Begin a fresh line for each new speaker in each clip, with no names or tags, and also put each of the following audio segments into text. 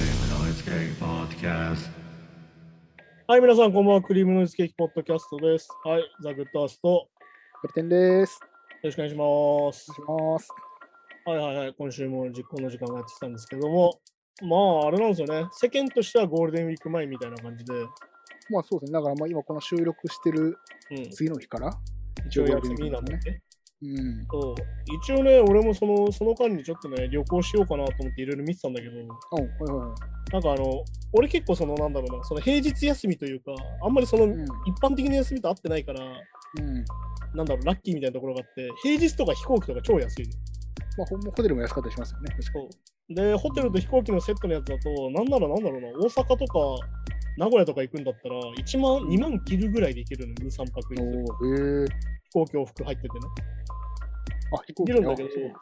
ケーキポッドキャスト。
はい、皆さん、こんばんは。クリームノイズケーキポッドキャストです。はい、ザ・グッドアースト。よ
ブルテンです。
ろしくお願いします。
お願いします。
はいはいはい、今週も実行の時間がやってきたんですけども、まあ、あれなんですよね。世間としてはゴールデンウィーク前みたいな感じで、う
まあそうですね。だからまあ今この収録してる
ん、
次の日から。
一応休みなんだって。
うん。
そう一応ね、俺もそのその間にちょっとね、旅行しようかなと思っていろいろ見てたんだけど、
あ、はいはいはい。
なんかあの、俺結構その、なんだろうな、その平日休みというか、あんまりその
うん。
一般的な休みと合ってないから、
うん。
なんだろう、ラッキーみたいなところがあって、平日とか飛行機とか超安いの。
まあホホテルも安かったりしますよね。確か
そうで、ホテルと飛行機のセットのやつだと、なんならなんだろうな、大阪とか名古屋とか行くんだったら、1万、2万切るぐらいで行けるの、2、3泊
に。
飛
おーへえ。
行機往復入っててね。
あ、飛行
い
機
るんだけど
あそう
まあ、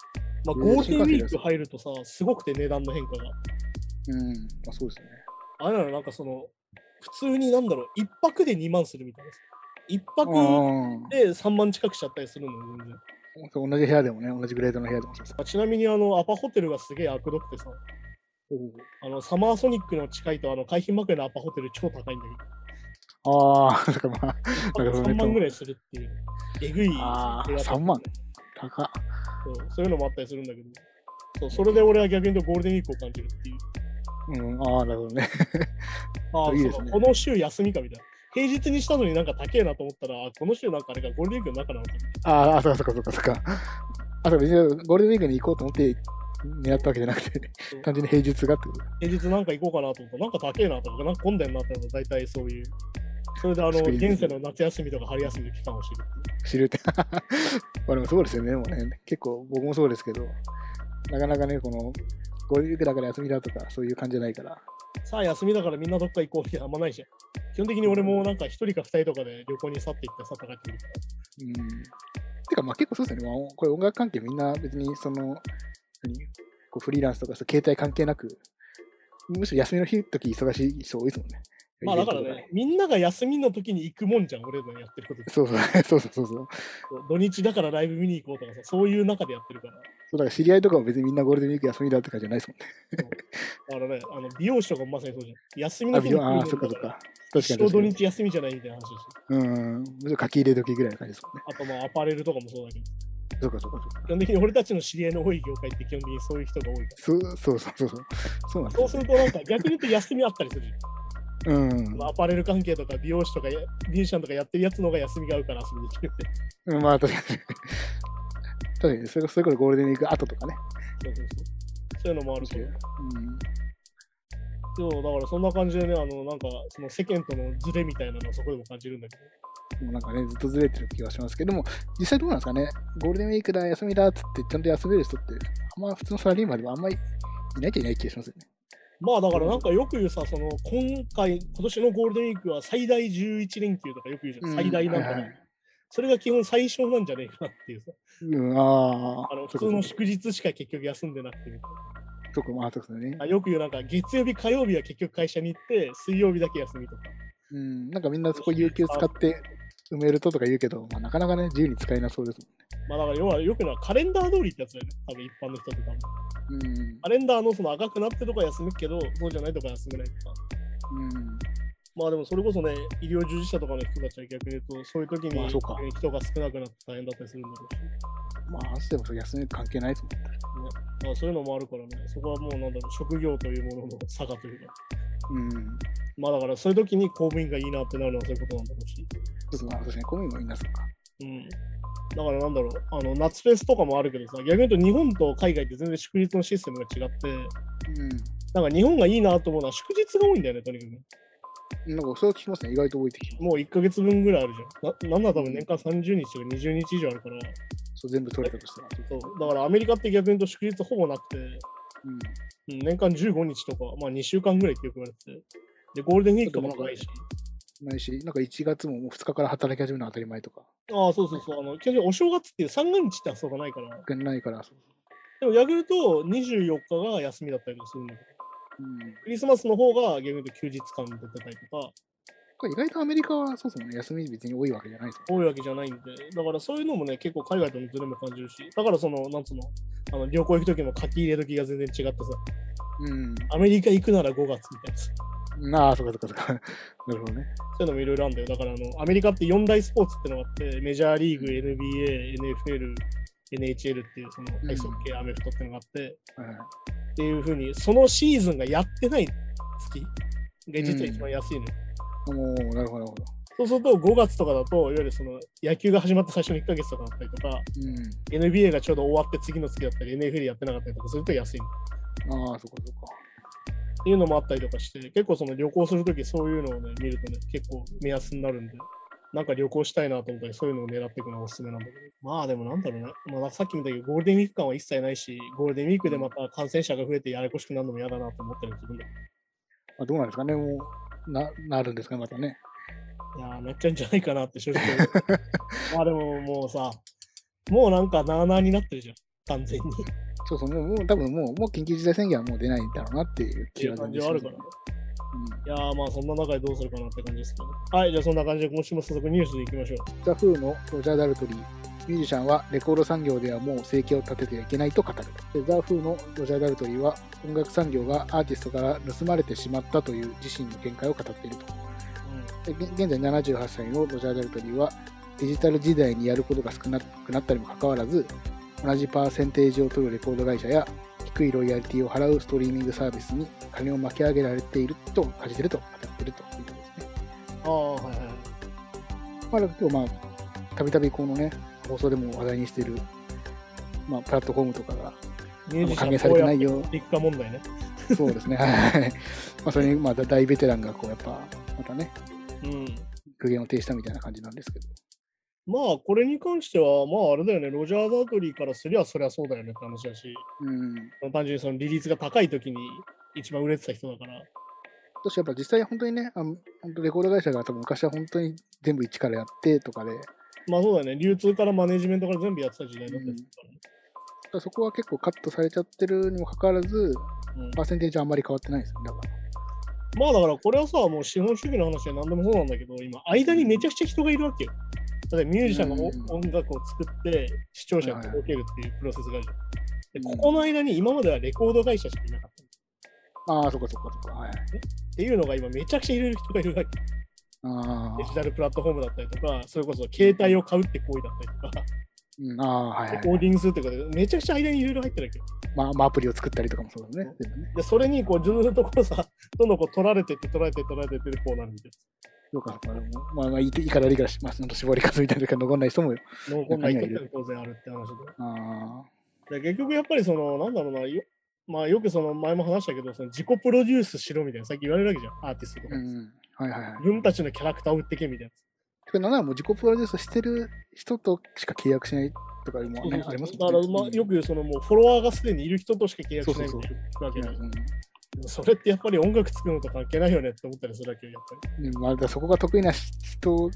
えー
ゴールデンウィ
新幹線
ー
で
ク
す
入るとさ、すごくて値段の変化が。
うん。まあそうですね。
あれなの、なんかその、普通になんだろう、1泊で2万するみたいな。1
あ
泊
あ。
で3万近くしちゃったりするのよ、全然。
同じ部屋でもね、同じグレードの部屋でもそうです。
まあちなみに、あの、アパホテルがすげえ悪どくてさ、あの、サマーソニックの近いと、あの、海浜幕屋のアパホテル超高いんだけど。
おああ、だからまあ、なるほどね
3万ぐらいするっていう、えぐい
あー
設定だった
3万高っ。
そうそういうのもあったりするんだけど、そうそれで俺は逆に言うとゴールデンウィークを感じるっていう。
うん。ああ、なるほどね。
ああ、
いい
そ
で
う
すね
この週休みかみたいな。平日にしたのになんか高えなと思ったら、あこの週なんかあれかゴールデンウィークの中なのかみたいな。
ああ、あ、そうかそうかそうか。あ、そう別にゴールデンウィークに行こうと思って狙ったわけじゃなくて、
そう
単純に平日がってこと。
平日なんか行こうかなと思ったら、なんか高えなとか、なんか混んでんなってのが大体そういう。それであの、
確かに
現世の夏休みとか春休みの期間を知るっていう。
知るって。 まあでもそうですよね、でもね。結構僕もそうですけど、なかなかね、この、ゴールデンウィークだから休みだとか、そういう感じじゃないから。
さあ休みだからみんなどっか行こうってあんまないじゃん。基本的に俺もなんか一人か二人とかで旅行に去っていってさ、高くるから。
うん。てか、まあ結構そうですよね。まあ、これ音楽関係みんな別に、その、何こうフリーランスとか、そう携帯関係なく、むしろ休みの日時忙しい人多いですもんね。
まあだから
イベントと
ね、みんなが休みの時に行くもんじゃん、俺のやってることって。
そう そうそうそうそうそう。
土日だからライブ見に行こうとかさ、そういう中でやってるから。
そうだから知り合いとかも別にみんなゴールデンウィーク休みだって感じじゃないですもんね。
あのね、あの美容師とかもまさにそうじゃん。休み
あ、
の
ビ
日
ジ
に
ョンあ
行
ー、
く
そ
も
っか
ん
そ
だ
っ
から
か。確か
人
に確
土
かに。
日休みじゃないみたいな話をして
うん。むしろ書き入れ時ぐらいの感じですもんね。
あとまあアパレルとかもそうだけど、
そうかそうかそうか
基。本的に俺たちの知り合いの多い業界って基本的にそういう人が多いか
そうそうそうそうそう。そうな
ら。
んで
そう
す
す
よ
る
ね。
となんか逆に言うと休みあったりするじゃ
うん
ん。まあアパレル関係とか美容師とかやミュージシャンとかやってるやつの方が休みが合うから遊びに来てるって。
うん。まあ確かに。確かに、それこそそれこそゴールデンウィーク後とかね。
そうそうそう。そういうのもあるから。
うん。
そうだからそんな感じでね、あのなんかその世間とのズレみたいなのをそこでも感じるんだけど、
もうなんかね、ずっとずれてる気がしますけどでも、実際どうなんですかね。ゴールデンウィークだ、休みだっつって、ちゃんと休める人って、あんま普通のサラリーマンでもあんまりいなきゃいない気がしますよね。
まあだからなんかよく言うさ、その今回、今年のゴールデンウィークは最大11連休とかよく言うじゃん、最大なんだ
う
か
んはい
ら
はい。
それが基本最小なんじゃねえかなっていうさ、
うん、ああ。
あの普通
そうか
の祝日しか結局休んでなくてみたい
そうか、まあ、そうですね
な。。あよく言うなんか月曜日、火曜日は結局会社に行って、水曜日だけ休みとか。
うん。なんかみんなそこ有給使って埋めるととか言うけど、まあ、なかなかね、自由に使えなそうです
まあだから要はよく言うのはカレンダー通りってやつだよね、多分一般の人とかも。
もんね。
カレンダーのその赤くなってとか休むけど、そうじゃないとか休めないとか。
うん。うん。
まあでもそれこそね、医療従事者とかの人たちは逆に言うと、そういう時に
まあそうか
人が少なくなって大変だったりするんだろうし。
まあ、明日でもそれ休み関係ないですもん
まあ、そういうのもあるからね、そこはもうなんだろう、職業というものの差がというか、
うん。
まあだからそういう時に公務員がいいなってなるのはそういうことなんだろうし、
ちょっとまあ、確かに、コミもみんなそうか。
うん。だからなんだろう、あの夏フェスとかもあるけどさ、逆に言うと日本と海外って全然祝日のシステムが違って、な
う
んか日本がいいなと思うのは祝日が多いんだよね、とにかく。
ん。なんか、それは聞きますね。意外と覚えてきます。
もう1ヶ月分ぐらいあるじゃん。ななんなら多分年間30日とか20日以上あるから、
そう全部取れたとしたら。
そうだからアメリカって逆に言うと祝日ほぼなくて、
うん。
うん年間15日とか、まあ2週間ぐらいってよく言われてて、で、ゴールデンウィークとかもないし。
ないし、なんか1月ももう2日から働き始めるのは当たり前とか。
ああ、そうそうそう。あの、基本的にお正月っていう三が日って遊ばないから。
保険ないから。そう
でも逆に言うと、24日が休みだったりもするんだけど、
うん。
クリスマスの方が逆に言うと休日感出てたりとか、
これ意外とアメリカはそうですもんね、休み別に多いわけじゃないです
多いわけじゃないんで、だからそういうのもね、結構海外とのズレも感じるし、だからその、なんつうの、あの旅行行くときの書き入れ時が全然違ってさ、
もん。
アメリカ行くなら5月みたいなさ、
うん。なあ、そっかそっかそ っか。なるほどね。
そういうのもいろいろあるんだよ。だからあの、アメリカって4大スポーツってのがあって、メジャーリーグ、NBA、NFL、NHL っていうその
うん
アイスホッケー、アメフトってのがあって、
はいはい
っていうふうに、そのシーズンがやってない月が実は一番安いのよ、
おーなるほど、なるほど。
そうすると5月とかだと、いわゆるその野球が始まった最初の1ヶ月とかだったりとか、NBA がちょうど終わって次の月だったり、NFL やってなかったりとかすると安いの
うん。ああ、そっかそっか。
っていうのもあったりとかして、結構その旅行するときそういうのをね、見るとね、結構目安になるんで、なんか旅行したいなと思ったり、そういうのを狙っていくのがおすすめなんだけど。まあでもなんだろうな、まあ、さっきみたいにゴールデンウィーク感は一切ないし、ゴールデンウィークでまた感染者が増えてややこしくなるのも嫌だなと思ったりするんだ
まあ、どうなんですかね、もう、な、なるんですかね、またね。
いやー、なっちゃうんじゃないかなって正直思う。 まあでももうさ、もうなんかなあなあになってるじゃん、完全に。
そうそう、もう、もう多分もう、もう緊急事態宣言はもう出ないんだろうなっていう
って
気
いう
は
感
全
じ
然
は
し
あ
ま
る
す
か
ね
ら。
うん
いやーまあそんな中でどうするかなって感じですけど、はい、じゃあそんな感じで今週も早速ニュースでいきましょう。
ザ・フーのロジャー・ダルトリー、ミュージシャンはレコード産業ではもう生計を立ててはいけないと語る。でザ・フーのロジャー・ダルトリーは音楽産業がアーティストから盗まれてしまったという自身の見解を語っていると。で現現在78歳のロジャー・ダルトリーはデジタル時代にやることが少なくなったにもかかわらず、同じパーセンテージを取るレコード会社や低いロイヤリティを払うストリーミングサービスに金を巻き上げられていると感じていると語っているということですね。
ああ、はいはい。
まあ、でもまあ、たびたびこのね、放送でも話題にしている、まあ、プラットフォームとかが、
ミュージシャン
歓迎されてないよ
どうやって結果問題ね。
そうですね、はい。まあ、それに、まあ、大ベテランが、こう、やっぱ、またね、
うん。
苦言を呈したみたいな感じなんですけど。
まあ、これに関しては、まあ、あれだよね、ロジャー・ダートリーからすりゃそりゃそうだよねって話だし、
うん。
単純にその利率が高い時に一番売れてた人だから、
私、やっぱ実際、本当にね、あの本当レコード会社が多分昔は本当に全部一からやってとかで、
まあそうだよね、流通からマネジメントから全部やってた時代だったりす
そこは結構カットされちゃってるにもかかわらず、
るからね、うん
パーセンテージはあんまり変わってないですよね、だから。
まあだからこれはさ、もう資本主義の話は何でもそうなんだけど、今、間にめちゃくちゃ人がいるわけよ。例えばミュージシャンがお
うんうん
音楽を作って、視聴者に届けるっていうプロセスがあるじゃん。で
う
こ
ん
この間に今まではレコード会社しかいなかった。っ
ああ、そっかそっかそっか、はい。
ていうのが今めちゃくちゃいろいろ人がいるわけ。
あ
デ
あ
ジ、タルプラットフォームだったりとか、それこそ携帯を買うって行為だったり
うん、ああ、はい、
とか、レ
は
コ。
い
ーディングするってことで、めちゃくちゃ間にいろいろ入ってるわけよ。
まあ、まあ、アプリを作ったりとかもそうだね、全部ね。
で、それにこう、ずーっとこうさ、どんどんこう取られてって、取られて、取られてって、こうなるみたい
そうか、そうか。まあまあ、いいいからいいからし、まあ、その絞り数みたいなのが残んない人もよ。
な。濃厚な人っていうのは当然あるって話で。
あ
で結局やっぱりその、なんだろうな、よまあよくその前も話したけど、その自己プロデュースしろみたいな、さっき言われるわけじゃん、アーティストと
あ、
か。
うん。はいはいはい。
自分たちのキャラクターを売ってけみたい
てかなんならもう自己プロデュースしてる人としか契約しないとかもね、
な。
あります
だから、まあ、よ
く
く言うそのもうフォロワーがすでにいる人としか契約しないみたいなわけ
う
じゃん
ん
それってやっぱり音楽作るのと関係ないよねって思ったりするわけよ、やっぱり。
うんまあ、だからそこが得意な人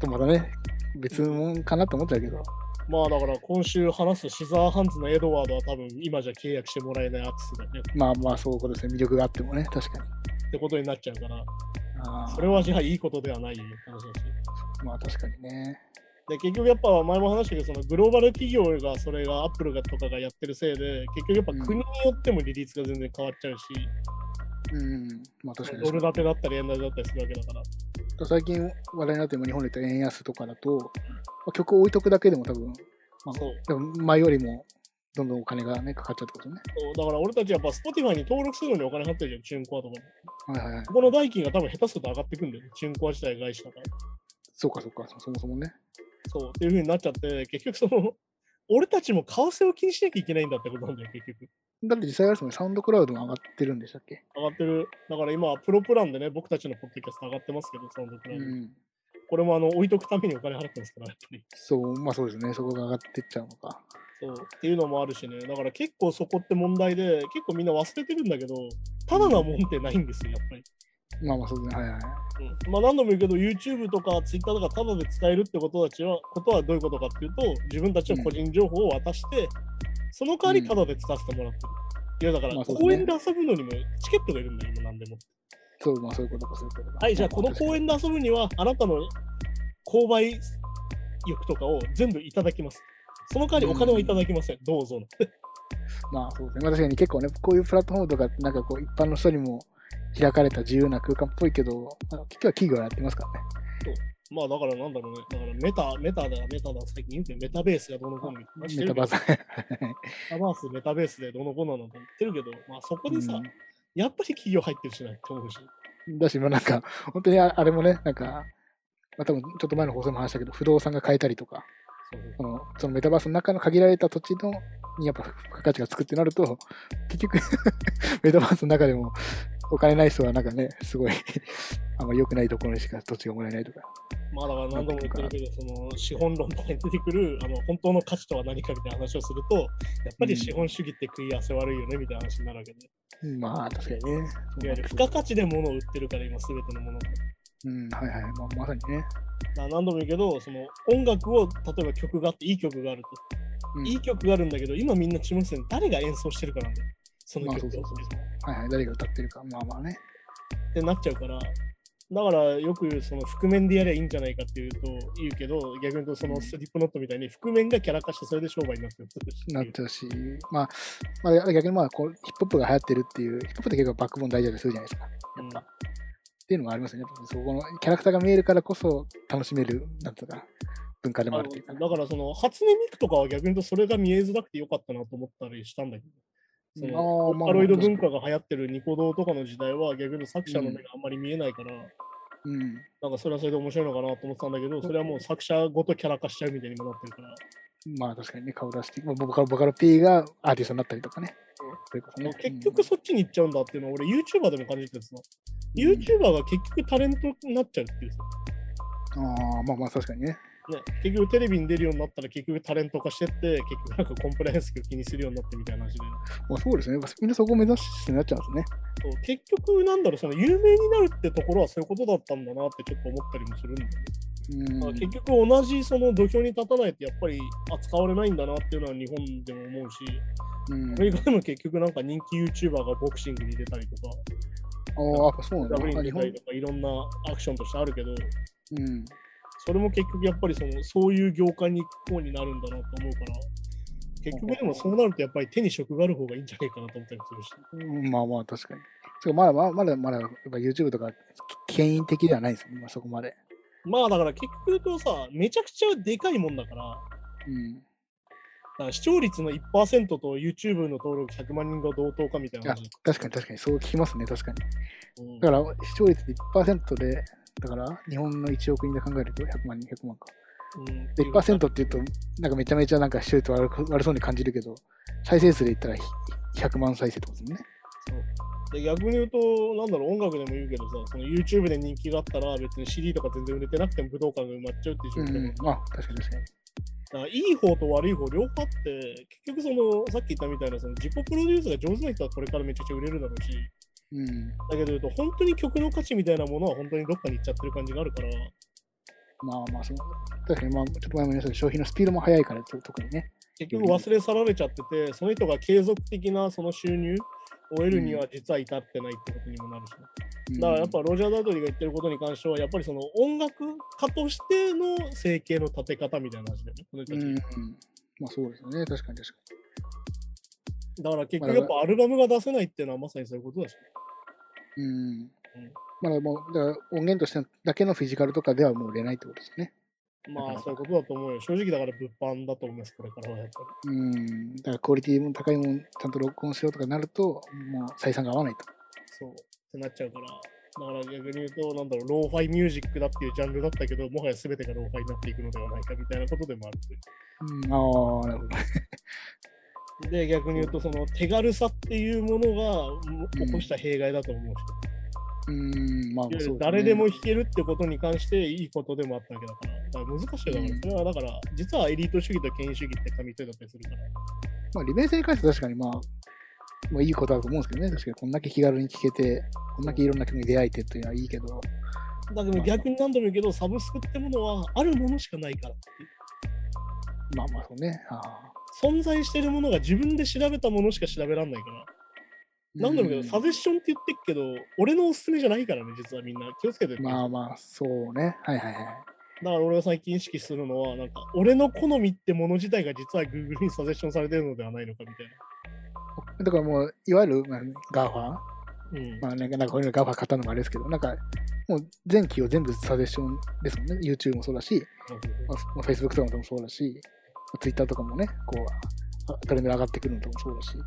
とまたね、別物かなと思ったけど、
まあだから今週話すシザーハンズのエドワードは多分今じゃ契約してもらえないアーティストだよね
まあまあ、そういうことですね。魅力があってもね、確かに。
ってことになっちゃうから、
あ
そ
あ
れはじゃあいいことではないよねって話だし。
まあ確かにね。
で結局やっぱ前も話したけど、そのグローバル企業がそれがアップルがとかがやってるせいで、結局やっぱ国によっても利率が全然変わっちゃうし、
うん。まあ確かに
ドル建てだったり円建てだったりするわけだから。
最近話題になってる日本で言った円安とかだと、まあ曲を置いとくだけでも多分、まあ
そう
でも前よりもどんどんお金がね、かかっちゃうってことね。
そうだから俺たちやっぱ Spotify に登録するのにお金払ってるじゃん、チューンコアとかに。
はいはいはい。
ここの代金が多分下手すると上がってくんだよね、チューンコア自体外資だから。
そうかそうか、そそもそもね。
そう、っていう風になっちゃって、結局その、俺たちも為替を気にしなきゃいけないんだってことなんだよ、結局。
だって実際あれですもんね、サウンドクラウドも上がってるんでしたっけ
上がってる。だから今、プロプランでね、僕たちのポッドキャスト上がってますけど、サウンドク
う
ラウド。
ん。
これもあの、置いとくためにお金払ってますから、やっぱり。
そう、まあそうですね、そこが上がってっちゃうのか。
そう。っていうのもあるしね。だから結構そこって問題で、結構みんな忘れてるんだけど、ただなもんってないんですよ、やっぱり。
まあまあそうですね、はいはい。
うん、まあ何度も言うけど、YouTube とか Twitter とかただで伝えるってことたちは、ことはどういうことかっていうと、自分たちの個人情報を渡して、その代わりただで使わせてもらってる。いやだから、
まあそうです
公
ね
園で遊ぶのにもチケットがいるんだよ、今何でも。
そう、まあそういうことか、そういうことか。
はい、じゃあこの公
園。
園で遊ぶには、あなたの購買欲とかを全部いただきます。その代わりお金はいただきません。どうぞの。
まあそうですね。まあ確かに結構ね、こういうプラットフォームとか、なんかこう、一般の人にも開かれた自由な空間っぽいけど、まあ結局は企業がやってますからね。
まあだからなんだろうね。だからメタ、メタだ、メタだ、最近言うけどメタベースがどうのこうのみたいな話して
メ
る
タ
けど
バー
メ
ス。
タバース、メタベースでどうのこうのなんて言ってるけど、まあそこでさ、
うん
やっぱり企業入ってるしなって思うし。
だし、まあなんか、本当にああれもね、なんか、まあ多分ちょっと前の放送でも話したけど、不動産が買えたりとか、そのそのメタバースの中の限られた土地のにやっぱ付加価値がつくってなると、結局 メタバースの中でもお金ない人はなんかね、すごいあんま良くないところにしか土地がもらえないとか。
まあだから何度も言ってるけど、その資本論とかに出てくるあの本当の価値とは何かみたいな話をすると、やっぱり資本主義って食い合わせ悪いよねみたいな話になるわけで、
まあ確かにね。
いわゆる付加価値で物を売ってるから今すべてのものが。
うん、はいはい。まあ、まさにね。
まあ何度も言うけど、その音楽を例えば曲があっていい曲があると、
うん
いい曲があるんだけど、今みんな注目してるの誰が演奏してるかなんだよ。その
まあ
曲
そ
を
うそうそうそう。はいはい。誰が歌ってるか。まあまあね。
ってなっちゃうから、だからよくその覆面でやりゃいいんじゃないかっていうと言うけど、逆に言うとそのスリップノットみたいに覆面がキャラ化してそれで商売になってるっていう
なっちゃうし、まあ、まあ、逆にまあこう、ヒップホップが流行ってるっていう、ヒップホップって結構バックボーン大事だったりするじゃないですか。
うん
っていうのもありますよね。やっぱそこのキャラクターが見えるからこそ楽しめる、なんつうか、文化でもあるっていうか。
だからその初音ミクとかは逆に言うとそれが見えづらくてよかったなと思ったりしたんだけど。その
あーまあ
アロイド文化が流行ってるニコ動とかの時代は逆に言うと作者の目があんまり見えないから、
うん。
なんかそれはそれで面白いのかなと思ってたんだけど、それはもう作者ごとキャラ化しちゃうみたいにもなってるから、
まあ確かにね、顔出して、まあ、ボカロボカロ P がアーティストになったりとかね。そういうことね。
結局そっちに行っちゃうんだっていうのは俺 YouTuber でも感じてるさ、YouTuber が結局タレントになっちゃうっていうさ、
うん、ああ、まあまあ確かにね。
ね、結局テレビに出るようになったら結局タレント化してって、結局なんかコンプライアンスを気にするようになってみたいな話で。
まあそうですね。みんなそこを目指してなっちゃうんですね。
そう結局なんだろうその有名になるってところはそういうことだったんだなってちょっと思ったりもするんだよね、
うん。
だから結局同じその土俵に立たないとやっぱり扱われないんだなっていうのは日本でも思うし
うん
アメリカでも結局なんか人気 YouTuber がボクシングに出たりとか
ああ、やっぱそうなんだ。
ラブリン
あ
グ
日
に出
本
たりとかいろんなアクションとしてあるけど
うん。
それも結局やっぱりそのそういう業界に行く方になるんだなと思うから結局でもそうなるとやっぱり手に職がある方がいいんじゃないかなと思ったりもするし。
うんまあまあ確かに。そうまだまだまだまだやっぱ YouTube とか権威的ではないですね、まあ、そこまで。
まあだから結局言うとさめちゃくちゃでかいもんだから
うん。
だから視聴率の1%と YouTube の登録100万人が同等かみたいな
あ
話だ
確かに確かに、そう聞きますね、確かに。
と思う
だから視聴率1%で、だから日本の1億人で考えると100万人、100万か。
うん
で、1%って言うと、なんかめちゃめちゃなんか視聴率悪く悪そうに感じるけど、再生数で言ったらひ100万再生ってことですもんね。
で逆に言うと、なんだろう、音楽でも言うけどさ、その YouTube で人気があったら、別に CD とか全然売れてなくても武道館が埋まっちゃうっていう状況
う
も、
ん、
だ
うん。あ、確かに確かに。
からいい方と悪い方両方あって、結局その、さっき言ったみたいな、その自己プロデュースが上手な人はこれからめちゃくちゃ売れるだろうし、
うん。
だけど言うと、本当に曲の価値みたいなものは本当にどっかに行っちゃってる感じがあるから、
まあまあ、その、確かにまあ、ちょっと前も言いましたけど、消費のスピードも速いから、と特にね。
結局忘れ去られちゃってて、その人が継続的なその収入を得るには実は至ってないってことにもなるし、
うん
だからやっぱロジャー・ダートリーが言ってることに関しては、やっぱりその音楽家としての生計の立て方みたいな話だよね、この人
う
たち
ん。まあそうですよね、確かに確かに。
だから結局やっぱアルバムが出せないっていうのはまさにそういうことだし、
うん。まだもう、だから音源としてだけのフィジカルとかではもう売れないってことですね。
まあそういうことだと思うよ。正直だから物販だと思います、これからはやっぱり。
うん。だからクオリティも高いもん、ちゃんと録音しようとかなると、もう採算が合わないと。
そう。ってなっちゃうから。だから逆に言うと、なんだろう、ローファイミュージックだっていうジャンルだったけど、もはや全てがローファイになっていくのではないかみたいなことでもあるという
うん、ああ、なるほど。
で、逆に言うと、その手軽さっていうものがも起こした弊害だと思うし、
うん、まあ、
い
そう
わ
す
ゆ
ね
る誰でも弾けるってことに関していいことでもあったわけだから、だから難しいよだから、
うん
それはだから、実はエリート主義と権威主義って紙一重だったりするから、
まあ、利便性に関しては確かにまあ、まあ、いいことだと思うんですけどね。確かにこんだけ気軽に聴けて、こんだけいろんな曲に出会えてっていうのはいいけど、
だけど逆に何度も言うけど、サブスクってものはあるものしかないからっていう
まあまあそうね。ああ
存在してるものが自分で調べたものしか調べられないから、なんだろうけど、サジェッションって言ってっけど、俺のおすすめじゃないからね、実はみんな。気をつけてる、
まあまあ、そうね。はいはいはい。
だから俺が最近意識するのは、なんか、俺の好みってもの自体が実は Google にサジェッションされてるのではないのかみたい
だからもう、いわゆる、まあ、ガーファー
な。うん。
まあなんか、なんかこういうのガーファー買ったのもあれですけど、なんか、もう前期を全部サジェッションですもんね。YouTube もそうだし、まあまあ Facebook とかもそうだし、まあ Twitter とかもね、こう、あトレンドで上がってくるのとかもそうだし、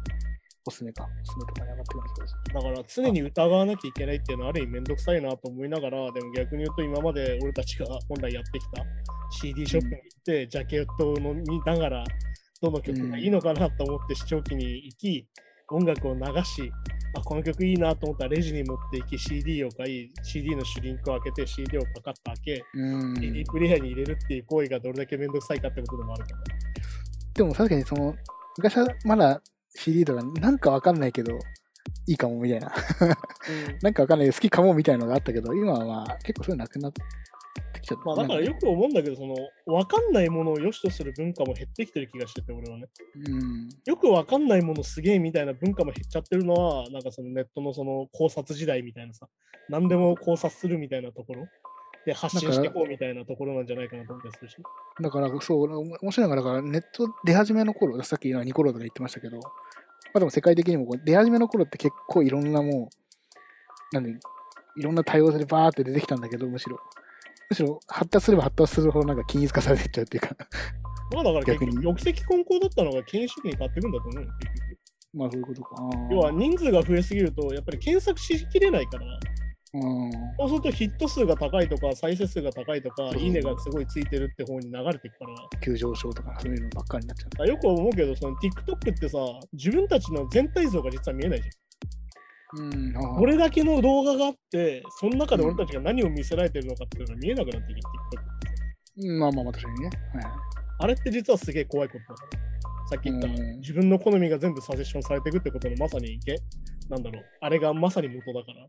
おすすめか、おすすめとかに上がってくるのもそうだし。
だから常に疑わなきゃいけないっていうのはある意味めんどくさいなと思いながら、でも逆に言うと今まで俺たちが本来やってきた CD ショップに行って、ジャケットを見ながら、どの曲がいいのかなと思って視聴器に行き、音楽を流し、あ、この曲いいなと思ったらレジに持って行き、CD を買い、CD のシュリンクを開けて、CD をパカッと開け、
うん。
CD プレイヤーに入れるっていう行為がどれだけめんどくさいかってことでもあるから。
でも確かにその、昔はまだ CD とかなんかわかんないけど、いいかもみたいな。 なんかわかんないけど、好きかもみたいなのがあったけど、今はまあ結構そういうのなくなってきちゃった。
まあだからよく思うんだけど、その、わかんないものを良しとする文化も減ってきてる気がしてて、俺はね。
うん。
よくわかんないものすげえみたいな文化も減っちゃってるのは、なんかそのネットのその考察時代みたいなさ、何でも考察するみたいなところで発信していこうみたいなところなんじゃないかなと思ったりするし。
だから、そう、おも面白いのが、だから、ネット出始めの頃、さっき今ニコロとか言ってましたけど、まあでも世界的にもこう出始めの頃って結構いろんなもう、なんで、いろんな多様性でバーって出てきたんだけど、むしろ。むしろ、発達すれば発達するほどなんか均一化されてっちゃうっていうか、
まあだから結
逆
局、
に
抑積混交だったのが権威主義に変わってくんだと思うよ。結局
まあそういうことか。
要は人数が増えすぎると、やっぱり検索しきれないから、
うん。
そうするとヒット数が高いとか、再生数が高いとか
う、そう
いいねがすごいついてるって方に流れていくから。
急上昇とか、そういうのばっかりになっちゃう。
よく思うけど、その TikTok ってさ、自分たちの全体像が実は見えないじゃん。
うん。あー
これだけの動画があって、その中で俺たちが何を見せられてるのかっていうのが見えなくなってきて、TikTok
うんまあまあまあ、確かにね。はいはい。
あれって実はすげえ怖いことだから。さっき言った、
うん
自分の好みが全部サジェッションされていくってことのまさにいけ、なんだろう、あれがまさに元だから。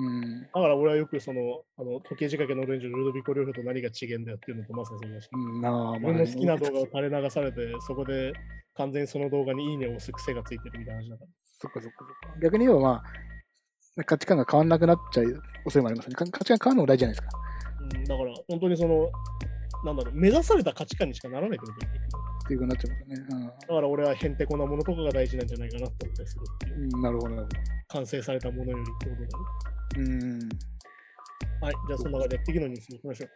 うん。
だから俺はよくその、あの時計仕掛けのオレンジのルドビコ両方と何が違えんだよっていうのとまさにそうだし、
うん、まあまあ、
自分の好きな動画を垂れ流されて、そこで完全にその動画にいいねを押す癖がついてるみたいな話だから。
そっかそっかそっか。逆に言えばまあ、価値観が変わんなくなっちゃう恐れもありますね。か価値観変わるのも大事じゃないですか。
うん、だから本当にその、なんだろう、目指された価値観にしかならないけど、結局
っていうふうになっちゃいますよね。
だから俺はへんてこなものとかが大事なんじゃないかなと思ったりするっていう。
うんうん。なるほど、なるほ
完成されたものよりってことだね。
ど。うん。ち
はい、じゃあそんな感じで次のニュースに行きましょう。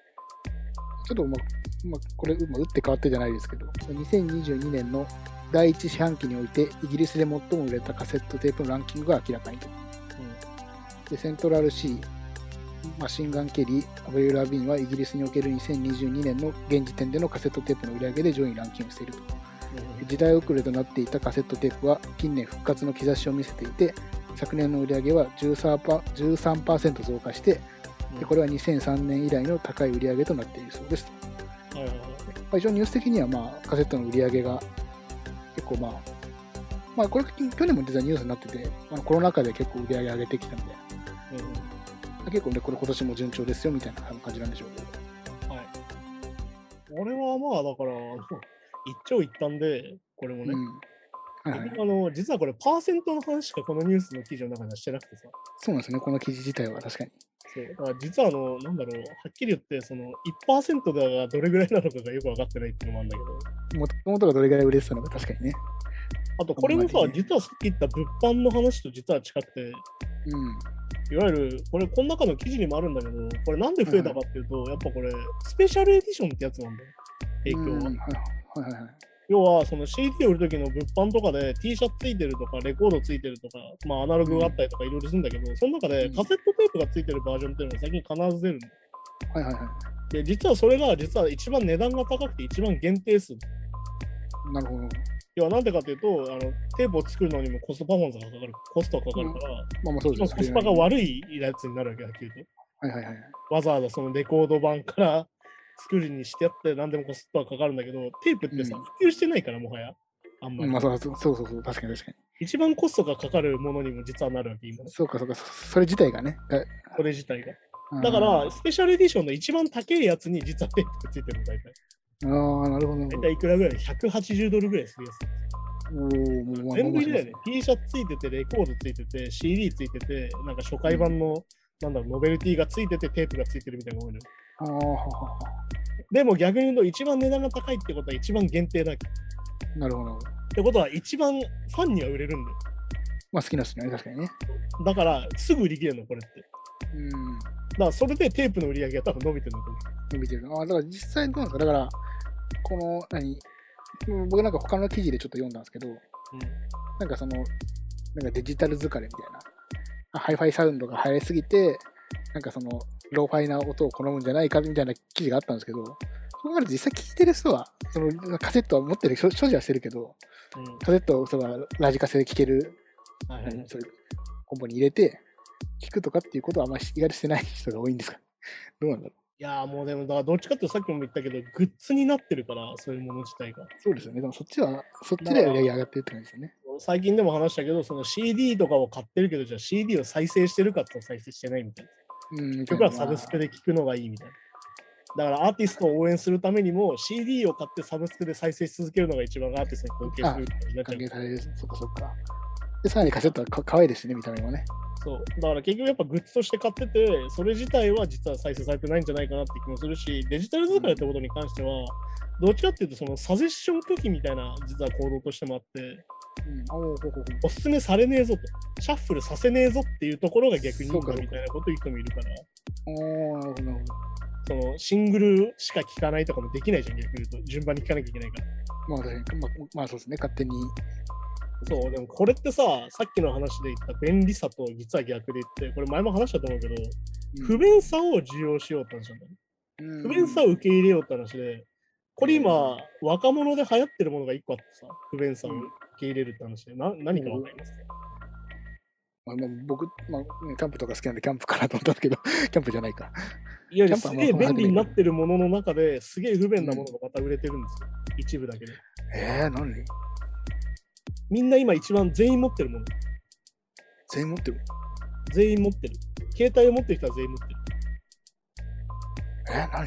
ょっとまあ、まあ、これ、まあ、打って変わってじゃないですけど、2022年の第一四半期において、イギリスで最も売れたカセットテープのランキングが明らかにと。で、セントラル C、マシンガン・ケリー、アブリル・ラビーンはイギリスにおける2022年の現時点でのカセットテープの売り上げで上位にランキングしていると。時代遅れとなっていたカセットテープは近年復活の兆しを見せていて昨年の売り上げは13%, 13増加してでこれは2003年以来の高い売り上げとなっているそうです、
はいはいはい
まあ、一応ニュース的には、まあ、カセットの売り上げが結構まあまあこれ去年も実はニュースになっててあのコロナ禍で結構売り上げ上げてきたので結構ねこれ今年も順調ですよみたいな感じなんでしょうけど
うんうん。俺はまあだから、あの一長一短で、これもね、
うんはいはい
僕あの実はこれパーセントの話しかこのニュースの記事の中ではしてなくてさ、
そうなんですよねこの記事自体は確かに
そうだから実はあの、なんだろう、はっきり言って、その1%だがどれぐらいなのかがよく分かってないっていうのもあるんだけど、
もともとがどれぐらい売れてたのか確かにね
あとこれもさ
あんま、りね
実はさっき言った物販の話と実は近くて、
うん
いわゆる、これ、この中の記事にもあるんだけど、これなんで増えたかっていうと、やっぱこれ、スペシャルエディションってやつなんだよ、影響は。
うんはいはいはいはい
要は、その CD を売る時の物販とかで T シャツついてるとか、レコードついてるとか、まあアナログがあったりとかいろいろするんだけど、その中で
うん
カセットテープがついてるバージョンっていうのが最近必ず出るの。
はいはいは
で、実はそれが、実は一番値段が高くて一番限定数。
い。なるほど。
要はなんでかっていうと、あのテープを作るのにもコストパフォーマンスがかかる、コストがかかるから、
まあまあ
そ
そうで
の
す
コスパが悪いやつになるわけだ、急に。
はいはいはい。
わざわざそのレコード版から 作るにしてやって何でもコストはかかるんだけど、テープってさ
うん、
普及してないから、もはや。あんまり。
まあそうそうそうそう、確かに確かに。
一番コストがかかるものにも実はなるわけ、今。
そうかそうか、そそれ自体がね。が
これ自体が。
あー
だから、スペシャルエディションの一番高いやつに実はテープがついてるの、大体。
ああ、なるほど
大
なる
体
ほど。
いくらぐらい ?180 ドルぐらいするやつ。
おーもうまあ
全部入れだよね。T シャツついてて、レコードついてて、CD ついてて、なんか初回版の、なんだろう、ノベルティがついてて、テープがついてるみたいなのが多いのよ。
あーははは
でも逆に言うと、一番値段が高いってことは一番限定だっけ
なるほど。
ってことは、一番ファンには売れるんだよ。
まあ好きな人にはね、確かにね。
だから、すぐ売り切れるの、これって。
うん。
だから、それでテープの売り上げが多分伸びてるのと思う
伸びてる。ああ、だから実際どうなんですかだから、この、何、うん僕なんか他の記事でちょっと読んだんですけど、なんかその、なんかデジタル疲れみたいな。あハイファイサウンドが流行りすぎて、なんかその、ローファイな音を好むんじゃないかみたいな記事があったんですけど、そうなると実際聞いてる人は、そのカセットは持ってる、所所持はしてるけど、
うん。うん。
カセットをそのラジカセで聴ける、
はいはい
何そういうコンボに入れて、聞くとかっていうことはあんまり意外としてない人が多いんですか どうなんだろ
いやーもうでも、だからどっちかっていうとさっきも言ったけど、グッズになってるから、そういうもの自体が。
うそうですよね。でもそっちは、そっちで売り上げ上がってるって感じですよね。
最近でも話したけど、その CD とかを買ってるけど、じゃあ CD を再生してるかって言ったら再生してないみたいな。
うん。
曲はサブスク
で。
で聴くのがいいみたいな。だからアーティストを応援するためにも CD を買ってサブスクで再生し続けるのが一番アーティストに貢献するってことになっち
歓
ゃ
迎
う。
される。そっかそっか。で、さらにカセットはか可愛いですしね、見た目もね。
そうだから結局やっぱグッズとして買ってて、それ自体は実は再生されてないんじゃないかなって気もするし、デジタル疲れってことに関しては、どっちかっていうとそのサジェッション拒否みたいな実は行動としてもあって、
うん。おおほうほうほう
おすすめされねえぞと、シャッフルさせねえぞっていうところが逆にいいん
そう
だ
かそうか
みたいなこと言う人もいるから、
おーなるほど、なるほ
そのシングルしか聴かないとかもできないじゃん、逆に言うと、順番に聴かなきゃいけないから。
ど。まあ確かに、まあ、まあそうですね、勝手に。
そう、でもこれってさ、さっきの話で言った便利さと実は逆で言って、これ前も話したと思うけど、不便さを需要しようって話なんだよね。
うん
不便さを受け入れようって話で、これ今、若者で流行ってるものが一個あってさ、不便さを受け入れるって話で、な何かわかりますか、
まあ、まあ僕、まあ、ねキャンプとか好きなんで、キャンプかなと思ったんですけど、 キャンプじゃないか。
いやいや、
キャンパ
す
ー
げえ便利になってるものの中で、すげえ不便なものがまた売れてるんですよ。一部だけで。
えー、何
みんな今一番全員持ってるもの。
全員持ってる。
全員持ってる。携帯を持ってる人は全員持ってる。
えー、何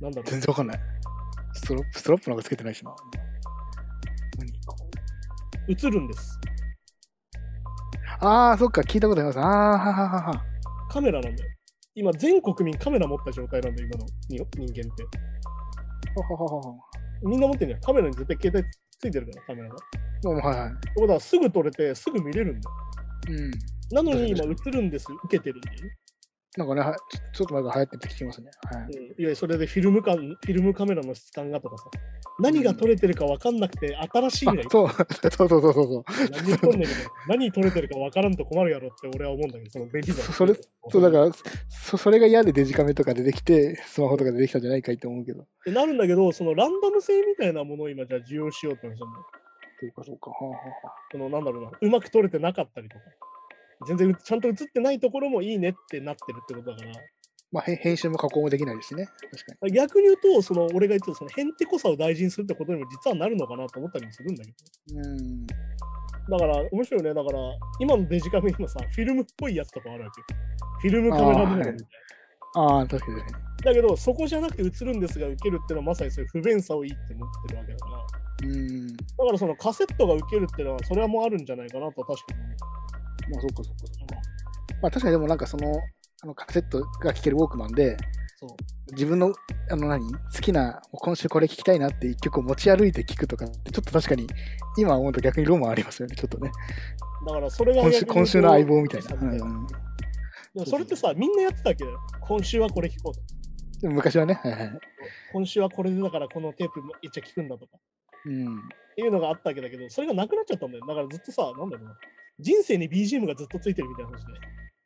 なん だろう。
全然わかんない。ストラップ、ストラップなんかつけてないしな。何
映るんです。
ああ、そっか、聞いたことあります。ああ、はははは。
カメラなんだよ。今、全国民カメラ持った状態なんだよ、今のに人間って。
ほほほほほ。
みんな持ってんじゃん。カメラに絶対携帯ついてるから、カメラが。って
もう、はいはい。
ことは、すぐ撮れて、すぐ見れるんだよ。
うん。
なのに今、映るんです、受けてるんだよね。
なんかね、はちょちょっと前から流行ってるって聞きますね。はい。
うん、いや、それでフィルム感、フィルムカメラの質感がとかさ、何が撮れてるか分かんなくて、新しい
あ
ね。
そう そうそうそうそうそう。
何撮んねんけど、何撮れてるか分からんと困るやろって俺は思うんだけど、その便利さ。
それそうだからそ、 それが嫌でデジカメとか出てきて、スマホとか出てきたんじゃないかいと思うけど。
ってなるんだけど、そのランダム性みたいなものを今、じゃあ需要しようって話なんだよ。
そうか、そうか。はあ、はあはあ、
そのなんだろうな、うまく撮れてなかったりとか、全然うちゃんと映ってないところもいいねってなってるってことだから、
まあ、へ編集も加工もできないですしね。確かに。
逆に言うと、その俺が言ってたそのへんてこさを大事にするってことにも実はなるのかなと思ったりもするんだけ
うん。
ど、だから面白いよね、だから今のデジカメ今さ、フィルムっぽいやつとかあるわけよ。フィルムカメラみたいな
あーはいああ、確かに確か
だけど、そこじゃなくて映るんですが、受けるってのはまさにそういう不便さをいいって思ってるわけだから。
に。うん。
だからそのカセットが受けるってのは、それはもうあるんじゃないかなと確かに思う。
まあ、そうか、そうか、そうか。まあ、確かにでもなんかその、あのカセットが聴けるウォークマンで、
そう
自分の、あの何、好きな、今週これ聴きたいなって一曲を持ち歩いて聴くとかって、ちょっと確かに、今思うと逆にロマンありますよね、ちょっとね。
だからそれが
今週
逆に
今週の相棒みたいな。
こう
うんうん
でもそれってさ、みんなやってたわけど、今週はこれ聞こうと。
でも昔はね、はいはい。
今週はこれでだからこのテープめっちゃ聞くんだとか。
うん。
っていうのがあったわけだけど、それがなくなっちゃったんだよ。だからずっとさ、なんだろうな。人生に BGM がずっとついてるみたいな話で。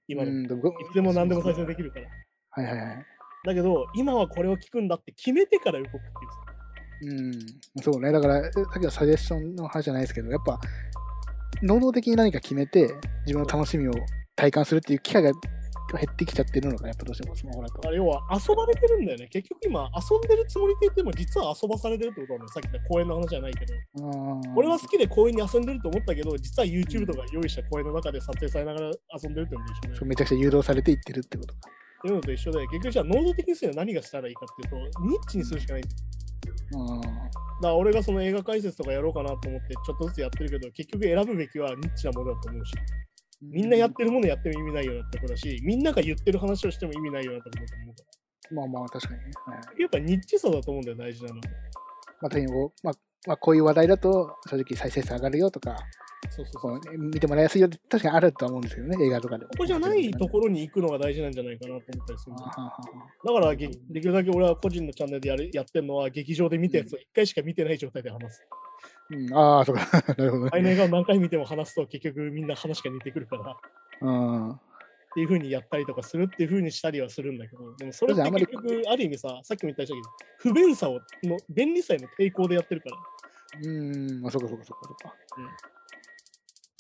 今の。
う
い
んでも
つでも何でも再生できるから。
はいはいはい。
だけど、今はこれを聞くんだって決めてから動くっていうさ。
うん。そうね。だから、えさっきのサジェスションの話じゃないですけど、やっぱ、能動的に何か決めて、自分の楽しみを体感するっていう機会が減ってきちゃってるのが、やっぱどうしてもスマホだと
だか。ら要は遊ばれてるんだよね。結局今、遊んでるつもりでいても、実は遊ばされてるってことなんだよ。さっきの公園の話じゃないけど。俺
俺
は好きで公園に遊んでると思ったけど、実は YouTube とか用意した公園の中で撮影されながら遊んでるってことでしょね。
めちゃくちゃ誘導されていってるってことか。
っていうのと一緒で、結局じゃあ能動的にするには何がしたらいいかっていうと、ニッチにするしかないんだよ。
うん
だから俺がその映画解説とかやろうかなと思ってちょっとずつやってるけど結局選ぶべきはニッチなものだと思うしみんなやってるものやっても意味ないよなってことだしみんなが言ってる話をしても意味ないよなってことだと思うか
まあまあ、確かにね。はい
らやっぱニッチさだと思うんだよ大事なの
まあ、とにかく、まあ、まあ、こういう話題だと、正直再生数上がるよとか、
そうそうそ
こ
う
うね見てもらいやすいよって、確かにあるとは思うんですけどね、映画とかでも。
ここじゃないところに行くのが大事なんじゃないかなと思ったりするんだ
あ
よ
はは
だからげできるだけ俺は個人のチャンネルでやるやってるのは劇場で見たやつを1回しか見てない状態で話 す。
うん、ああ、そうか。 なるほどね。
あいの映画を何回見ても話すと結局みんな話が似てくるから。
うん。
っていう風にやったりとかするっていう風にしたりはするんだけど、でもそれっ
そ
て
うですねあんまり
結局ある意味さ、さっきも言ったけど、不便さをの便利さへの抵抗でやってるから、だか
うん、まあ、そうかそうかそうかそうか。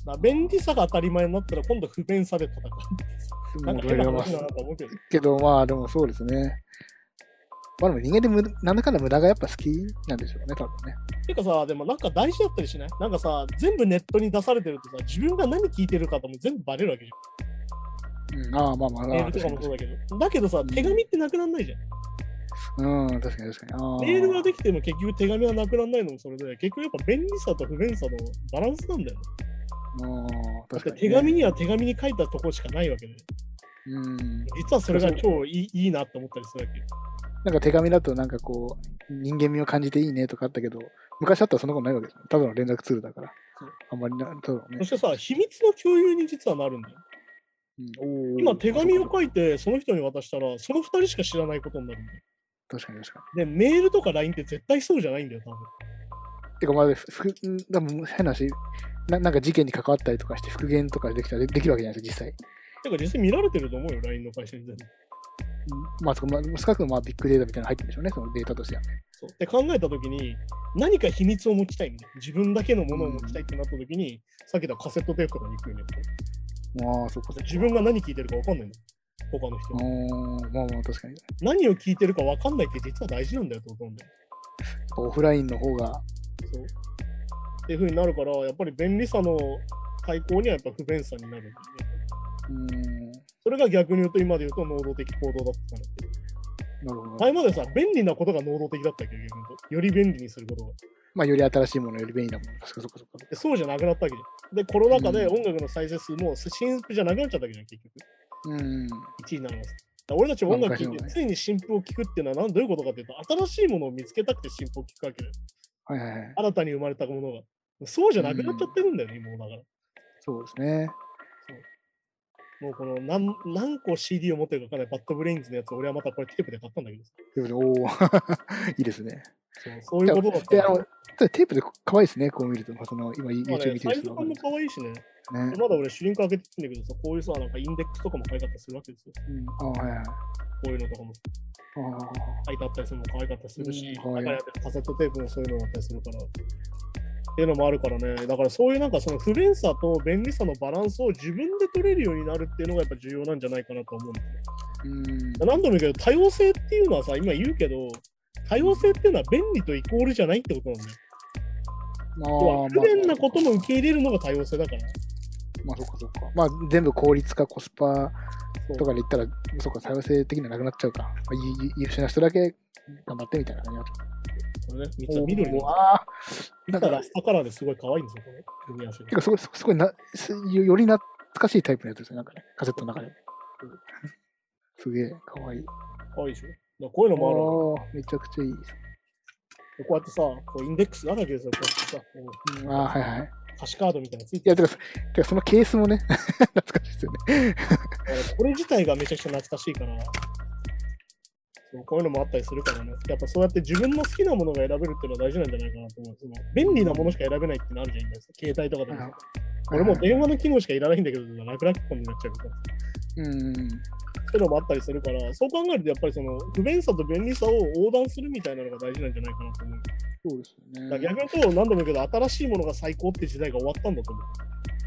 ら便利さが当たり前になったら今度不便さで戦う。なんか変な話だなと思うけど、
けど、まあ、でもそうですね。まあ、でも人間で無なんだかんだ無駄がやっぱ好きなんでしょうね、多分ね。
てかさ、でもなんか大事だったりしないなんかさ、全部ネットに出されてるとさ、自分が何聞いてるかとも全部バレるわけじゃん。
うん、ああ、まあまあ、
メ
あ
ー
あ
ルと
確か
か
に
もそうだけど。だけどさ、手紙ってなくならないじゃん。
うん、確かに確かに。ああ
メールはできても結局手紙はなくならないのもそれで、結局やっぱ便利さと不便さのバランスなんだよね。
ああ
だっ
確か
て
にね、
手紙には手紙に書いたとこしかないわけで、
うん。
実はそれが超いいいいなって思ったりするわけよ。
なんか手紙だとなんかこう、人間味を感じていいねとかあったけど、昔だったらそんなことないわけですよ。ただの連絡ツールだから
そう。
あんまりな、ただのね
そ。してさ、秘密の共有に実はなるんだよ。
うんおー
今手紙を書いてその人に渡したら、その2人しか知らないことになるんだよ。
確かに確か
で、メールとか LINE って絶対そうじゃないんだよ、多分。
に。てかまあ、ふふんでも変な話な、なんか事件に関わったりとかして復元とかできたらでできるわけじゃないですか、実際。
てか実際見られてると思うよ、LINE の会社に全部。
まあ、そこまあ、少なくともまあビッグデータみたいなの入ってるんでしょうね、そのデータとしては。
そうって考えたときに、何か秘密を持ちたいんだよ。自分だけのものを持ちたいってなったときに、さっき言ったカセットテープとかに行くよね。
まあ、そこそこ。
自分が何聞いてるか分かんないの。他の人
う。ーんまあまあ、確かに。
何を聞いてるか分かんないって実は大事なんだよってことなんだよ。
オフラインの方が、
そうっていう風になるから、やっぱり便利さの対抗にはやっぱ不便さになるんだよね。
うーん、
それが逆に言うと今で言うと能動的行動だったから。
なるほど。
前までさ、便利なことが能動的だったけど、逆に言うとより便利にすることが。
まあ、より新しいものより便利なもの。確かそこそこ。
でそうじゃなくなったわけじゃん。で、コロナ禍で
うん
音楽の再生数も新譜じゃなくなっちゃったわけじゃん、結局。
うーん。
1位になります。だから俺たちも音楽聴
ま
い
あ昔の
て、
ね
ついに新譜を聴くっていうのはなんどういうことかっていうと、新しいものを見つけたくて新譜を聴くわけだよ。
はいはいはい。
新たに生まれたものが。そうじゃなくなっちゃってるんだよね、今もうだから。
そうですね。
もうこの何何個 CD を持ってるかわかんないバッドブレインズのやつ、俺はまたこれテープで買ったんだけどさ。
ということで、おー いいですね。
そうそういうことだった
で、あ
ら。
の、テープで可愛いですね、こう見ると。その、今、
まあ
YouTube
ね、
見て
サ
る
イズ
人
感も可愛いしね。
ね。
でまだ俺、主人公開けてるんだけどさ、こういうさ、なんかインデックスとかも可愛かったりするわけですよ。
うんあはいはい。あ
こういうのとかも
あ
書いてあったりするのも可愛かったりするし、
うんはい
中にあったカセットテープもそういうのだったりするから。っていうのもあるからね、だからそういうなんかその不便さと便利さのバランスを自分で取れるようになるっていうのがやっぱ重要なんじゃないかなと思うんだよね。
うん。
何度も言うけど、多様性っていうのはさ、今言うけど、多様性っていうのは便利とイコールじゃないってことなんだよ。
ま
要は
あ、
不便なことも受け入れるのが多様性だから。
まあ、そっかそっか。まあ、全部効率化、コスパ
そう
とかで言ったら、そっか、多様性的にはなくなっちゃうか。まあ、ゆゆ優秀な人だけ頑張ってみたいな感じになっちゃ
これね、三
う
つは緑
おー
の。
ああ。
だから、ラスタカラーですごい可愛いんですよ、これ。組み合わせが
て。か、すごい、すすごいな、すよより懐かしいタイプのやつですね、なんかね、カセットの中でも。すげえ、かわいい。
可愛いでしょ。だからこういうのもあるわけ
ああ、めちゃくちゃいいです。
でこうやってさ、こうインデックスがあるわけですよ、こうやってさ、こ
うんああ、はいはい。いう
歌詞カードみたいなのついて
や、
る。
てか、てかそのケースもね、 懐かしいですよね。
だからこれ自体がめちゃくちゃ懐かしいから、そうこういうのもあったりするからね、やっぱそうやって自分の好きなものが選べるっていうのは大事なんじゃないかなと思う。その便利なものしか選べないっていうのあるじゃん、今携帯とかでも。俺もう電話の機能しかいらないんだけど、楽々感になっちゃうから。
うん。
っていうのもあったりするから、そう考えるとやっぱりその不便さと便利さを横断するみたいなのが大事なんじゃないかなと思う。
そうですよ
だ
ね。
から逆に言うと何度も言うけど、新しいものが最高って時代が終わったんだと思う。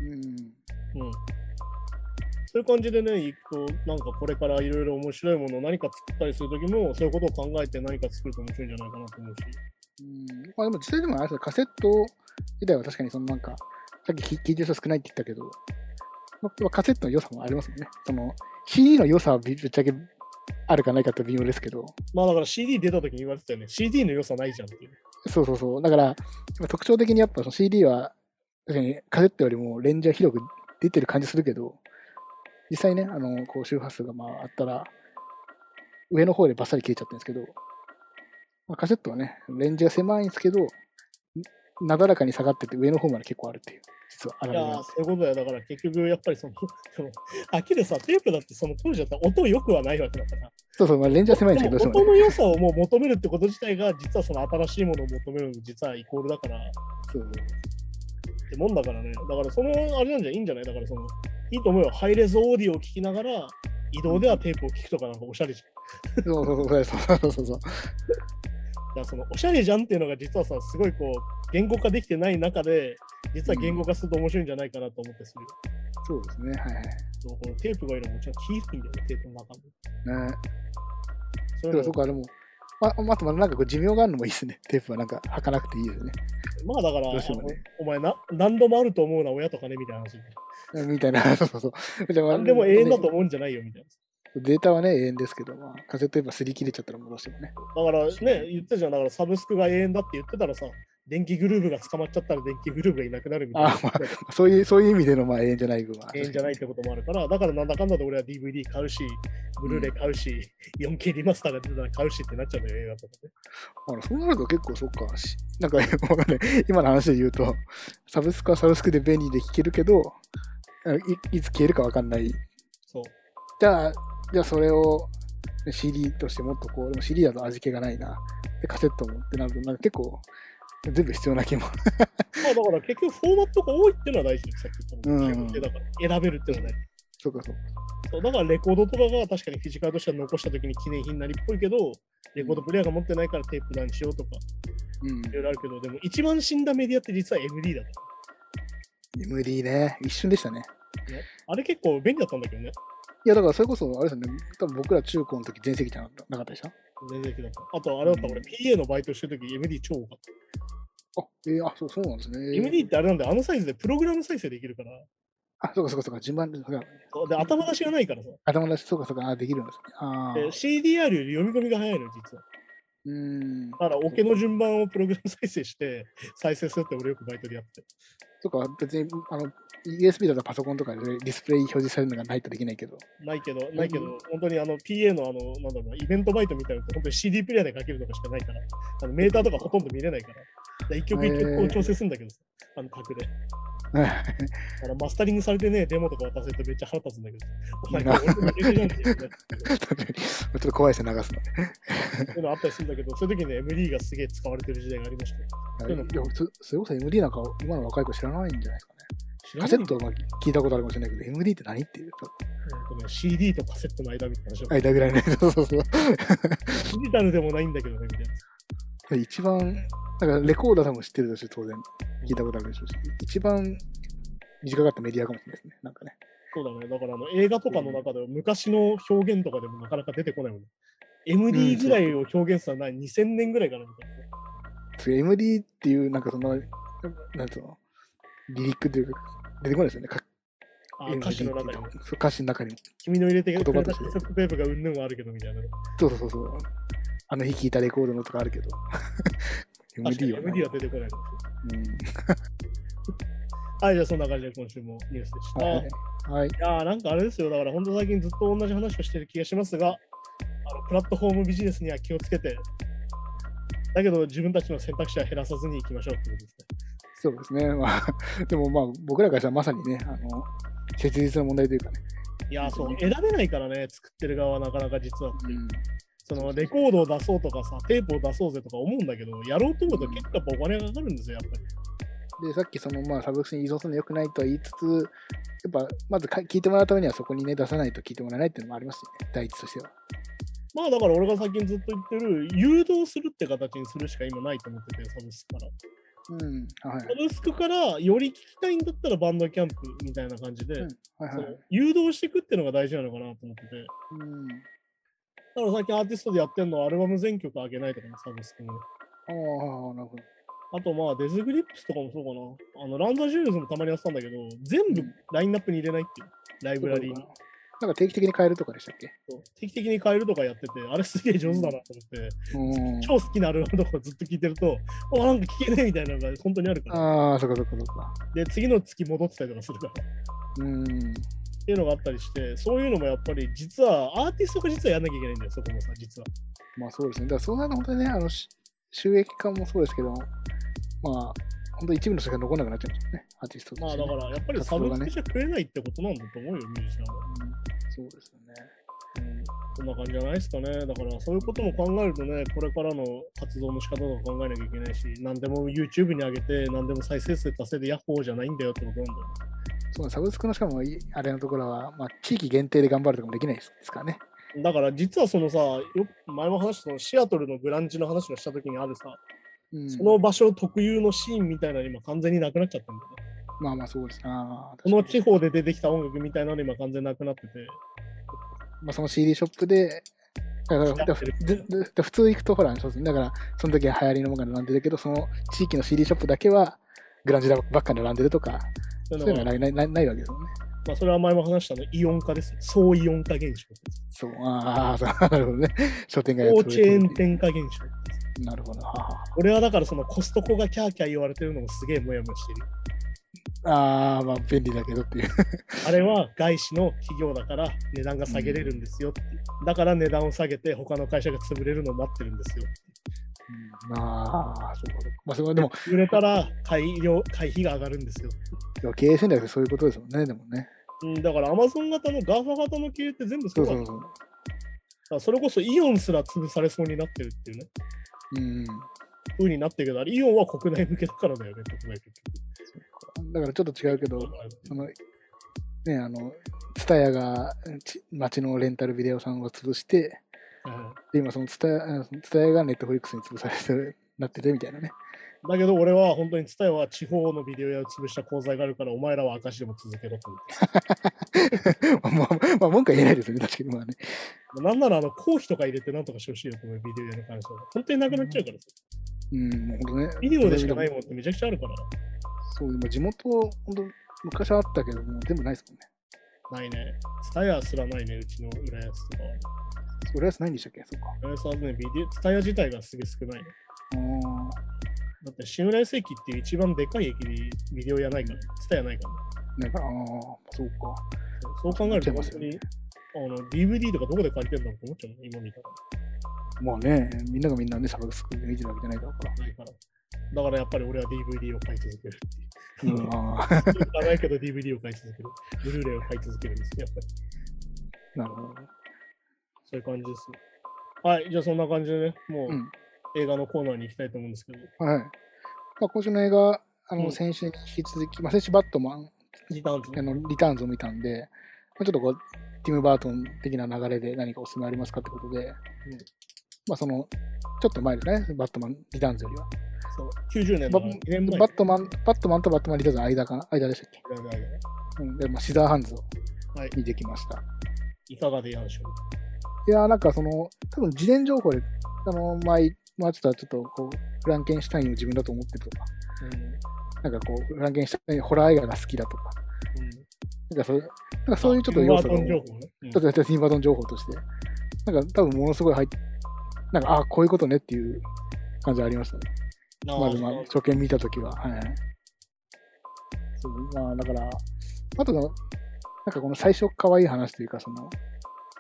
うん
うん。そういう感じでね、いくと、なんかこれからいろいろ面白いものを何か作ったりするときも、そういうことを考えて何か作ると面白いんじゃないかなと思うし。
うんまあでも実際でもあれですよカセット自体は確かにそのなんか、さっき聞聞いてる人少ないって言ったけど、まあ、カセットの良さもありますもんね。その CD の良さはぶっちゃけあるかないかって微妙ですけど、
まあだから CD 出た時に言われてたよね。CD の良さないじゃんっていう。
そうそうそう。だから、特徴的にやっぱその CD は、確かにカセットよりもレンジは広く出てる感じするけど、実際ね、あの、こう周波数がまああったら、上の方でバッサリ消えちゃってるんですけど、まあ、カセットはね、レンジが狭いんですけど、なだらかに下がってて上の方まで結構あるっていう、実は
い
あられ
や
が
ーそういうことだよ。だから結局やっぱりその、でもあきるさ、テープだってその当時だったら音良くはないわけだから。
そうそう、まあ、レンジは狭いんです
で
けど、
も
どうして
音
も、ね、
の良さをもう求めるってこと自体が、実はその新しいものを求めるのと実はイコールだから、っ
そう
てもんだからね。だからその、あれなんじゃいいんじゃないだからその、いいと思うよ。ハイレゾオーディオを聞きながら、移動ではテープを聞くとかなんかおしゃれじゃん。
そうそうそうそうそうそう。
だからそのおしゃれじゃんっていうのが実はさすごいこう言語化できてない中で実は言語化すると面白いんじゃないかなと思ってする、
そうですね、はいはい。
そうこのテープがいるのもちろん気ぃ付くんだよねテープの中に
ね
そ
で
う
も
いう
そ
の
っか、でも、あ、ああとまだなんかこう寿命があるのもいいですね。テープはなんか履かなくていいですね。
まあだから、
どうしてもね
あのお前な何度もあると思うな親とかねみたいな話
みたいな、そうそうそう。でも
何でも永遠だと思うんじゃないよみたいな
データはね、永遠ですけど、まあ、カセットテープは擦り切れちゃったらもうどうしてもね。
だからね言ったじゃんだからサブスクが永遠だって言ってたらさ電気グルーブが捕まっちゃったら電気グルーブがいなくなるみたいな
あまそういう、そういう意味での、まあ、永遠じゃない分は。
永遠じゃないってこともあるから、だからなんだかんだで俺は DVD 買うし、ブルーレイ買うし、4K リマスターが出たら買うしってなっちゃうんだよ、映画とかね。
あらそうなると結構そっか、しなんか、 わかんない今の話で言うと、サブスクはサブスクで便利で聞けるけど、あのいいつ消えるかわかんない。
そう。
じゃあ、じゃあそれを CD としてもっとこう、でも CD だと味気がないな。で、カセットもってなると、なんか結構、全部必要な気も。
まあだから結局フォーマットが多いっていうのは大事です、さっき言ったの
うん
自分でだから選べるっていうのはね。
そうかそうか。
そうだからレコードとかが確かにフィジカルとしては残した時に記念品になりっぽいけど、レコードプレイヤーが持ってないからテープ何しようとか
うん
い。ろいろあるけど、でも一番死んだメディアって実は MD だと。
MD ね、一瞬でしたね。
あれ結構便利だったんだけどね。
いや、だからそれこそ、あれですよね、多分僕ら中高の時全盛期じゃなかったなかったでしょ
全然だった。あとあれだった、
うん
俺 PA のバイトしてる時 MD 超多かった。
あ、えーあ、そう、そうなんですね。
MD ってあれなんであのサイズでプログラム再生できるから。
あ、そうかそうかそうか、順番で、そうか
そうで頭出しがないからさ、
頭出し、そうかそうか、あ、できるんですね。あ
で
ー
CDR より読み込みが早いのよ、実は。
うーん。
だから、オケの順番をプログラム再生して、再生するって俺よくバイトでやって。
そうか、別に、あの、USB だとパソコンとかでディスプレイ表示されるのがないとできないけど。
ないけど、ないけど、本当にあの PA のあの、なんだろうな、イベントバイトみたいなのって、本当に CD プレイヤーで書けるとかしかないから、あのメーターとかほとんど見れないから、で一曲一曲こ
へ
う
ー
調整するんだけどさ、あの格で。だからマスタリングされてね、デモとか渡せるとめっちゃ腹立つんだけど、お前、これ俺の入れてないんだよね。
確かにちょっと怖いですね、流すの。
そういうのあったりするんだけど、そういう時にね MD がすげえ使われてる時代がありましたよ。そう
いや
いう
い
の
やそそれこそ MD なんか、今の若い子知らないんじゃないですかね。
知らない
カセットは聞いたことあるかもしれないけど、MD って何っていう。
うんとね CD とカセットの間みたいな話を、
間ぐらいね。 そうそうそ
デ
う。
ジタルでもないんだけどね、みたいな。
一番、だからレコーダーさんも知ってるでしょ、当然。聞いたことあるでしょうし、一番短かったメディアかもしれないですね、なんかね。
そうだね。だからあの映画とかの中では昔の表現とかでもなかなか出てこないもんね。MD ぐらいを表現したのは2000年ぐらいからみたいなね。
それ MD っていう、なんかその、なんつうの、リリックというか、出てこないですよね、か
あ
MD
歌詞の中
って
に
いう。そう歌詞の中に。
君の入れてく
言葉
れ
と
た
し
カ
て
セットテープがうんぬんはあるけどみたいなね。
そうそうそうそう。あの日聞いたレコードのとかあるけ ど。
確か
MD
に
はない
MD は出てこないかもしれない。はい、じゃあそんな感じで今週もニュースでした。
う
い
んはい。はい。
やーなんかあれですよ。だから本当最近ずっと同じ話をしてる気がしますが、あのプラットフォームビジネスには気をつけて、だけど自分たちの選択肢は減らさずにいきましょうってことですね。
そうですね。まあ、でもまあ、僕らからしたらまさにね、あの、切実な問題というかね。
いやー、そ
本
う、
当
選べないからね、作ってる側はなかなか実は。
うん
そのレコードを出そうとかさ、テープを出そうぜとか思うんだけど、やろうと思うと結構やっぱお金がかかるんですよ、やっぱり。
で、さっきその、まあ、サブスクに依存するの良くないとは言いつつ、やっぱ、まずか聞いてもらうためにはそこにね、出さないと聞いてもらえないっていうのもありますしね、第一としては。
まあだから俺が最近ずっと言ってる、誘導するって形にするしか今ないと思ってて、サブスクから。
うん。はいはい。
サブスクからより聞きたいんだったらバンドキャンプみたいな感じで、
うんはい
そ
は
の
い。
誘導していくっていうのが大事なのかなと思ってて。だ
うん。
から最近アーティストでやってるのはアルバム全曲上げないとかね、サブスクに。
ああ、なるほど。
あとまあデズグリップスとかもそうかな。あのランザジュールズもたまにやってたんだけど、全部ラインナップに入れないっていう、ライブラリーに。
なんか定期的に変えるとかでしたっけ
定期的に変えるとかやってて、あれすげえ上手だなと思って、
うん。
超好きなアルバムとかずっと聴いてると、あ、なんか聴けねえみたいなのが本当にあるから。
ああ、そっかそっかそっか。
で、次の月戻ってたりとかするから。っ
うん。
ていうのがあったりして、そういうのもやっぱり実は、アーティストが実はやんなきゃいけないんだよ、そこもさ、実は。
まあそうですね。だからそうなると本当にね、あの、し収益化もそうですけど、まあ、本当一部の人しか残らなくなっちゃうんですよね、アーティストと
ま
し
あ
て
だ
ね
から、やっぱりサブスクじゃ食えないってことなんだと思うよ、ミュージシャンは。
そうですよね。うん
こんな感じじゃないですかね。だから、そういうことも考えるとね、これからの活動の仕方とか考えなきゃいけないし、何でも YouTube に上げて、何でも再生数稼いでヤッホーじゃないんだよってことなんだよ。
そうサブスクのしかもいあれのところは、まあ、地域限定で頑張るとかもできないですからね。
だから、実はそのさ、よく前も話したそのシアトルのグランジの話をした時にあるさ、
うん、
その場所特有のシーンみたいなの今完全になくなっちゃったんだよね。
まあまあそうです。ああ
この地方で出てきた音楽みたいなの今完全になくなってて、
まあ、その CD ショップで、だからだふずず普通行くとほら、そうですね。だから、その時は流行りのものが並んでるけど、その地域の CD ショップだけは、グランジラばっか並んでるとか、
そうい
そううい
の
うの
が
はないないないないわけですもんね。
まあ、それは前も話したの、イオン化ですよ。総イオン化現象です。
そう、ああ、そう なるほどね。商店街が
総
潰
チ
れ
ェ
て
ー
る
ン店化現象です。
なるほど。はは
俺はだからそのコストコがキャーキャー言われてるのもすげえモヤモヤしてる。
ああ、まあ、便利だけどっていう。
あれは外資の企業だから値段が下げれるんですよって。だから値段を下げて他の会社が潰れるのを待ってるんですよ。
まあ、そうかそうか。まあ、それはでも、
売れたら改良会費が上がるんですよ。
でも経営戦略ってそういうことですもんね、でもね。
うん、だからアマゾン型のガーファ型の経営って全部そ
そうう
だ
そ
ね
うそう。
だからそれこそイオンすら潰されそうになってるっていうね。
うん。
風になってるけど、あれイオンは国内向けだからだよね、国内
だからちょっと違うけど、
向
その、ね、あの、ツタヤがち町のレンタルビデオさんを潰して、
け。うん
で今そのツタヤ、ツタヤがネットフリックスに潰されて、なっててみたいなね。
だけど俺は本当に伝えは地方のビデオ屋を潰した功罪があるからお前らは証でも続けろと思って
まあ、まあまあ、文句は言えないですよね、確かに。まあね。
なんならあの公費とか入れてなんとかしてほしいよと思うビデオ屋の関しては。本当になくなっちゃうからさ、
うん、もう本当ね。
ビデオでしかないもんってめちゃくちゃあるから。
そう、今地元、本当昔はあったけど、もう全部ないですもんね。
ないね。ツタヤすらないね、うちの浦安とかは。
俺はないんでしたっけそうか。
浦安はね、ビデオ、ツタヤ自体がすげえ少ないね。
あー
だって新浦安駅っていう一番でかい駅にビデオ屋ないから、ツタヤないから。
なんか、ああ、そうか。
そう考えると本
見ちゃいます
当
よ
に、
ね
あの DVD とかどこで借りてんだろうと思っちゃうね、今見たら。
まあね、みんながみんなね、サブスクで見てるわけじゃないだろうから。
ないから。だからやっぱり俺は DVD を買い続けるっていう。
うん、ああ、
いらないけど DVD を買い続ける。ブルーレイを買い続けるんですね、やっぱり。
なるほど。
そういう感じですね。はい、じゃあそんな感じでね、も
うん
う映画のコーナーに行きたいと思うんですけど、
はい。まあ、今週の映画、
う
あの、
ん
先週に引き続き、まあ、先週バットマン、
リターンズ
あの、リターンズを見たんで、まあ、ちょっとこう、ティム・バートン的な流れで何かおすすめありますかってことで、まあ、その、ちょっと前ですね、バットマン、リターンズよりは。
そう90年だ
バ
から2年前
バットマン、バットマンとバットマンリターンズの間かな間でしたっけ
ぐらいだね
うん、でまあ、シザーハンズを
はい
見てきました。
いかがでやんでしょう
い、やーなんかその、多分事前情報で、あの、前、まあちょっと、ちょっとこう、フランケンシュタインを自分だと思ってるとか、なんかこう、フランケンシュタイン、ホラー映画が好きだとか、なんかそういう、なんかそういうちょっと要素が、
の。
ち
情
ょ
報ね。
っとやってティンバートン情報として、なんか多分ものすごい入って、なんか、ああ、こういうことねっていう感じありましたね。
うん
ま
あ
ず
ー
まあ、初見見たときは。はいはい。そう、まあだから、あとの、なんかこの最初可愛い話というか、その、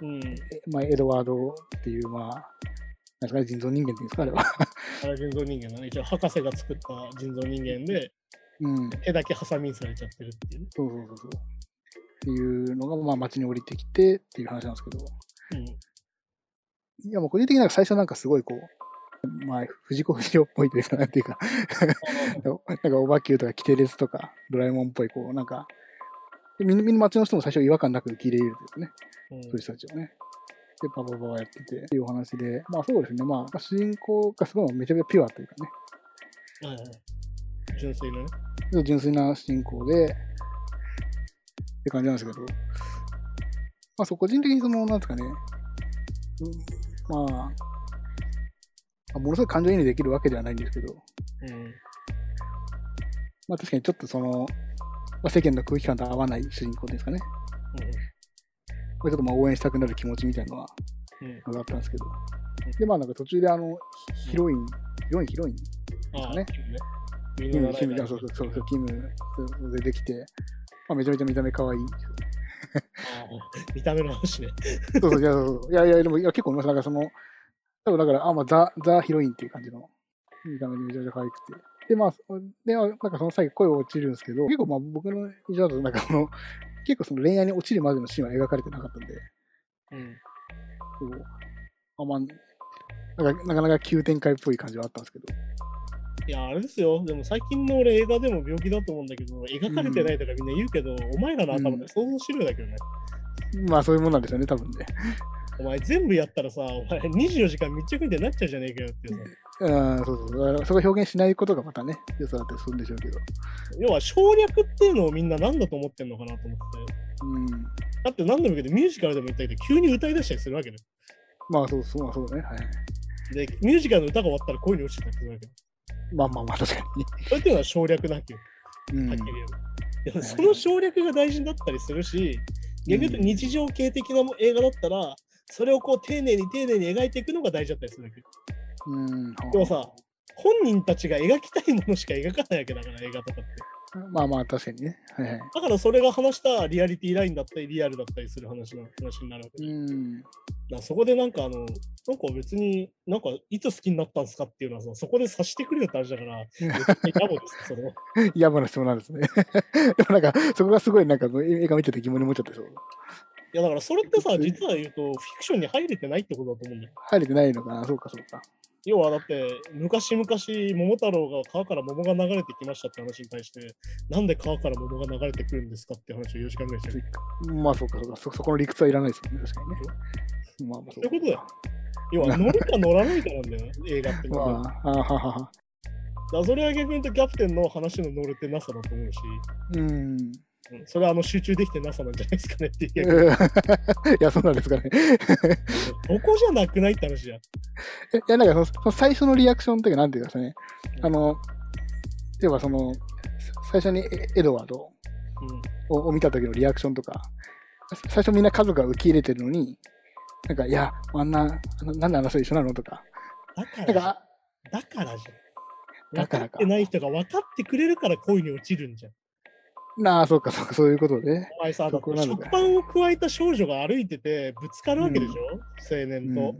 うん。
えまあ、エドワードっていう、まあ、なんですかね、人造人間っていうんですか、あれは。
あれ人造人間だね。一応、博士が作った人造人間で、
うん。
手だけハサミにされちゃってるっていうね。
そうそうそうそう。っていうのが、まあ、街に降りてきてっていう話なんですけど、いや、もう個人的になんか最初なんかすごいこう、まあ、藤子不二雄っぽいというか、なんていうか、
うん
なんかオバキューとかキテレツとか、ドラえもんっぽい、こう、なんか、みんな、みんな街の人も最初違和感なく受け入れるというかね、
うん
そういう人たちをね。で、パパパパやってて、っていうお話で、まあそうですね、まあ、まあ主人公がすごいめちゃめちゃピュアというかね、
はいはい純粋なね。
純粋な進行で、って感じなんですけど、まあそう、個人的にその、なんですかね、うんまあ、あものすごい感情移入できるわけではないんですけど、
うん
まあ確かにちょっとその、まあ、世間の空気感と合わない主人公ですかね。
うん
まこれちょっとまあ応援したくなる気持ちみたいなのは
うん
上がったんですけど。で、まあなんか途中であの、ヒロイン、ヒロイン、ヒロイン、
ああ、
ね
キムね。
キ
みんな
ム、
習
キ
い
ム、
た
あ
い
そうそうそうそう、キム出てきて、まあめちゃめちゃ見た目可愛い。
ああ見た目の話ね。
そうそう、いや、そうそういやいや、でもいや結構思いました。なんかその、多分だから、あ、まあザ、ザヒロインっていう感じの見た目でめちゃめちゃ可愛くて。で、まあ、で、まあなんかその際声落ちるんですけど、結構まあ僕の印象だと、なんかその、結構その恋愛に落ちるまでのシーンは描かれてなかったんで、
うん。
そう。あまあ、なんかなかなか急展開っぽい感じはあったんですけど。
いや、あれですよ。でも最近の俺映画でも病気だと思うんだけど、描かれてないとかみんな言うけど、お前らの頭で想像しろよだけどね。
まあそういうもんなんですよね、多分ね。
お前全部やったらさ、お前24時間密着みたいになっちゃうじゃねえかよっていうさ。
うん、そうそう。だからそこを表現しないことがまたね、良さだったりするんでしょうけど。
要は省略っていうのをみんな何だと思ってんのかなと思って。
うん。
だって何でもいいけど、ミュージカルでも言ったけど、急に歌い出したりするわけね。
まあそうそう、まあそうね。はい。
で、ミュージカルの歌が終わったら恋に落ちてたりするわけね。
まあまあまあ、確か
それっていうのは省略なきゃ、
に。うん
はっきり。言う。でもその省略が大事だったりするし、逆に言うと日常系的な映画だったら、それをこう丁寧に丁寧に描いていくのが大事だったりするわけ。
うん。
でもさ、本人たちが描きたいものしか描かないわけだから、映画とかって。
まあまあ、確かにね。はいはい。
だからそれが話したリアリティラインだったり、リアルだったりする話の話になるわけ
う
で。だ
ん。
からそこでなんかあの、なんか別になんかいつ好きになったんですかっていうのはさ、そこで察してくれよって話だから、やぼです、それは。
野暮な質問なんですね。 でもなんか、そこがすごいなんか、映画見てて疑問に思っちゃってそう。
いやだからそれって さ、
うん
実は言うと、フィクションに入れてないってことだと思うんだよ。
入れてないのかな、そうかそうか。
要はだって、昔々、桃太郎が川から桃が流れてきましたって話に対して、なんで川から桃が流れてくるんですかって話を4時間ぐらいしてる。
まあそうかそうか。そ、そこの理屈はいらないですもんね、確かにね。まあまあ
そ
そうか。
ういうことだよ要は乗るか乗らないかなんだよね、映画ってのは。だか
まあ、あははは。
らそれは逆に言うと、キャプテンの話の乗るってなさだと思うし、
うん。
うんそれはあの集中できてなさなんじゃないですかねっていう。
いや、そうなんですかね。
ここじゃなくないって話じゃん。
えいや、なんかそのその最初のリアクションっていうか、なんていうんですかね。あの、例えばその、最初にエエドワード
うん
をを見た時のリアクションとか、最初みんな家族が受け入れてるのに、なんか、いや、あんな、あのなんであの人一緒なのとか、
だか
な
ら
ん
じゃんだから
か、
じゃん。分
だか
から
か
ってない人が分かってくれるから恋に落ちるんじゃん。
なあ、そうか、そうか、そういうことで。
お前さ、だ
そ
って
こなんだ
食パンを加えた少女が歩いててぶつかるわけでしょ、青
う
年
ん
と、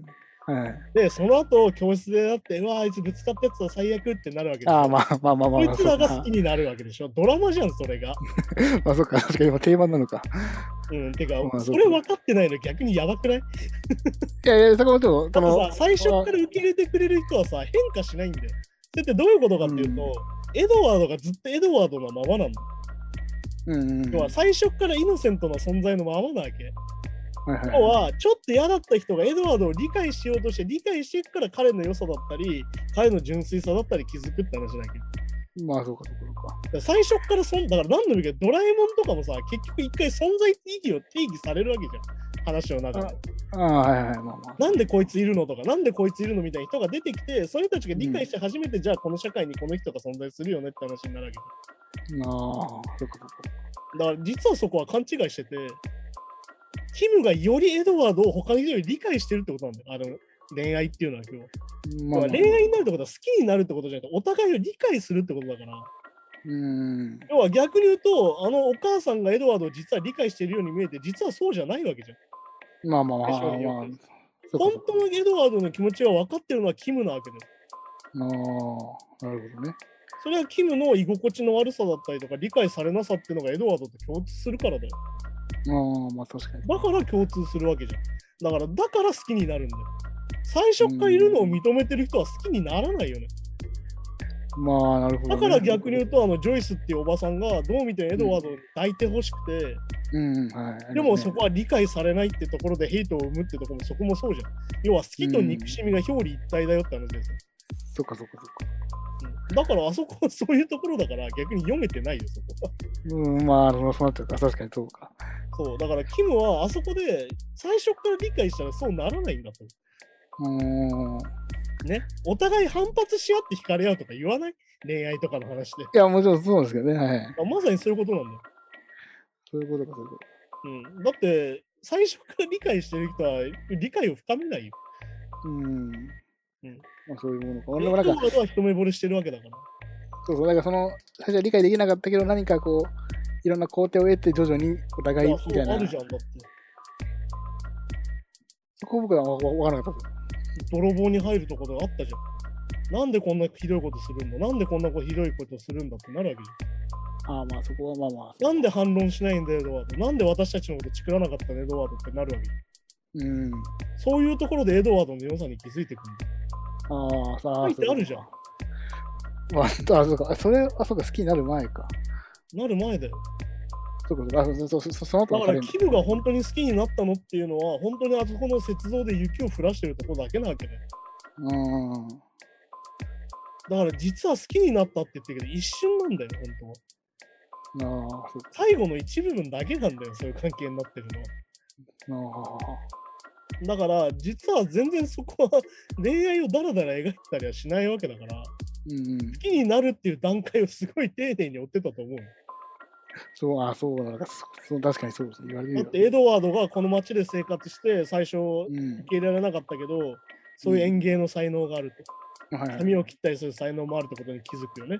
はい、
で、その後教室でだって、うわ、あいつぶつかったやつは最悪ってなるわけでしょ
ああ、まあまあまあま
こ
あ、
いつらが
そう
好
か
きになるわけでしょドラマじゃん、それが。
まあ、そうか、確かに今定番なのか。
うん、てか、
まあそ
そう
か
れ分かってないの逆にやばくない
いやいや、そこもちょっと、
だ
あ
って
の
さ、、最初から受け入れてくれる人はさ、変化しないんだよ。それってどういうことかっていうと、エドワードがずっとエドワードのままなの。
うん、うん。
要
は
はい最初からイノセントな存在のままなわけ。
はい
要はちょっと嫌だった人がエドワードを理解しようとして理解していくから彼の良さだったり彼の純粋さだったり気づくって話だけど
まあ、そうか、そうか、
だから最初っからそんだから何度も言うけどドラえもんとかもさ結局一回存在意義を定義されるわけじゃん話の中で
そうか。ああ、はいはい、まあまあ。
なんでこいついるのとかなんでこいついるのみたいな人が出てきてそれたちが理解して初めて、じゃあこの社会にこの人が存在するよねって話になるわけ
ああ、そうか、そうか。
だから実はそこは勘違いしててキムがよりエドワードを他の人より理解してるってことなんだよあの恋愛っていうのは今日。
まあ、まあ、
恋愛になるってことは好きになるってことじゃなくてお互いを理解するってことだから
うん。
要は逆に言うとあのお母さんがエドワードを実は理解しているように見えて実はそうじゃないわけじゃん
まあまあまあ、まあ
相性によって、
そうか
本当のエドワードの気持ちが分かってるのはキムなわけで
ああ、なるほどね。
それはキムの居心地の悪さだったりとか理解されなさっていうのがエドワードと共通するからだよ
ああ、まあ確かに。
だから共通するわけじゃんだからだから好きになるんだよ最初からいるのを認めてる人は好きにならないよね
まあ、なるほど、
だ
ね。
から逆に言うとあのジョイスっていうおばさんがどう見てもエドワードに抱いてほしくて、
うん、うん、はい。
でもそこは理解されないってところでヘイトを生むってところもそこもそうじゃん。要は好きと憎しみが表裏一体だよって話ですよ。
そっかそっか
だからあそこはそういうところだから逆に読めてないよ、そこ
そっか。うん、まあ、そうそうなっちゃうか。確かにそうか。
は。そう、だからキムはあそこで最初から理解したらそうならないんだと。
うーん。い
ね。お互い反発し合って惹かれ合うとか言わない恋愛とかの話で。
や、もちろんそうなんですけどね。はい。
まさにそういうことなんだよ。
そういうことか、そういうこ
うん、だって、最初から理解してる人は理解を深めないよ。
うん。まあ、そういうものか。俺
レ
もなんか
コ、ードは一目惚れしてるわけだから。
そうそう、だからその、最初は理解できなかったけど、何かこう、いろんな工程を得て、徐々にお互い
あ
み
そう
たい
あ
な
る。じゃんだって。
そこ僕はわわからなかったです。
泥棒に入るところがあったじゃん。なんでこんなひどいことするんだなんでこんなひどいことするんだってなるわけじ
ああ、まあそこはまあまあ。
ゃん。なんで反論しないんだよ、エドワード。なんで私たちのことチクらなかったね、エドワードってなるわけ。
うん。
そういうところでエドワードの良さに気づいてくるんだよ。
ああ、さ
書
あ、
いてあるじゃん。
まあ、あ、そうか。それ、あ、そうか、好きになる前か。
なる前だよ。
そうか、そうかあ、そ、そ、そその後
だ
分
か、
かられる。
キムが本当に好きになったのっていうのは、本当にあそこの雪像で雪を降らしてるところだけなわけだよ。
うん。
だから、実は好きになったって言ってるけど、一瞬なんだよ、本当は。
ああ、そうか。
最後の一部分だけなんだよ、そういう関係になってるのは。
ああ。
だから、実は全然そこは恋愛をダラダラ描いたりはしないわけだから、好
うん。
きになるっていう段階をすごい丁寧に追ってたと思うよ。
そう、あ、そうだ。そそう確かにそうですね。言われて
だ
みれ
っ
ば
て、エドワードがこの街で生活して、最初、
うん
受。け入れられなかったけど、そういう園芸の才能があると。
はいはい。
髪を切ったりする才能もあるってことに気づくよね。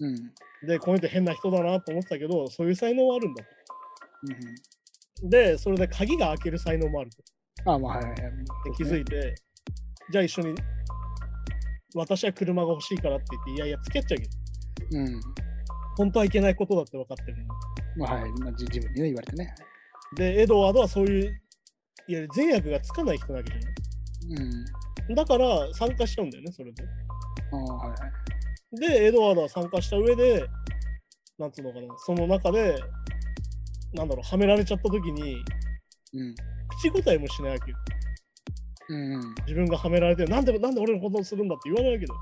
うん。うん。
で、この人変な人だなと思ってたけど、そういう才能はあるんだと。で、それで鍵が開ける才能もあると。
あ、まあ、はいはいはい。
で気づいて、じゃあ一緒に、私は車が欲しいからって言って、いやいや、付き合っちゃうけど、
うん。
本当はいけないことだって分かってるのに
まあ、はい。まあ、じ自分にね、言われてね。
で、エドワードはそういう、いや、善悪がつかない人なわけじゃない。
うん。
だから、参加しちゃうんだよね、それで。
ああ、はいはい。
で、エドワードは参加した上で、なんつうのかな、その中で、なんだろう、はめられちゃった時に、
うん。
口答えもしないわけよ。
うん。
自分がはめられて、なんで、なんで俺のことをするんだって言わないわけど。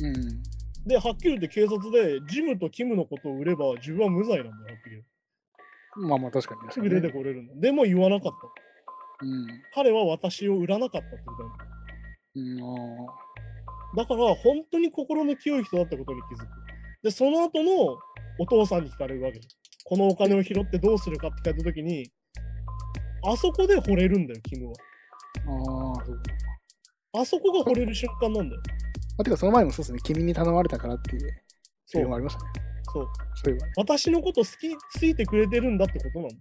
うん。
で、はっきり言って警察で、ジムとキムのことを売れば、自分は無罪なんだよ、はっきり言って
まあまあ、確かに。
すぐ出てこれるんだ。でも言わなかった。
うん。
彼は私を売らなかったってことなんだ。
うん。ああ。
だから、本当に心の清い人だったことに気づく。で、その後のお父さんに聞かれるわけです。このお金を拾ってどうするかって聞かれたときに、あそこで惚れるんだよ、キムは。
ああ、そうか。
あそこが惚れる瞬間なんだよ。
まあ、てか、その前もそうですね。君に頼まれたからっていう、そういうのもありましたね。
そう。
そういえば。
私のこと好き、ついてくれてるんだってことなんだよ。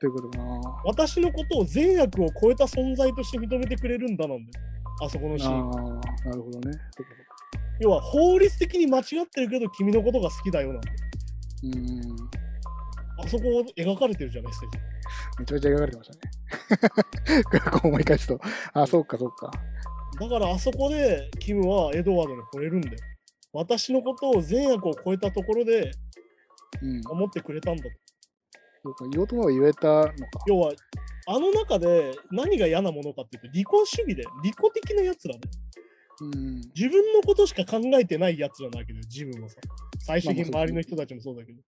ということかな。
私のことを善悪を超えた存在として認めてくれるんだなんだよ。あそこのシーン。
ああ、なるほどね。そうか
要は法律的に間違ってるけど君のことが好きだよなんだよ。
そうかうん。
あそこを描かれてるじゃん、メッセージ。
めちゃめちゃ描かれてましたね。 こう思い返すと。あ、そうか、そうか。
だからあそこでキムはエドワードに惚れるんだよ。私のことを善悪を超えたところで
うん。
守ってくれたんだと。
そうか言おうと思えば言えたのか。
要は、あの中で何が嫌なものかっていうと、利己主義で、利己的なやつらだよ。
うん。
自分のことしか考えてないやつらなわけだよ、自分はさ。最終的に
まあ
周りの人たちもそうだけど。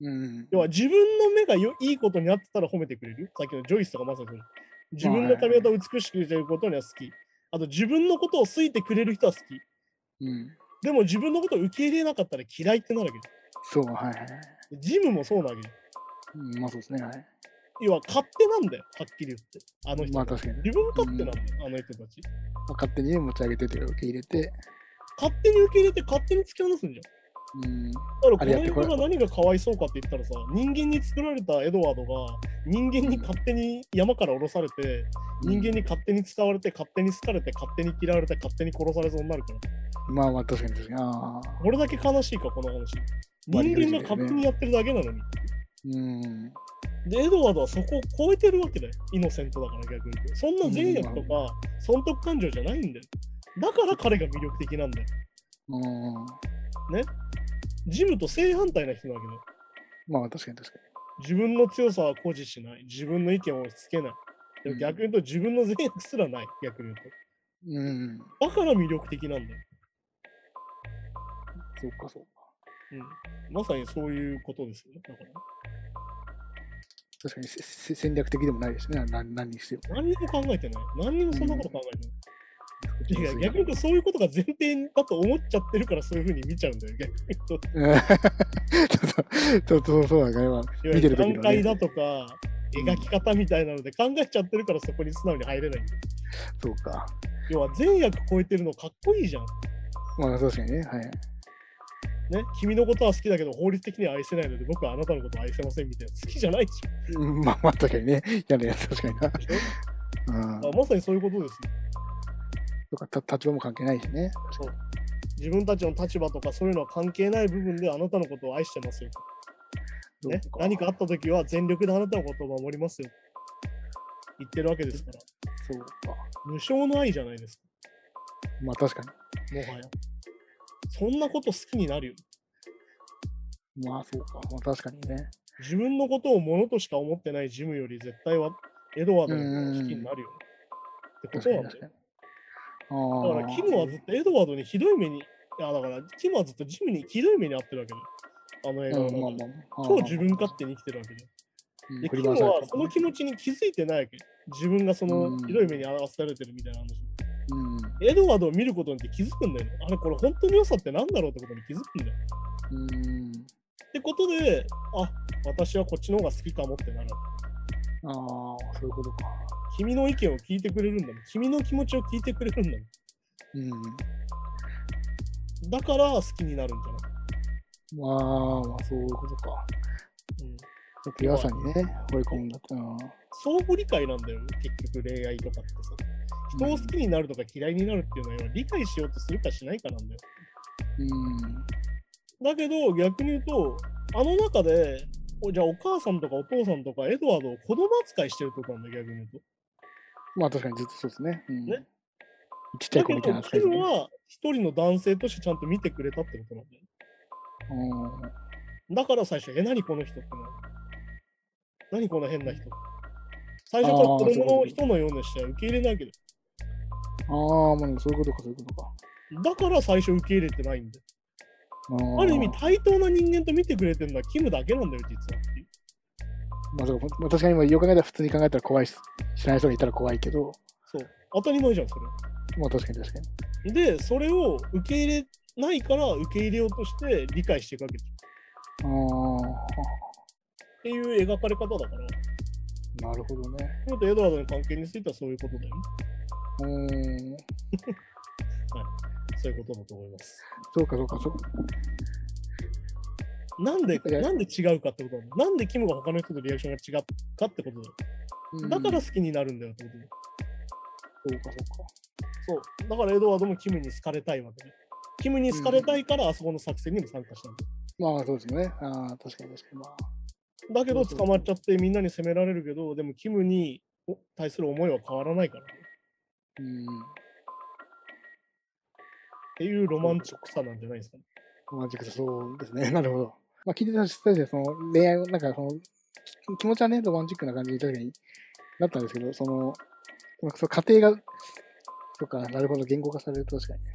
うん。
要は自分の目がよいいことになってたら褒めてくれるよ。さっきのジョイスとかまさにそれ。自分の髪型を美しくしてることには好き。あと自分のことを好いてくれる人は好き。
うん。
でも自分のことを受け入れなかったら嫌いってなるわけ
そう、はいはい。
でジムもそうなわけで
うん、まあそうですね。はい。
要は勝手なんだよ、はっきり言って。あの人
まあ
たち
確かにね
自分勝手なんだよ、あの人たち。
勝手にね持ち上げてというか受け入れて。
勝手に受け入れて勝手に突き放すんじゃん。
うん。
だから
あれや
この
って
世
これ
が何がかわいそうかって言ったらさ、人間に作られたエドワードが人間に勝手に山から降ろされて、人間に勝手に使われて、勝手に好かれて、勝手に嫌われて、勝手に殺されそうになるから。
まあまあ確かに確かに。ああ。
これだけ悲しいか、この話。
割り
人
切
間が勝
れてるね
手にやってるだけなのに。
うん。
で、エドワードはそこを超えてるわけだよ。イノセントだから逆に言うと。そんな善悪とか、損得感情じゃないんだよ。だから彼が魅力的なんだよ。
うん。
ジムと正反対な人なわけだよ。
まあ確かに確か
自分の強さは誇示しない。自分の意見を押し付けない。でも
うん
逆に言うと自分の善悪すらない。逆に言う
に。うん。
と。だから魅力的なんだよ。
そうかそうか。
うん、まさにそういうことですよね。だから
確かにせせ戦略的でもないですね。な何にしても。
何にも考えてない。何にもそんなこと考えてない。いや、逆に言う
に。
とそういうことが前提だと思っちゃってるからそういうふうに見ちゃうんだよ。逆に言うと。
ちょっと、ちょっとそうだね。ま
い
あ
わ
見
ゆ
て
る
る時
段
の
階
ね。
だとか、描き方みたいなので考えちゃってるからそこに素直に入れないんだよ
そうか。
要は善悪超えてるのかっこいいじゃん。
まあ確かにね。はい。
ね、君のことは好きだけど法律的には愛せないので僕はあなたのことは愛せませんみたいな好きじゃ ないじ
うんまあまあ確かにね。嫌なやつ確かにな
ゃん。でしょ
うん。
あまさにそういうことですね
とか、た立場も関係ないしね。
そう自分たちの立場とかそういうのは関係ない部分であなたのことを愛してますよ、ね
そう、
何かあった時は全力であなたのことを守りますよ言ってるわけですから
そうか。
無償の愛じゃないです
まあ確か
かもはやそんなこと好きになるよ
に。まあそうか。まあ確かにね。
自分のことをものとしか思ってないジムより絶対はエドワードのことを好きになるよってこと
確か
なんだよ
に確かに。
だから
ああ。
キムはずっとエドワードにひどい目に、あだからキムはずっとジムにひどい目に遭ってるわけだよ。あの映画の中で、
うんまあまあ
超自分勝手に生きてるわけだよ。
うん
で、
振
キ
り
ム
回され
は
た
その気持ちに気づいてないわけ。自分がそうの
ん
ひどい目に遭わされてるみたいな話。
うん
エドワードを見ることによって気づくんだよね。あれ、これ本当の良さってなんだろうってことに気づくんだよ。
うん。
ってことで、あ私はこっちの方が好きかもってなる。
ああ、そういうことか。
君の意見を聞いてくれるんだもん。君の気持ちを聞いてくれるんだも
うん。
ん。だから好きになるんじゃない、
まあ、まあ、そういうことか。
うん、
だって、朝にね、追い込んだって。うん
相互理解なんだよ、結局恋愛とかってさ。人を好きになるとか嫌いになるっていうのは要は理解しようとするかしないかなんだよ。
うん。
だけど逆に言うと、あの中で、おじゃあお母さんとかお父さんとかエドワードを子供扱いしてるってことなんだよ、逆に言うと。
まあ確かにずっとそうですね。うん、
ね
ちっちゃ
だ
い子
け
みたいな
ど、キ
扱いで
ム
ね。
は一人の男性としてちゃんと見てくれたってことなんだよ。
うん
だから最初、え、何この人ってなる何この変な人最初から子供の人のようにしては受け入れないけど、
ああ、まあそういうことか、そういうことか。
だから最初受け入れてないんだよ。
あ
ある意味対等な人間と見てくれてるのはキムだけなんだよ、実はっていう。
まあ、そうかまあ確かに今よく考えたら普通に考えたら怖いし、知らない人がいたら怖いけど、
そう。当たり前じゃん、そ
まあ確かに確かに。
れ。で、それを受け入れないから受け入れようとして理解していくわけじゃん
あ
っていう描かれ方だから、
あ、なるほどね。
キムとエドワードの関係についてはそういうことだよね。
うん。
そういうことだと思います。
そうか、そうか、そうか。
なんで、
いや
なんで違うかってことなんだよなんでキムが他の人とリアクションが違うかってことだよ。
うん
だから
そ
好きになるんだよってことだよ。
うか、そうか。
そう。だからエドワードもキムに好かれたいわけで。キムに好かれたいからあそこの作戦にも参加したんだよ
まあそうですよね。ああ、確かに確かに。まあ、
だけど捕まっちゃってみんなに責められるけど、でもキムにお対する思いは変わらないから。っ
うん。
ていうロマンチックさなんじゃないですかね。
マジックそうですね。な るほど。まあ聞いてた人たちで、その恋愛を、なんかその、き気持ちはね、ロマンチックな感じに確かになったんですけど、その、まあその過程が、とか、なるほど、言語化されると確かにね。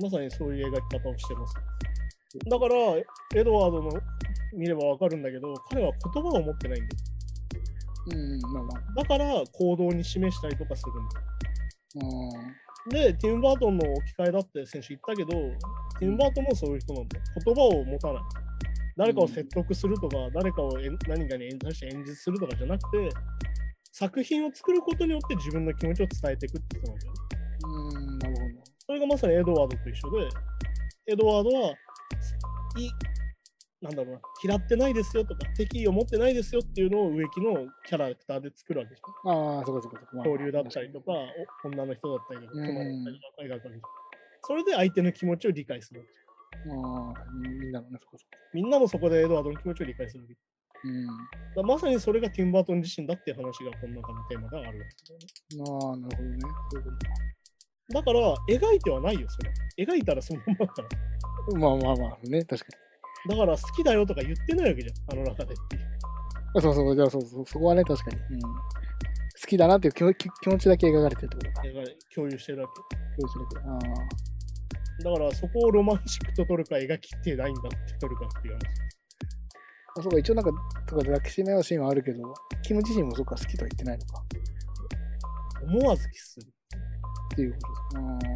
まさにそういう描き方をしてます。だから、エドワードの見ればわかるんだけど、彼は言葉を持ってないんだよ。
うん、まあまあ。
だから行動に示したりとかするんだよ。
うん。
で、ティム・バートンの置き換えだって先週言ったけど、ティム・バートンもそういう人なんだよ。言葉を持たない。誰かを説得するとか、誰かをえん何かに演対して演説するとかじゃなくて、作品を作ることによって自分の気持ちを伝えていくってことなんだよね。
うん、なるほど。
それがまさにエドワードと一緒で、エドワードは、いなんだろうな、嫌ってないですよとか、敵意を持ってないですよっていうのを植木のキャラクターで作るわけじゃん。
ああ、そうかそうかそうか。まあ
恐竜だったりとか、お女の人だったりとか、
うん
熊だったりとか描くわけじゃん。それで相手の気持ちを理解するわけじゃん。
まあ、みみんなのね、そこそこ。
みんなもそこでエドワードの気持ちを理解するわけ。
うん。
だからまさにそれがティンバートン自身だっていう話がこの中のテーマがあるわけだよね。
まあ、なるほどね。そういうこ
だから、描いてはないよ、それ。描いたらそのままだから。
とまあまあまあ、ね、確か
だ
に。
から、好きだよとか言ってないわけじゃん、あの中でっていう。
あそうそう、じゃあそうそう、そこはね、確かに。うん、好きだなっていう気持ち気持ちだけ描かれてるってことか。
映画で共有してるわけ。
気持ちだけ。ああ。
だからそこをロマンチックと取るか描きってないんだって取るかっていう話。
あそうか、一応なんか、とか抱きしめ合うシーンはあるけど、キム自身もそうか、好きとは言ってないのか。
思わずキスする
っていうことです。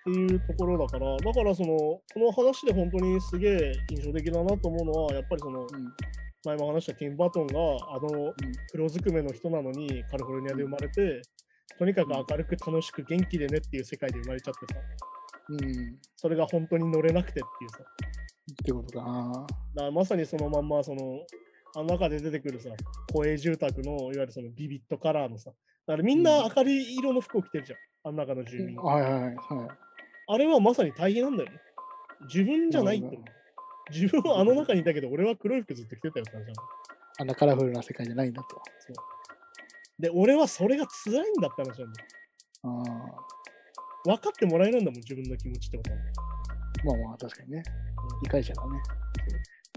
っていうところだから、だからその、この話で本当にすげえ印象的だなと思うのは、やっぱりその
あーうん。
前も話したティンバートンがあの黒ずくめの人なのにカリフォルニアで生まれて、とにかく明るく楽しく元気でねっていう世界で生まれちゃってさ、
うん。っ
それが本当に乗れなくてっていうさ、だか
てことかな。
らまさにそのまんまその、あの中で出てくるさ、公営住宅のいわゆるそのビビットカラーのさ、だからみんな明るい色の服を着てるじゃん、あの中の住民が。
はいはいはい。はい
あれはまさに大変なんだよね。自分じゃないって思う。自分はあの中にいたけど、俺は黒い服ずっと着てたよって話なんだよ
あんなカラフルな世界じゃないんだと。
で、俺はそれが辛いんだって話なんだよ。
ああ。
分かってもらえるんだもん、自分の気持ちってことは
まあまあ、確かにね。理解者だね。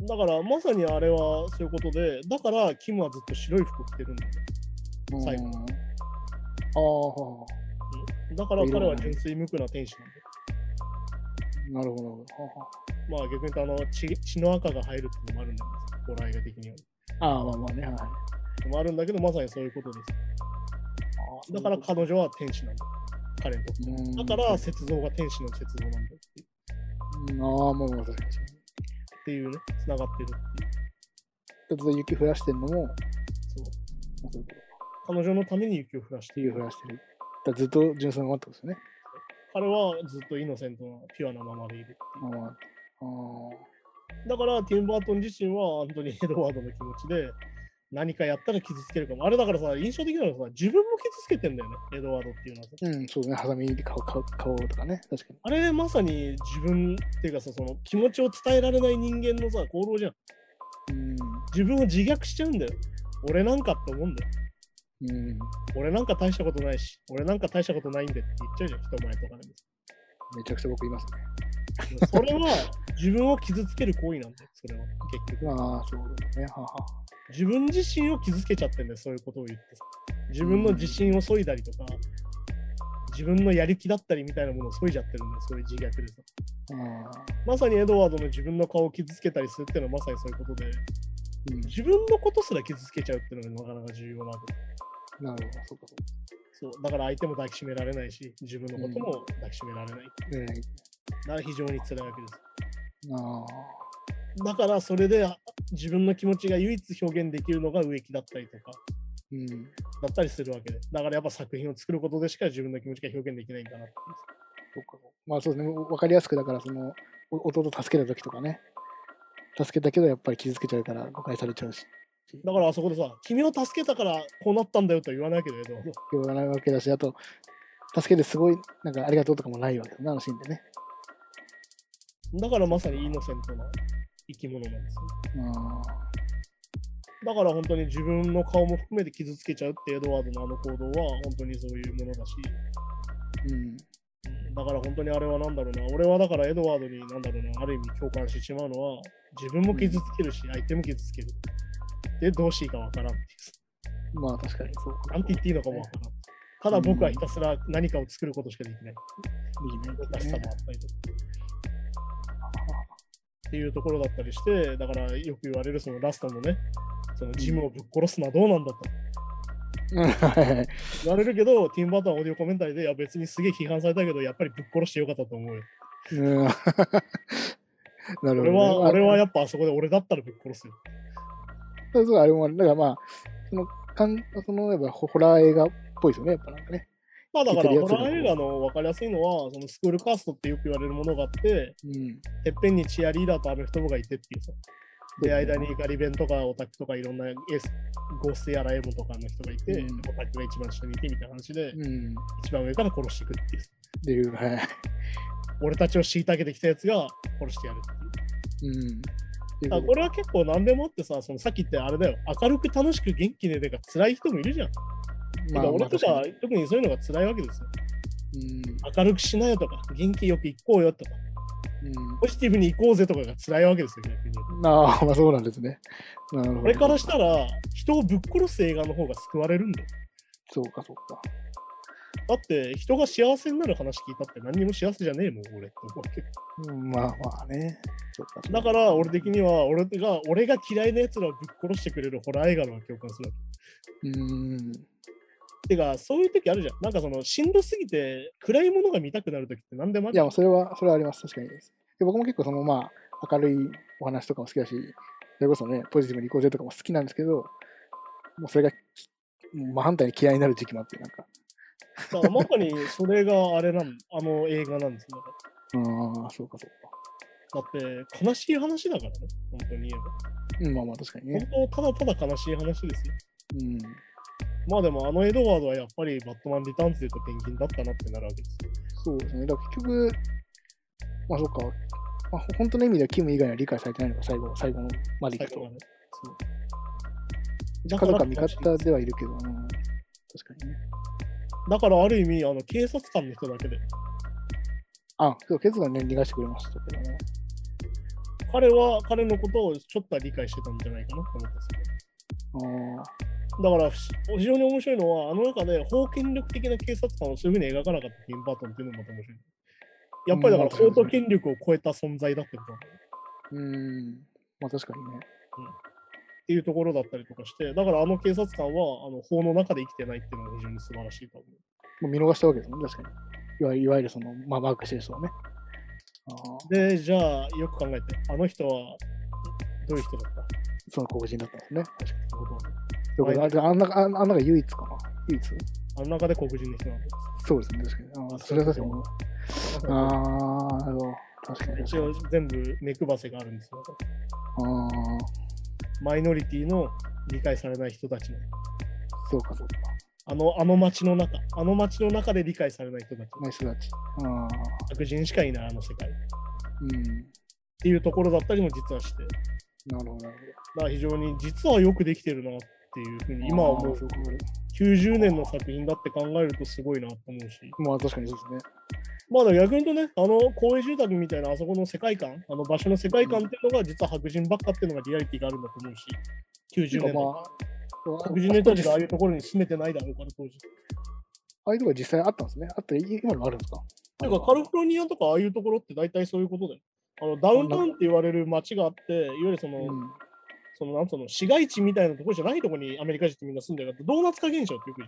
だから、まさにあれはそういうことで、だから、キムはずっと白い服を着てるんだよ。
うん
最後
あ
うんだから彼は純粋無垢な天使なんだよ。
あ、なるほど。はあは
まあ逆に言うとあの血血の赤が入るっていうのもあるんだけど、ホラー映画的には。
あああ、まあまあね。はい。
でもあるんだけど、まさにそういうことです。だから彼女は天使なんだよ。彼にとっては
うん
だから、雪像が天使の雪像なんだよっていう
うんああ、もう確かに。ち
っていうね、つながってるっていう。
ょっと雪降らしてるのも、
そう
そういうこ
彼女のために雪を降らして
と
い
雪
る
降。らしてる。だからずっと純粋なことですよね。
彼はずっとイノセントなピュアなままでいるっていう。
まあまあ。あ
だから、ティム・バートン自身は本当にエドワードの気持ちで、何かやったら傷つけるかも。あれだからさ、印象的なのはさ、自分も傷つけてんだよね、エドワードっていうのはさ。
あうん、そうね。ハサミで顔顔顔とかね。確かに。
あれ、まさに自分っていうかさ、その気持ちを伝えられない人間のさ、行動じゃん。
うん。
自分を自虐しちゃうんだよ。俺なんかって思うんだよ。
うん。
俺なんか大したことないし、俺なんか大したことないんでって言っちゃうじゃん、人前とかでも
めちゃくちゃ僕いますね。
さ。それは自分を傷つける行為なんだよ、それは。結局。
まあ、そうだね。はあはあ。
自分自身を傷つけちゃってんだよ、そういうことを言ってさ。自分の自信を削いだりとか、自分のやる気だったりみたいなものを削いじゃってるんだよ、そういう自虐でさ。
ああ。
まさにエドワードの自分の顔を傷つけたりするっていうのはまさにそういうことで、
うん。
自分のことすら傷つけちゃうっていうのがなかなか重要なわけ
なるほど。そうかそうか。
そうだから相手も抱きしめられないし、自分のことも抱きしめられない。
えらい。
だから非常に辛いわけです。
あ
だからそれであ自分の気持ちが唯一表現できるのが植木だったりとか、
ーうん。
だったりするわけで。だからやっぱ作品を作ることでしか自分の気持ちが表現できないんだなっていう。
そっかまあそうですね、わかりやすくだから、その、お弟助けた時とかね、助けたけどやっぱり傷つけちゃうから誤解されちゃうし、
だからあそこでさ、君を助けたからこうなったんだよとは言わないけど、エドワード
言わないわけだし、あと、助けてすごい、なんかありがとうとかもないわけだな、あのシーンでね。
だからまさにイノセントな生き物なんですよ。
あ
だから本当に自分の顔も含めて傷つけちゃうってエドワードのあの行動は本当にそういうものだし、
ーうん。
うんだから本当にあれは何だろうな、俺はだからエドワードに何だろうな、ある意味共感してしまうのは、自分も傷つけるし、相手も傷つける。で、どうしていいかわからんっていう。
まあ確かにそうか。
なんて言っていいのかもわからん。ただ僕はひたすら何かを作ることしかできない。
いいね
難しさもあったりとか。
あ
っていうところだったりして、だからよく言われるそのラストのね、そのジムをぶっ殺すのはどうなんだと
ーうんはいはい
言われるけど、ティンバートンはオーディオコメンタリーで、いや別にすげえ批判されたけど、やっぱりぶっ殺してよかったと思うよ。
うん なるほ
俺
ど、ね。
は、
まあ
俺はやっぱあそこで俺だったらぶっ殺すよ。
そうそう、あれも、だからまあ、その、かんそのやっぱホホラー映画っぽいですよね、やっぱなんかね。
まあだから、
聞いてる
ホ
やつの方
ラー映画の分かりやすいのは、そのスクールカーストってよく言われるものがあって、
うん。
てっぺんにチアリーダーとアメフト部がいてっていうさ。で、間にガリ弁とかオタクとかいろんなエース、ゴーストやらエモンとかの人がいて、
うん
オタクが一番下にいてみたいな話で、
うん。
一番上から殺していくっていう。
っていう、はい。
俺たちを虐げてきたやつが殺してやるっていう。
うん。
あこれは結構何でもあってさ、そのさっき言ったあれだよ、明るく楽しく元気でねが辛い人もいるじゃん。
まあ
てか俺とか
まあ
は特にそういうのが辛いわけですよ。
うん
明るくしなよとか、元気よく行こうよとか、ポジティブに行こうぜとかが辛いわけですよ、逆に。
うん、ああ、まあそうなんですね。なるほど。
これからしたら、人をぶっ殺す映画の方が救われるんだよ。
そうか、そうか。
だって、人が幸せになる話聞いたって何にも幸せじゃねえもん、俺って思うわけ。
うんまあまあね。そうか
だから、俺的には、俺が、俺が嫌いな奴らをぶっ殺してくれるホラー映画の方が共感するわけ。
うん。
てか、そういう時あるじゃん。なんかその、しんどすぎて、暗いものが見たくなる時って何でもあ
い
る。
や、それは、それはあります。確かにです。で僕も結構、その、まあ、明るいお話とかも好きだし、れこそね、ポジティブに行こうぜとかも好きなんですけど、もうそれがき、もう真反対に嫌いになる時期もあって、なんか、
だからまさにそれがあれなんあの映画なんですよ。
ああ、そうかそうか。
だって悲しい話だからね、本当に言
うん、まあまあ確かに
えば。
ね。
本当、ただただ悲しい話ですよ。
うん。
まあでも、あのエドワードはやっぱりバットマン・リターンズで言うとペンギンだったなってなるわけですよ。
そうですね。だから結局、まあそっか、まあ、ほ本当の意味ではキム以外は理解されてないのが最後、最後のまでい
最
く
後
と
ま。で。そうだ
家族
ら
は味方ではいるけど、うん、確かにね。
だからある意味、あの警察官の人だけで、
あ、そう、ケツがね、逃がしてくれましたけどね。
彼は彼のことをちょっとは理解してたんじゃないかなと思ったんですけど。
あー
だからふし非常に面白いのは、あの中で法権力的な警察官をそういうふうに描かなかったティンバートンっていうのもまた面白い。やっぱりだから
う
法と
ん
権力を超えた存在だってことなんだよね
うん。まあ確かにね。
っていうところだったりとかして、だからあの警察官はあの法の中で生きてないっていうのが非常に素晴らしいと思う。
もう見逃したわけですもんね、確かに。いわいわゆるその、まあ、マークしてる人はね。ああ、
で、じゃあよく考えて、あの人はどういう人だったって
その黒人だったんですね。確かに。
ことなんだよ
ということでああんな、あんあんなが唯一かな。唯一
あの中で黒人の人なんです。
そうですね、確かに。ああ、それは確かに。ああ、なるほど。確かに。
一
確かに
応全部目配せがあるんですよ。
あ
マイノリティの理解されない人たちの。
あ、そうか、そうか。
あの、あの街の中、あの街の中で理解されない人たち。
ナイスダッチ。ああ、
白人しかいないあの世界。っ
うん。
ていうところだったりも実はして。だか
なるほど、なる
ら非常に実はよくできてるなっていうふう
ほど。
に、今は
ああ
思う
そうか
90年の作品だって考えるとすごいなと思うし。
まあ確かにそうですね。
まあでも逆に言うとね、あの公営住宅みたいなあそこの世界観、あの場所の世界観っていうのが実は白人ばっかっていうのがリアリティがあるんだと思うし。90年
てか
代。
まあ、
黒人の人たちがああいうところに住めてないだろうから当時。
ああいうところ実際あったんですね。あった、今のもあるんですか
なんかカルフォルニアとかああいうところって大体そういうことだよ。あのダウンタウンって言われる街があって、いわゆるその、
うん。
そのなんつうの市街地みたいなところじゃないところにアメリカ人ってみんな住んでるから、ドーナツ化現象ってよく言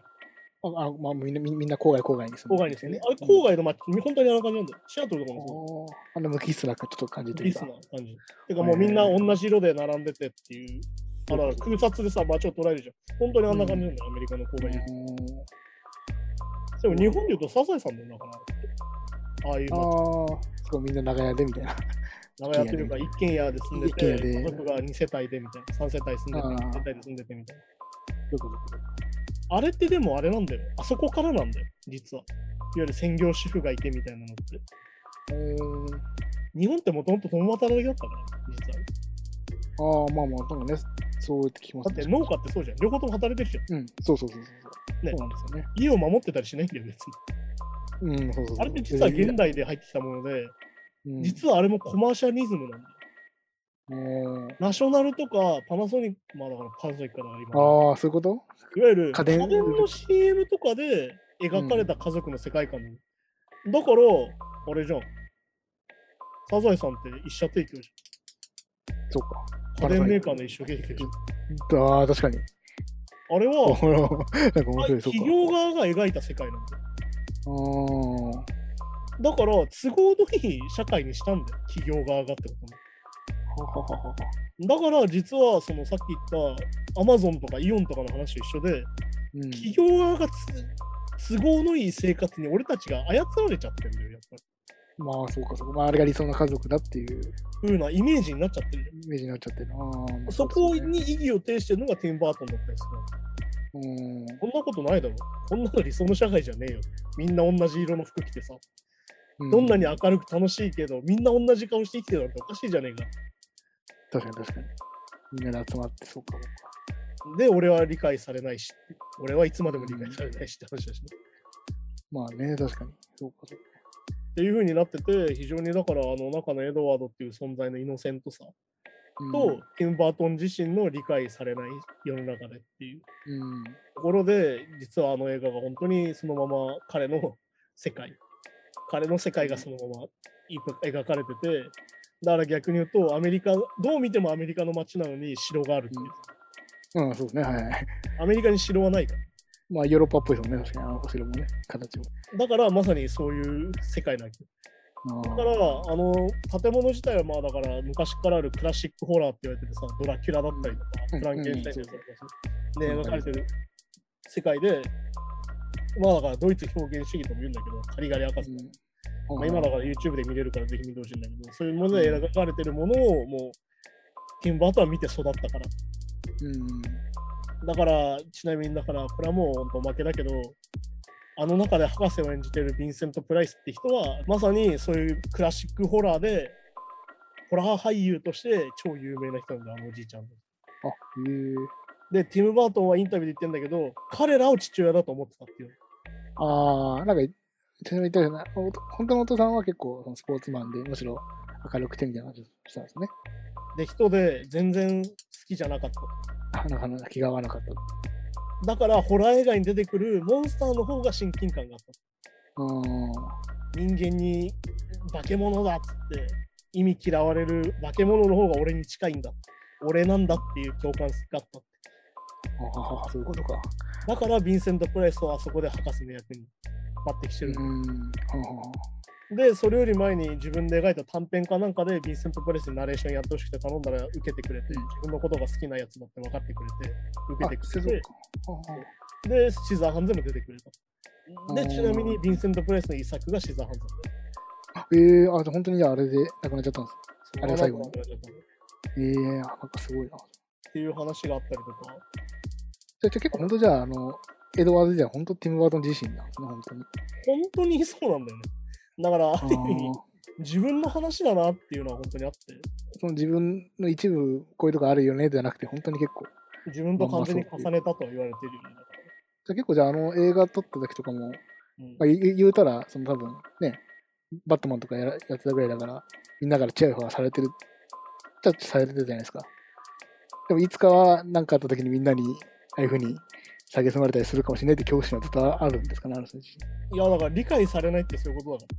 う
あ、あまあ、みんな、みみんな郊外、郊外に住
郊外
んでるん
ですよね。
あ
あれ郊外の街、本当にあんな感じなんだよ。シアトルとかもそ
あーあの無機質なかちょっと感じ
う。
て
リ
る
スな感じ。てかもうみんな同じ色で並んでてっていう。あら空撮でさ、街を捉えるじゃん。本当にあんな感じなんだよ、アメリカの郊外で。でも日本で言うとサザエさんだよな、だから。ああいう
ああ
街。
ー、そうみんな長屋でみたいな。
長屋っていうか、一軒家で住んで
一軒家
て、
で
家族が2世帯でみたいな、3世帯住んでて、
あー
2世帯で住んでてみたいな。
どこどこどこ
あれってでもあれなんだよ。あそこからなんだよ、実は。いわゆる専業主婦がいてみたいなのって。
う
日本ってもともと共働きだったから、実は。
ーんああ、まあまあ、なんかね、そうやって聞きます
だって農家ってそうじゃん。両方とも働いてるじゃん。
うん、そうそうそうそう。
ね
そうなんですよね。
家を守ってたりしないんだよ、別に。
うん、そうそうそう。
あれって実は現代で入ってきたもので、
うん、
実はあれもコマーシャリズムなんだよ。
うん
ナショナルとかパナソニック、まあだからパナソニックから今。
ああ、そういうこと
いわゆる家
家
電
電
の CM とかで描かれた家族の世界観なの、だから、あれじゃん。サザエさんって一社提供じ
そうか。
ゃん。家電メーカーの一社提供じゃん。
ああ、確かに。
あれは、
なんか面白い、そうか。
企業側が描いた世界なんだよ。
あ
だから、都合のいい社会にしたんだよ。企業側がってことね。
あ、ははははは。
だから、実は、そのさっき言った、アマゾンとかイオンとかの話と一緒で、
うん、
企業側がつ都合のいい生活に俺たちが操られちゃってるんだよ、やっぱり。
まあ、そうか、そうか。まあ、あれが理想の家族だっていう
ふうなイメージになっちゃってるじゃん。
イメージになっちゃってる。あーまあ、
そこに意義を呈してるのがティンバートンだったりするわけ。
そうですね。うん
こんなことないだろ。こんなの理想の社会じゃねえよ。みんな同じ色の服着てさ、
う
どんなに明るく楽しいけど、みんな同じ顔して生きてるなんておかしいじゃねえか。
確かに確かに。みんなで集まって、そうか。
で、俺は理解されないし、俺はいつまでも理解されないしって話だしね。
まあね、確かに。そうか、そうか。
っていう風になってて、非常にだから、あの中のエドワードっていう存在のイノセントさ
うん
と、ティンバートン自身の理解されない世の中でっていう
うん。
ところで、実はあの映画が本当にそのまま彼の 世界、彼の世界がそのままいく描かれてて、だから逆に言うと、アメリカ、どう見てもアメリカの街なのに城があるっていう。
うん、そうですね。はいはい。
アメリカに城はないから。
まあ、ヨーロッパっぽいですもんね。確かに、あの、お城もね、形も。
だからまさにそういう世界なわけ。だから、あの、建物自体はまあだから、昔からあるクラシックホラーって言われてるさ、ドラキュラだったりとか、
うん
フランケンシュタインとかさ、で、
うん
描かれてる世界で、まあだから、ドイツ表現主義とも言うんだけど、カリガリ博士が、まあ、今だから YouTube で見れるからぜひ見てほしいんだけど、そういうもので描かれてるものをもう、ティンバートンは見て育ったから。
うん
だから、ちなみにだから、これはもう本当負けだけど、あの中で博士を演じてるヴィンセント・プライスって人は、まさにそういうクラシックホラーで、ホラー俳優として超有名な人なんだよ、あのおじいちゃん。
あへえ
で、ティム・バートンはインタビューで言ってんだけど、彼らを父親だと思ってたっていう。
ああ、なんか、ちなみに言ったような、お本当のお父さんは結構そのスポーツマンで、むしろ明るくてみたいな感じをしたんですね。
で、人で全然好きじゃなかった。
あなかなか気が合わなかった。
だから、ホラー映画に出てくるモンスターの方が親近感があった。
うん。
人間に化け物だっつって意味嫌われる化け物の方が俺に近いんだ俺なんだっていう共感があった
ああ、そういうことか。
だからヴィンセント・プライスはあそこで博士の役に抜擢して
う
る、
ん。はあは
でそれより前に自分で描いた短編かなんかでヴィンセント・プライスにナレーションやってほしくて頼んだら受けてくれて、
うん
自分のことが好きなやつだって分かってくれて受
あ
け
あ
て、
そう
く
いう
れ
ことか。はあは
てでシザーハンズも出てくれた
う
で
ん
ちなみにヴィンセント・プライスの遺作がシザーハンズ
あええあ、本当にじゃああれで亡くなっちゃったんです。あれが最後の
っ
ええあなんかすごいな。
ていう話があったりとか
じゃあじゃあ結構本当じゃあ、あの、エドワーズ時代、本当ティム・バートン自身なんですね、本 当に。
本当にそうなんだよね。だから、ある意味、
ああ
自分の話だなっていうのは本当にあって、
その自分の一部、こういうとこあるよね、じゃなくて、本当に結構。
自分と完全に重ねたとは言われてるよね。だか
じゃあ結構じゃあ、あの映画撮った時とかも、
らうん
まあ、言う言うたら、その多分ね、バットマンとかやらやってたぐらいだから、みんなからチヤホヤされてる、ちゃされてたじゃないですか。でもいつかは何かあった時にみんなに、ああいうふうに蔑まれたりするかもしれないって恐怖心はずっとあるんですかね、ある人自
いや、だから理解されないってそういうことだか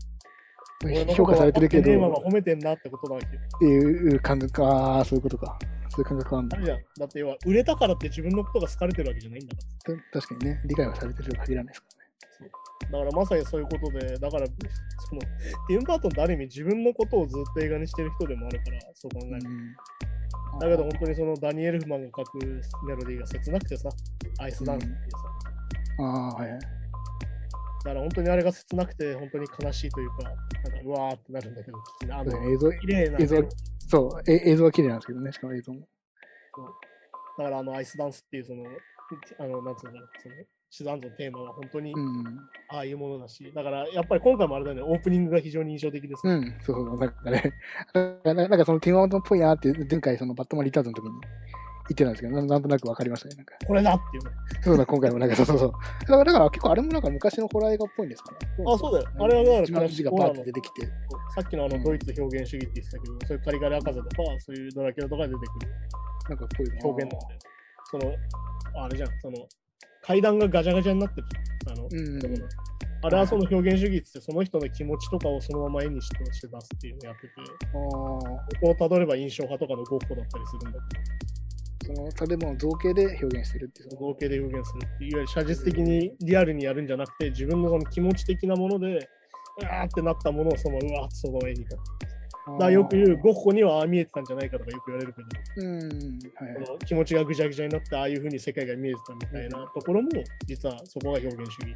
身
ら。俺の
評価されてるけど、
今が褒めてんなってことだわけど。
っていう感覚、ああ、そういうことか。そういう感覚はあるん
あ
だ
る。じゃん。だって要は、売れたからって自分のことが好かれてるわけじゃないんだか
た確かにね、理解はされてるとは限らないですからね。
ら。だからまさにそういうことで、だから、その、ティム・バートンってある意味自分のことをずっと映画にしてる人でもあるから、そう考えると
うん
だけど本当にそのダニエル・フマンが書くメロディーが切なくてさ、アイスダンスっていうさ、
ああ、はいはい。
だから本当にあれが切なくて、本当に悲しいというか、なんかうわーってなるんだけど、きなあ
そうです
の
ね映像、
綺麗な、
映像そう、え映像は綺麗なんですけどね、しかも映像も。
だからあのアイスダンスっていうその、あの、なんつうんだろう、その、シザンズのテーマは本当に
うん。
ああいうものだし、だからやっぱり今回もあれだよね、オープニングが非常に印象的です、
うん、そうそう、なんかね、 なななんかそのティム・バートンっぽいなって、前回そのバットマンリターンズの時に言ってたんですけど、ななんとなく分かりましたね。なんか
これだっていうね。
そうだ、今回もなんか、そうそうそう。だから、だから結構あれもなんか昔のホラー映画っぽいんですかね。
あ、そうだよ。あれはだから
自分の字が
ホ
パ
ラ
ー
ー
って
の
出てきて、
さっきのあ
うん
のドイツ表現主義って言ってたけど、そういうカリガリ博士とか、そういうドラキュラとかで出てくる
なんかこういう
表現なんで、その、あれじゃん、その、階段がガチャガチャになってるじゃん。あの、
うん。
だからあれはその表現主義っつってその人の気持ちとかをそのまま絵にして出すっていうのをやってて、
ああ、
ここをたどれば印象派とかのゴッホだったりするんだけ
その建物の造形で表現してるっていう
ど、。造形で表現するっていう、いわゆる写実的にリアルにやるんじゃなくて、自分のその気持ち的なもので、うわーってなったものをそのうわーってその絵に描く。だからよく言う、ゴッホにはああ見えてたんじゃないかとかよく言われるけど、
うん、はいはい
この気持ちがぐちゃぐちゃになって、ああいうふうに世界が見えてたみたいなところも、実はそこが表現主義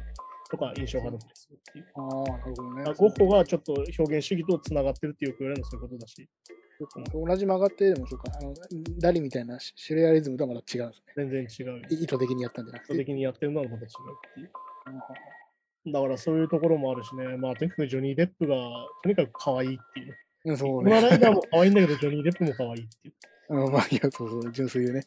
とか印象派だったりするっていう。
ああ、なるほどね
だから。ゴッホがちょっと表現主義とつながってるってよく言われるのはそういうことだし。
同じ曲がってでもそうか、あのダリみたいなシュレアリズムとはまた違うんです
全然違うよ。
ね。い意図的にやったんじゃなく
人
て。
的にやってるのはまた違うっていう。だからそういうところもあるしね。まあ、とにかくジョニー・デップがとにかく可愛いっていう。
うん、そ
こ
うね
の。ライダーも可愛いんだけど、ジョニー・デップも可愛いっていう。
うん、まあ、いや、そうそう、純粋でね。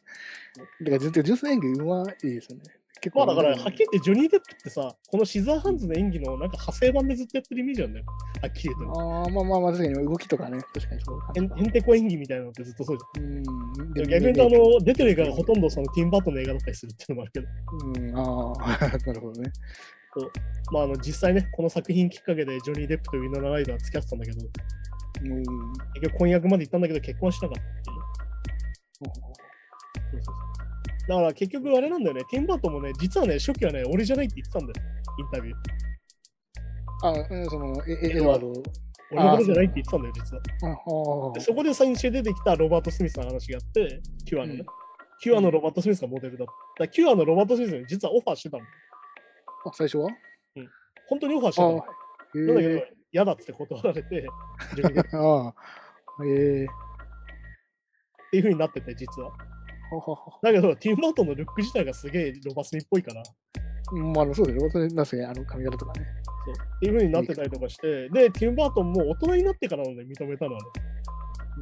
だから純粋、純粋演技うまいですよね。結
まあ
構。
だから、はっきり言ってジョニー・デップってさ、このシザーハンズの演技のなんか派生版でずっとやってるイメージなんだよ。はっきり言うと。
ああ、まあまあまあ、確かに動きとかね、確かにそう
へんへんてこ演技みたいなのってずっとそうじ
うん、
ゃん。
で
逆に言うと、あの、出てる映画がほとんどそのティンバートンの映画だったりするっていうのもあるけど、
うん、ああ、 なるほどね。
まああの、実際ね、この作品きっかけでジョニー・デップとウィナラ・ライダー付き合ってたんだけど、
うん。
結局婚約まで行ったんだけど結婚しなかったっていう。そうそうそうだから結局あれなんだよね、ティンバートンもね、実はね、初期はね、俺じゃないって言ってたんだよ、インタビュー。
あ、うん、その、エエドワード。
俺のことじゃないって言ってたんだよ、実は。
ああ
でそこで最初に出てきたロバート・スミスの話があって、キュアのね。
うん
キュアのロバート・スミスがモデルだった。だからキュアのロバート・スミスに実はオファーしてたの。
あ最初は
本当にオファーして
あ
た
あ
の。
へ
なんだけど
え、
嫌だっつって断られて、自分でっ
ああへえ
ていう風になってて、実は。
ははは
だけど、ティム・バートンのルック自体がすげえロバスミっぽいから、
うんまああのそうだよ私なんすねあの髪型とかね
そうっていう風になってたりとかして、で、ティム・バートンも大人になってからなんで認めたのはね。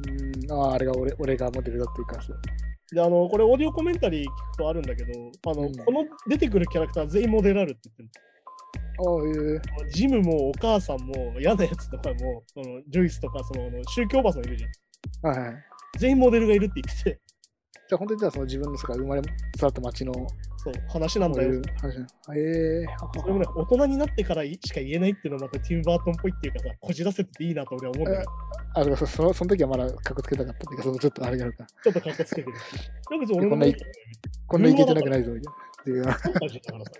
うんあああれが俺俺がモデルだっていうかそう
で、あの、これオーディオコメンタリー聞くとあるんだけど、あの、
うん
この出てくるキャラクター全員モデルあるって言ってる。
ああへえ
ジムもお母さんも嫌なやつとかも、そのジュイスとかそのあの宗教おばさんいるじゃん。
はいはいじ
全員モデルがいるって言ってて、
ゃあ本当にじゃあその自分のそっか生まれ育った町の
そう、話なん
モ
だ
デ
よ
ル。の話なのへえは
そ
は
れも
は
ね、大人になってからしか言えないっていうのはまたティム・バートンっぽいっていうかさ、こじらせてていいなと俺は思うんだけど、
あそうそうそのその時はまだかっこつけたかったんだけどちょっとあれがあるか
ちょっと格好つけてる。でも別に俺の
こん
も
ない
い
いこんなイケてなくないぞみたいなってい
そ
う
うかもしれないからさ。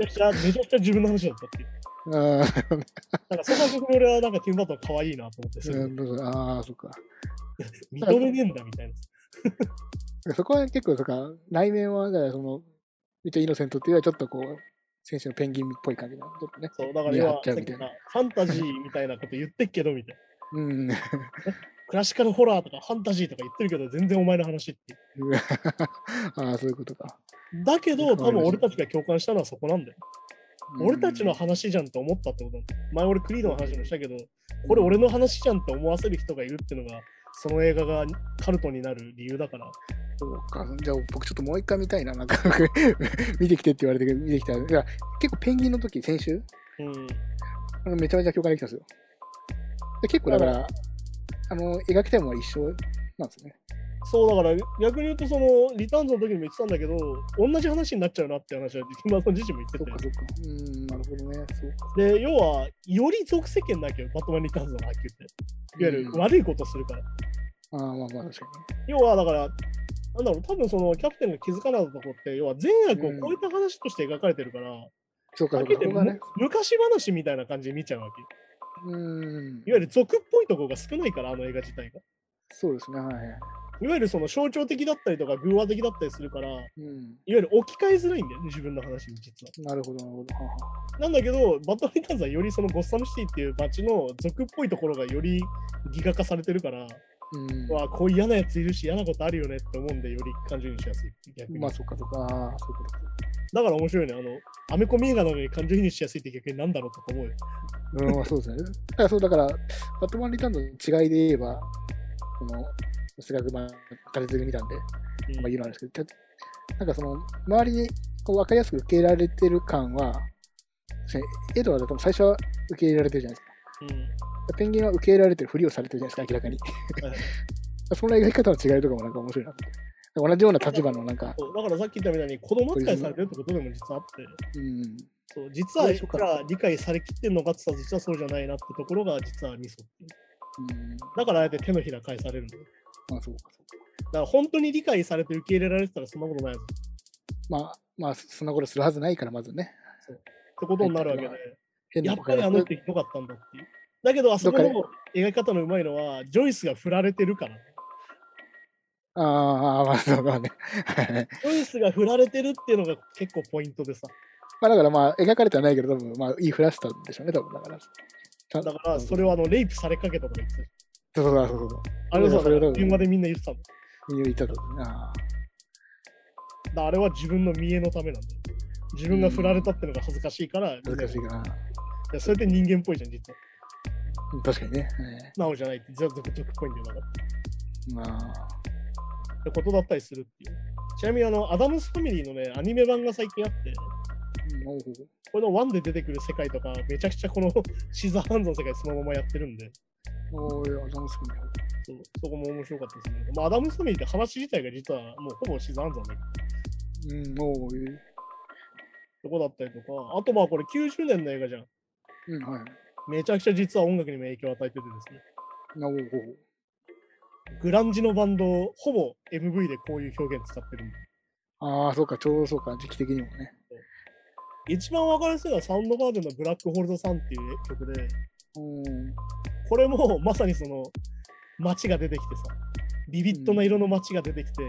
めちゃくちゃ、めちゃくちゃ自分の話だったっていう。
あ
なんかそこは逆に俺はなんかティム・バートン可愛いなと思って、それ
ーうんあーそっか
認めねえんだみたいな。
そこは結構、とか、内面は、だからその、めっちゃイノセントっていうよりは、ちょっとこう、選手のペンギンっぽい感じな、ちょっとね。
そう、だから
見張
今
っ、ち
さ
ゃ
っ
うみ
き
たい
な
な
ファンタジーみたいなこと言ってっけどみたいな。
うん。
クラシカルホラーとかファンタジーとか言ってるけど、全然お前の話って。
ああ、そういうことか。
だけど、
わか
多
りま
分
した
俺たちが共感したのはそこなんだよ。俺たちの話じゃんと思ったってことなんだよ前俺クリードの話もしたけど、これ俺の話じゃんって思わせる人がいるってのが、その映画がカルトになる理由だから。
そうか。じゃあ、僕ちょっともう一回見たいな。なんか、見てきてって言われて、見てきたら。いや、結構ペンギンの時、先週、
うん。
あのめちゃめちゃ共感できたんですよ。で結構、だから、あの、描きたいものは一緒なんですね。
そうだから、逆に言うと、その、リターンズの時にも言ってたんだけど、同じ話になっちゃうなって話は、今さん自身も言って
そっか、
て。
そっか。うん、なるほどね。そうか。
で、要は、より属世間なきゃ、バットマン・リターンズのはっきり言って。いわゆる
うんあ
悪いことするから。
あ、まあまあ、確か
要はだから、なんだろう、多分そのキャプテンが気づかなかったとこって、要は善悪を超えた話として描かれてるから、
に。そうか、そ
だ
うか。
け
そ
で
こがね。
昔話みたいな感じで見ちゃうわけ。い
うん。
わゆる俗っぽいとこが少ないから、あの映画自体が。
そうですね、はいはい。
いわゆるその象徴的だったりとか、偶話的だったりするから、いわ
うん。
ゆる置き換えづらいんだよね、自分の話に実は。
なるほど、なるほど。はは
なんだけど、バッドリターンズはよりそのゴッサムシティっていう街の俗っぽいところがよりギガ化されてるから、
うん
わあ、こういう嫌なやついるし、嫌なことあるよねって思うんで、より感情にしやすい。逆に
まあ、そっかそっか。ああ、そういうことか。
だから面白いね。あの、アメコミ映画なのに感情移入しやすいって逆になんだろうとか思うよ。
うん、まあそうですね。 だから、そうだから、バットマンリターンズの違いで言えば、この、せっかく、まあ、仮説で見たんで、まあ、言うのはあれですけど、たなんかその、周りにこう分かりやすく受け入れられてる感は、確かにエドワードは多分最初は受け入れられてるじゃないです
うん。
か。ペンギンは受け入れられてるふりをされてるじゃないですか、明らかに。
はいはい
その描き方の違いとかもなんか面白いなって。同じような立場のなんか、
そうだからさっき言ったみたいに子供扱いされてるってことでも実はあって、
うん、
そう実は
そう
い
でしょう
く
から
理解されきってんのかって言ったら実はそうじゃないなってところが実はミソっていう。
うん、
だからあえて手のひら返されるんだよ。
まあそうか、そうか。
だから本当に理解されて受け入れられてたらそんなことないぞっ
まあ、まあ、そそんなことするはずないから、まずね。
てことになるわけで、
変
や
な
っぱりあの人ひどかったんだっていう。だけどあそこの
ど
描き方のうまいのは、ジョイスが振られてるから。
ああ、まあ、そうかね。はい
ジョイスが振られてるっていうのが結構ポイントでさ。
まあ、だからまあ、描かれてはないけど、多分まあ、言いふらしたんでしょうね、多分だから。ちゃん
だから、それ。はあのレイプされかけたとか言ってたじ
そうそうそうそう。
ゃん。あれは
それは
さ
多、分
電話でみんな言ってたの。だか
身を言ったと。ああ。
らあれは自分の見栄のためなんだよ。自分が振られたってのが恥ずかしいから、みんな
難しいかな。
いやそれって人間っぽいじゃん、実は。
確かにね。
なおじゃないって、ずっとっぽいんだよだから。っ
はいまあ。
てことだったりするっていう。ちなみにあの、アダムスファミリーのね、アニメ版が最近あって、
うん
このワンで出てくる世界とか、めちゃくちゃこのシザーハンズの世界そのままやってるんで、
おおいや、楽しみだよ。
そうそこも面白かったですね。まあ、アダムスファミリーって話自体が実はもうほぼシザーハンズなんだけど
うん、おうい
とこだったりとか、あとまあこれ90年の映画じゃん。
うん、はい。
めちゃくちゃ実は音楽にも影響を与えててですね。
なおうおう
グランジのバンド、ほぼ MV でこういう表現使ってるんで。
ああ、そうか、ちょうどそうか、時期的にもね。
一番わかりやすいのはサウンドガーデンのブラックホールドさんっていう曲で、
うん。
これもまさにその街が出てきてさ、ビビッドな色の街が出てきて、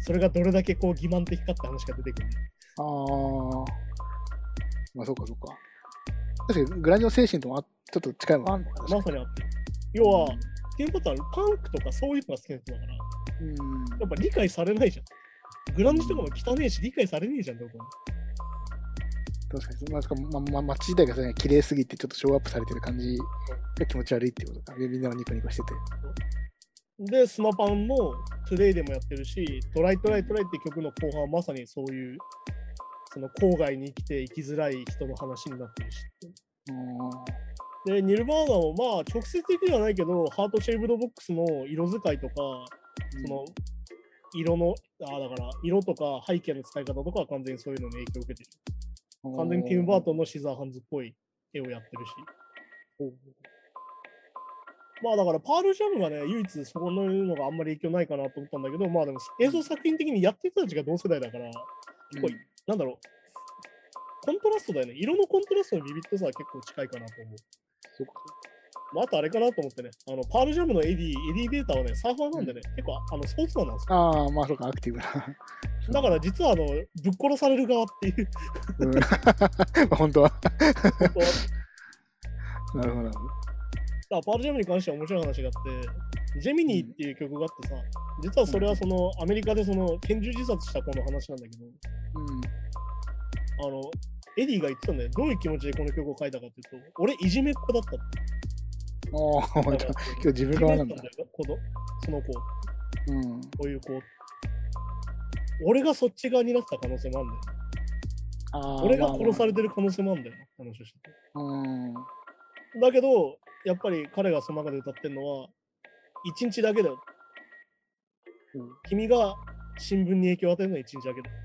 それがどれだけこう欺瞞的かって話が出てくる。
ああ。まあ、そうか、そうか。確かに、グラニオ精神ともあちょっと近いもんあるのかな
まさにあって。要は、っていうことはパンクとかそういうのが好きな人だから、や
うん。
っぱ理解されないじゃん。グランジとかも汚ねえし、理解されねえじゃん、どこも。
確かに。まあ、しかも、ま、ま、街自体がね、綺麗すぎて、ちょっとショーアップされてる感じが気持ち悪いっていうことか。みんながニコニコしてて。
で、スマパンもトゥデイでもやってるし、トライトライトライって曲の後半はまさにそういう、その郊外に生きて生きづらい人の話になってるし。
あ
で、ニルバーガもまあ直接的ではないけど、ハートシェイブドボックスの色使いとか、
ー
その、色の、ああ、だから、色とか背景の使い方とかは完全にそういうのに影響を受けてる。完全にティム・バートンのシザーハンズっぽい絵をやってるし。まあだから、パールジャムがね、唯一そこののがあんまり影響ないかなと思ったんだけど、まあでも映像作品的にやってる人たちが同世代だから、
うん
結構、なんだろう、コントラストだよね。色のコントラストのビビッとさは結構近いかなと思う。
そうか
まあ、あとあれかなと思ってね、あのパールジャムのエディ、エディ・ベータはね、サーファーなんでね、結構あのスポーツマンなんですよ。
ああ、まあそうか、アクティブ な。
だから実はあの、ぶっ殺される側っていう。
うん まあ本当は。
本当は
なるほ
だ
ど。
からパールジャムに関しては面白い話があって、ジェミニーっていう曲があってさ、実はそれはそのアメリカでその拳銃自殺した子の話なんだけど、
うん。
あの、エディが言ってたんだよ。どういう気持ちでこの曲を書いたかっていうと、俺、いじめっ子だったって。
おー本当
だか
今
ら
日自分側なんだ
いじ。めったよこのその子、こ
うん。
ういう子。俺がそっち側になってた可能性もあるんだよ。
あー
俺が殺さ
ま
れてる可能性もあるんだよな、話をしてて。
あまあうん。
だけど、やっぱり彼がその中で歌ってるのは、一日だけだよ。
うん
君が新聞に影響を与えるのは一日だけだよ。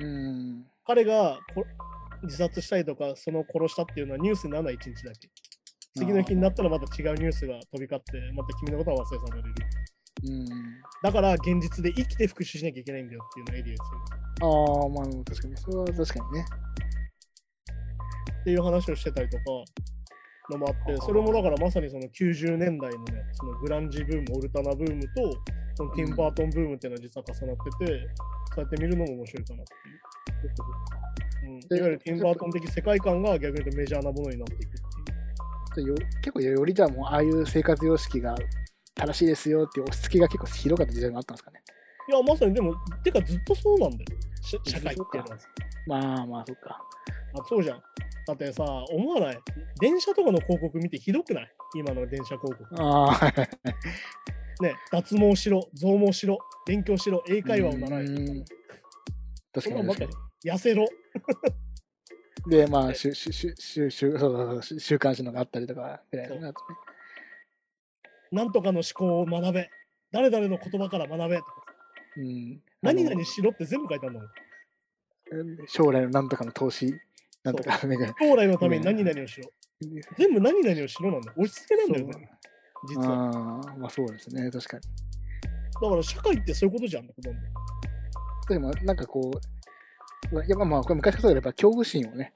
うん。
彼がこ自殺したりとか、その殺したっていうのはニュースにならない一日だけ。次の日になったらまた違うニュースが飛び交って、また君のことは忘れ去られる。
うん。
だから現実で生きて復讐しなきゃいけないんだよっていうのをエディが言ってた
ああ、まあ確かに。それは確かにね。
っていう話をしてたりとかのもあって、それもだからまさにその90年代のね、そのグランジブーム、オルタナブームと、そのティンバートンブームっていうのは実は重なってて、そうやって見るのも面白いかなっていう。うん、
で
いわゆるティンバートン的世界観が逆に言うとメジャーなものになっていくっていう。
じゃあよ結構よりじゃあもうああいう生活様式が正しいですよっていう押し付けが結構広かった時代もあったんですかね。
いや、まさにでも、てかずっとそうなんだよ。し社会っていうのは。
まあまあそっか。
あそうじゃん。だってさ、思わない電車とかの広告見てひどくない今の電車広告。
ああ、はいはいはい。
ね、脱毛しろ、増毛しろ、勉強しろ、英会話を習
うん
え、
確
そん
か
な
に
んばっか
確か
り
に。
痩せろ。
で、まあ、週週週週週 そうそうそう週刊誌のがあったりとかぐらいのね。
なんとかの思考を学べ。誰々の言葉から学べとか。
うん。
何
あの
々しろって全部書いてあるんだもん。
将来のなんとかの投資、なんとか、なんか、
将来のために何々をしろ。全部何々をしろなんだよ。押し付けなんだよね、実は。
ああ、まあそうですね、確かに。
だから社会ってそういうことじゃん。ほとんど
でも、なんかこう、まあやっぱまあ、これ昔からそうだけどやっぱ恐怖心をね、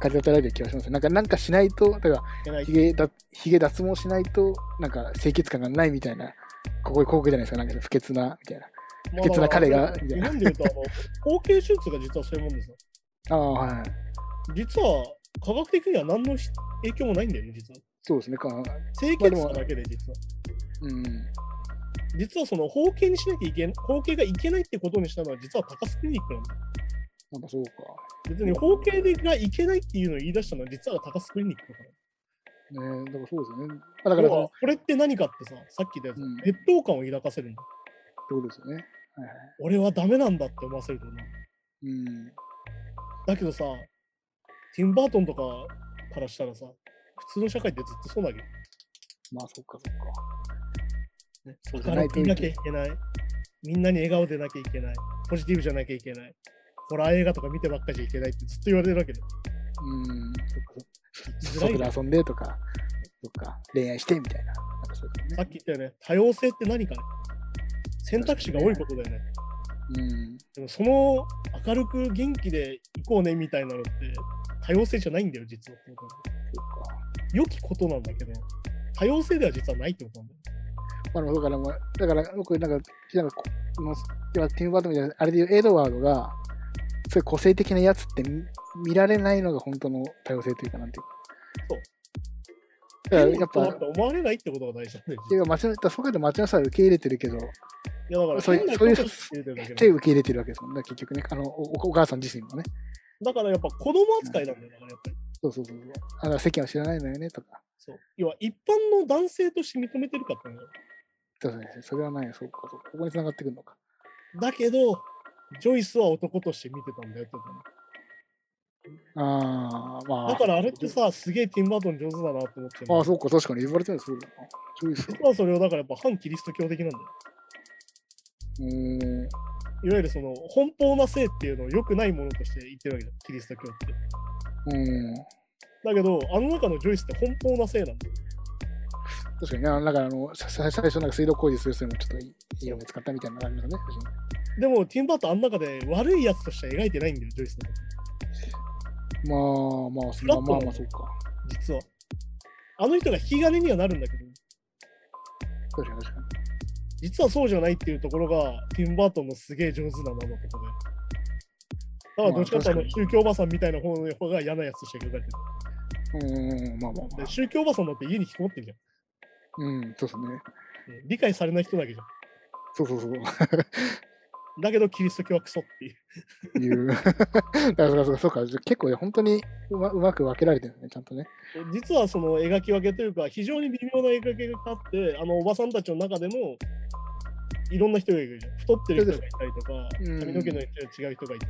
風立たられてる気がします。なんか、なんかしないと、だから、
いけない
ひげだ、ひげ脱毛しないと、なんか清潔感がないみたいな、ここに広告じゃないですか、なんか不潔な、みたいな。不潔な彼がみた
日
いな
本で言うと、あの、 包茎手術が実はそういうもんですよ。
ああ、はい。
実は、科学的には何のし影響もないんだよね、実は。
そうですね、か、
清潔さだけで、実は。
うん。
実はその包茎にしなきゃいけない、包茎がいけないってことにしたのは実は高須クリニックなんだよ。
なんかそうか。
別に包茎がいけないっていうのを言い出したのは実は高須クリニックだから。
ねだからそうですよね。あだからそ
要
の、っ
はこれって何かってさ、さっき言ったやつ、
うん
劣等感を抱かせるんだ。
てことですよね。はいはい。
俺はダメなんだって思わせると思う。
うん。
だけどさ、ティンバートンとかからしたらさ、普通の社会ってずっとそうだけど、
まあ、そっかそっか。
ね、
そうじゃ
明
な
る
い
く
と
いなきゃいけない。みんなに笑顔でなきゃいけない。ポジティブじゃなきゃいけない。ホラー映画とか見てばっかじゃいけないってずっと言われてるわけだよ。
うん、そっかそっか。
辛い
外で遊んでとか、そっか、恋愛してみたいな。なんかそういうこと
さ
ね
っき言ったよね、多様性って何かね選択肢が多いことだよね。
うん、
でもその明るく元気で行こうねみたいなのって多様性じゃないんだよ、実は。
そっか。
良きことなんだけど、多様性では実はないってことなんだよ。
まあ、だから、まあ、だから、僕、なんか、なんか、この、要はティム・バートンみたいな、あれで言うエドワードが、そういう個性的なやつって見見られないのが本当の多様性というか、なんてい
そう
うか。だから、や
変
っ
だ
ぱ
と、思われないってことが大事なんだよ。
ていうか、街の、だからそこで街の人は受け入れてるけど、
いやだから
そういう
変な
そういう
ことしてるだけ
手
だ
を受け入れてるわけですもんね、結局ね。あの、おおお母さん自身もね。
だからやっぱ子供扱いなんだよ、だからやっぱり。
そうそうそうそう。あの、世間を知らないのよね、とか。
そう要は一般の男性として認めてるかったんだよ。
そうですね。それはない。そうか、そうか。ここに繋がってくるのか。
だけど、ジョイスは男として見てたんだよってことね
ああ、まあ。
だからあれってさ、すげえティンバートン上手だなと思ってる
ああ、そうか、確かに言われてるのそうだな。そうですよ。
実はそれをだからやっぱ反キリスト教的なんだよ。
うーん。
いわゆるその奔放な性っていうのを良くないものとして言ってるわけだよ、キリスト教って。
うん。
だけど、あの中のジョイスって奔放な性なんだよ。
確かにね、あのなんかあの、ささ最初なんか水道工事する人にもちょっといいいい色見つかったみたいなのがありますね。写真
でも、ティンバートンあの中で悪いやつとしては描いてないんだよ、ジョイスのこと
まあまあ、そ
フ
ま
ラ
あ
ット
まあまあ、そうか。
実は。あの人が引き金にはなるんだけど、
確かに確か
実はそうじゃないっていうところが、ティンバートンのすげえ上手ななとこで。だからどっちかっていうとあ
まあ
の
確
宗教おばさんみたいな方の方が嫌なやつとして描かれてる。
に。うーん、まあまあま
で
あ。
宗教おばさんだって家に引きこもってるじゃん。
うん、そうですね。
うん理解されない人だけじゃ
そうそうそう。
ん。だけどキリスト教はクソっていう。
いう。 だからそうかそうかそうか、じゃあ結構ね本当にうまうまく分けられてるね、ちゃんとね。
実はその描き分けというか、非常に微妙な描き分けがあって、あのおばさんたちの中でも、いろんな人がいるじゃん。太ってる人がいたりとか、
うん
髪の毛の人が違う人がいて、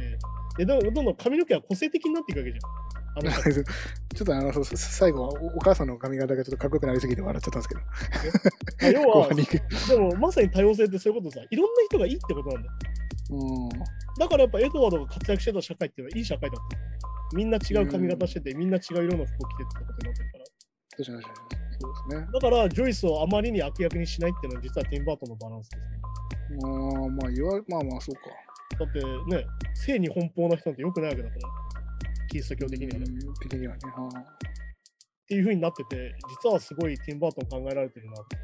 でどんどんどんどん髪の毛は個性的になっていくわけじゃん。あの
ちょっとあの、そそ最後はおお母さんの髪型がちょっとかっこよくなりすぎて笑っちゃったんですけ
ま
ど。
あ 要
後
は
半に行く
でもまさに多様性ってそういうことさ、いろんな人がいいってことなんだよ。
う
だからやっぱエドワードが活躍してた社会っていうのはいい社会だった。みんな違う髪型してて、みんな違う色の服を着てってことになってるから。
ん。確かに確かに。そうですね。
だからジョイスをあまりに悪役にしないっていうのは実はティンバートンのバランスですね。
まあまあ、言わまあまあ、そうか。
だってね、性に奔放な人なんて良くないわけだから、キリスト教的にはね。
う
っ
ん的にはね。はあ
ていう風になってて、実はすごいティンバートン考えられてるなって。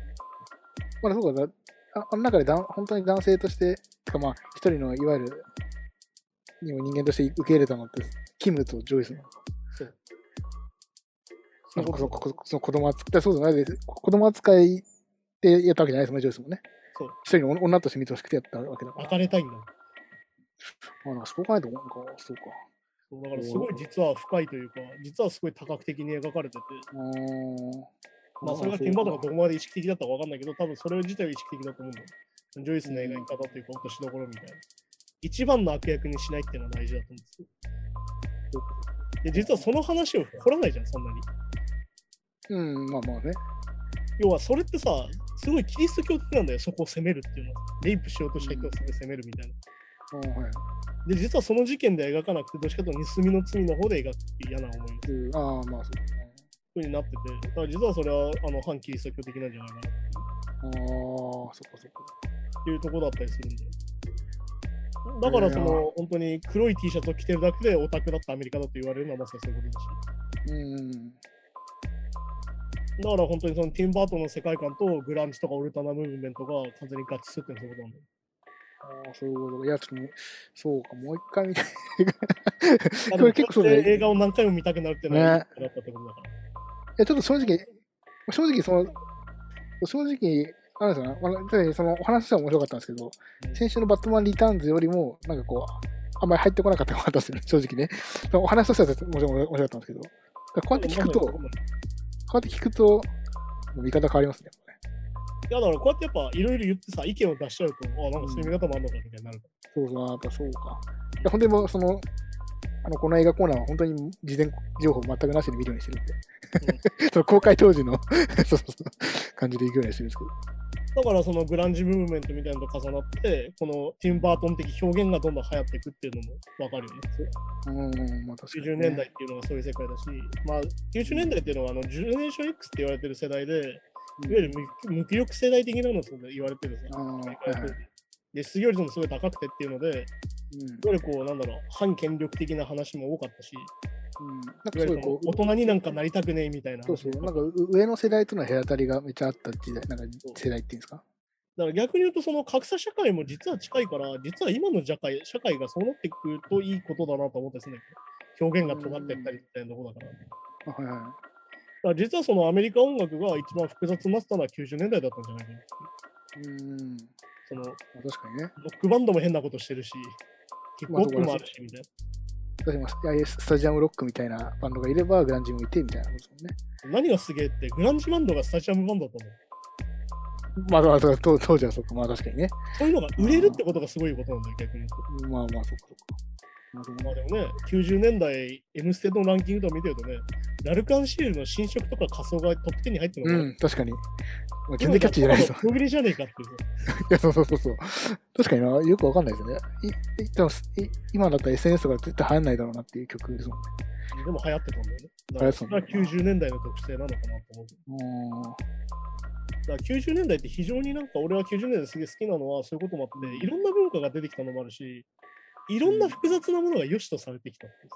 まあ、そうかだ、ああの中でだん本当に男性として、てかまあ、一人のいわゆる、にも人間として受け入れたのって、キムとジョイスの。
そう。
そのそのそのその子供扱い、そうじゃないです。子供扱いでやったわけじゃないですもんね、ジョイスもね。
そう。
一人の女女として見てほしくてやったわけだから。
抱かれたいんだ。
まあ、なんかそう考えると、なんか、そうか。
そうだからすごい実は深いというか、実はすごい多角的に描かれてて、
うーん。
まあそれがティンバートンがどこまで意識的だったかわかんないけど、多分それ自体は意識的だと思うんだよ。ジョイスの描き方というか、落としどころみたいな。一番の悪役にしないっていうのは大事だと思うんですよ。で、実はその話を掘らないじゃん、そんなに。
うん、まあまあね。
要はそれってさ、すごいキリスト教的なんだよ、そこを責めるっていうのは。レイプしようとした人をそれで責めるみたいな。
うん、はい。
で、実はその事件で描かなくて、どっちかというと盗みの罪の方で描くっていう嫌な思い
うんああ、まあそうですね。
ふうになってて、だから実はそれはあの反キリスト教的なんじゃないかな
ああ、そっかそっか。
っていうところだったりするんだよ。だからその、本当に黒い T シャツを着てるだけでオタクだったアメリカだと言われるのはまさにそういうことだし。
うん。
だから本当にそのティンバートンの世界観とグランジとかオルタナムーブメントが完全に合致するっていうのはそういうことなんだよ。
ああ、そういうことか。いや、ちょっともう、そうか、もう一回見たい。
あ
これ結構そうだ
でもこうや
ね。
って映画を何回も見たくなるっていうの
ね
は、だったってことだから。
いや、ちょっと正直、正直、その、正直、なんですよね、まあ確かにそのお話は面白かったんですけど、先週のバットマンリターンズよりも、なんかこう、あんまり入ってこなかったのがあったんですよね、正直ね。そのお話としてはもちろん面白かったんですけど、だからこうやって聞くと、こうやって聞くと、見方変わりますね。
いやだからこうやってやっぱいろいろ言ってさ、意見を出しちゃうと、あなんかそういう見方もあるのかみたいになるか
そうそう、やっぱそうか。いや、本当にもう、その、あの、この映画コーナーは本当に事前情報全くなしで見るようにしてるんで、 その公開当時のそうそうそう感じで行くようにしてるんですけど。
ら。だからそのグランジムーブメントみたいなのと重なって、このティンバートン的表現がどんどん流行っていくっていうのもわかるよね。
うん、まあ確かに、ね。
90年代っていうのがそういう世界だし、まあ90年代っていうのはあのジェネレーション X って言われてる世代で、いわ
うん
ゆる無無気力世代的なのと言われてる
あ
さ。
ーはい
世界
はい
当時で、失業率もすごい高くてっていうので、いわゆるこう、なんだろう、反権力的な話も多かったし、
うん、なんか
い
す
わゆ
ご
る
い
こ
こ
う大
う、
人になんかなりたくねえみたいな。
そうそう、なんかう上の世代との隔たりがめっちゃあった時代、なんか世代っていうんですか。
だから逆に言うと、その格差社会も実は近いから、実は今の社会社会がそうなってくるといいことだなと思ってすね。表現が尖ってったりみたいなとこだから。だか
あはいはい。
ら実はそのアメリカ音楽が一番複雑になってたのは90年代だったんじゃないかな。
うん、
そのロ
まあ確かにね。
ックバンドも変なことしてるし、ヒップホップもあるしみたい
確かにスタジアムロックみたいなバンドがいれば、グランジもいてみたいなことですもんね。
な。何がすげえって、グランジバンドがスタジアムバンドだったの。
まあ、まあそう当当時はそうか、まあ確かにね。
そういうのが売れるってことがすごいことなんだよ、逆に言うと。
まあまあ、そうかそうか。なるほど
ま
ね
あでもね、90年代、N ステのランキングとか見てるとね、ラルカンシールの新色とか仮想がトップ10に入ってる
う
のが、
ん、確かに。まあ全然キャッチじゃないですよ。
小切れじゃねえかっていう。
いや、そうそうそうそう。確かにな、よくわかんないですよね。いいでもい今だったら SNS とか絶対流行んないだろうなっていう曲ですもんね。
でも流行ってたんだよね。だ
流
か
行
ら
ってたんだ
90年代の特性なのかなと思う。
うん
だから90年代って非常になんか俺は90年代すげえ好きなのはそういうこともあって、いろんな文化が出てきたのもあるし、いろんな複雑なものが良しとされてきたんです。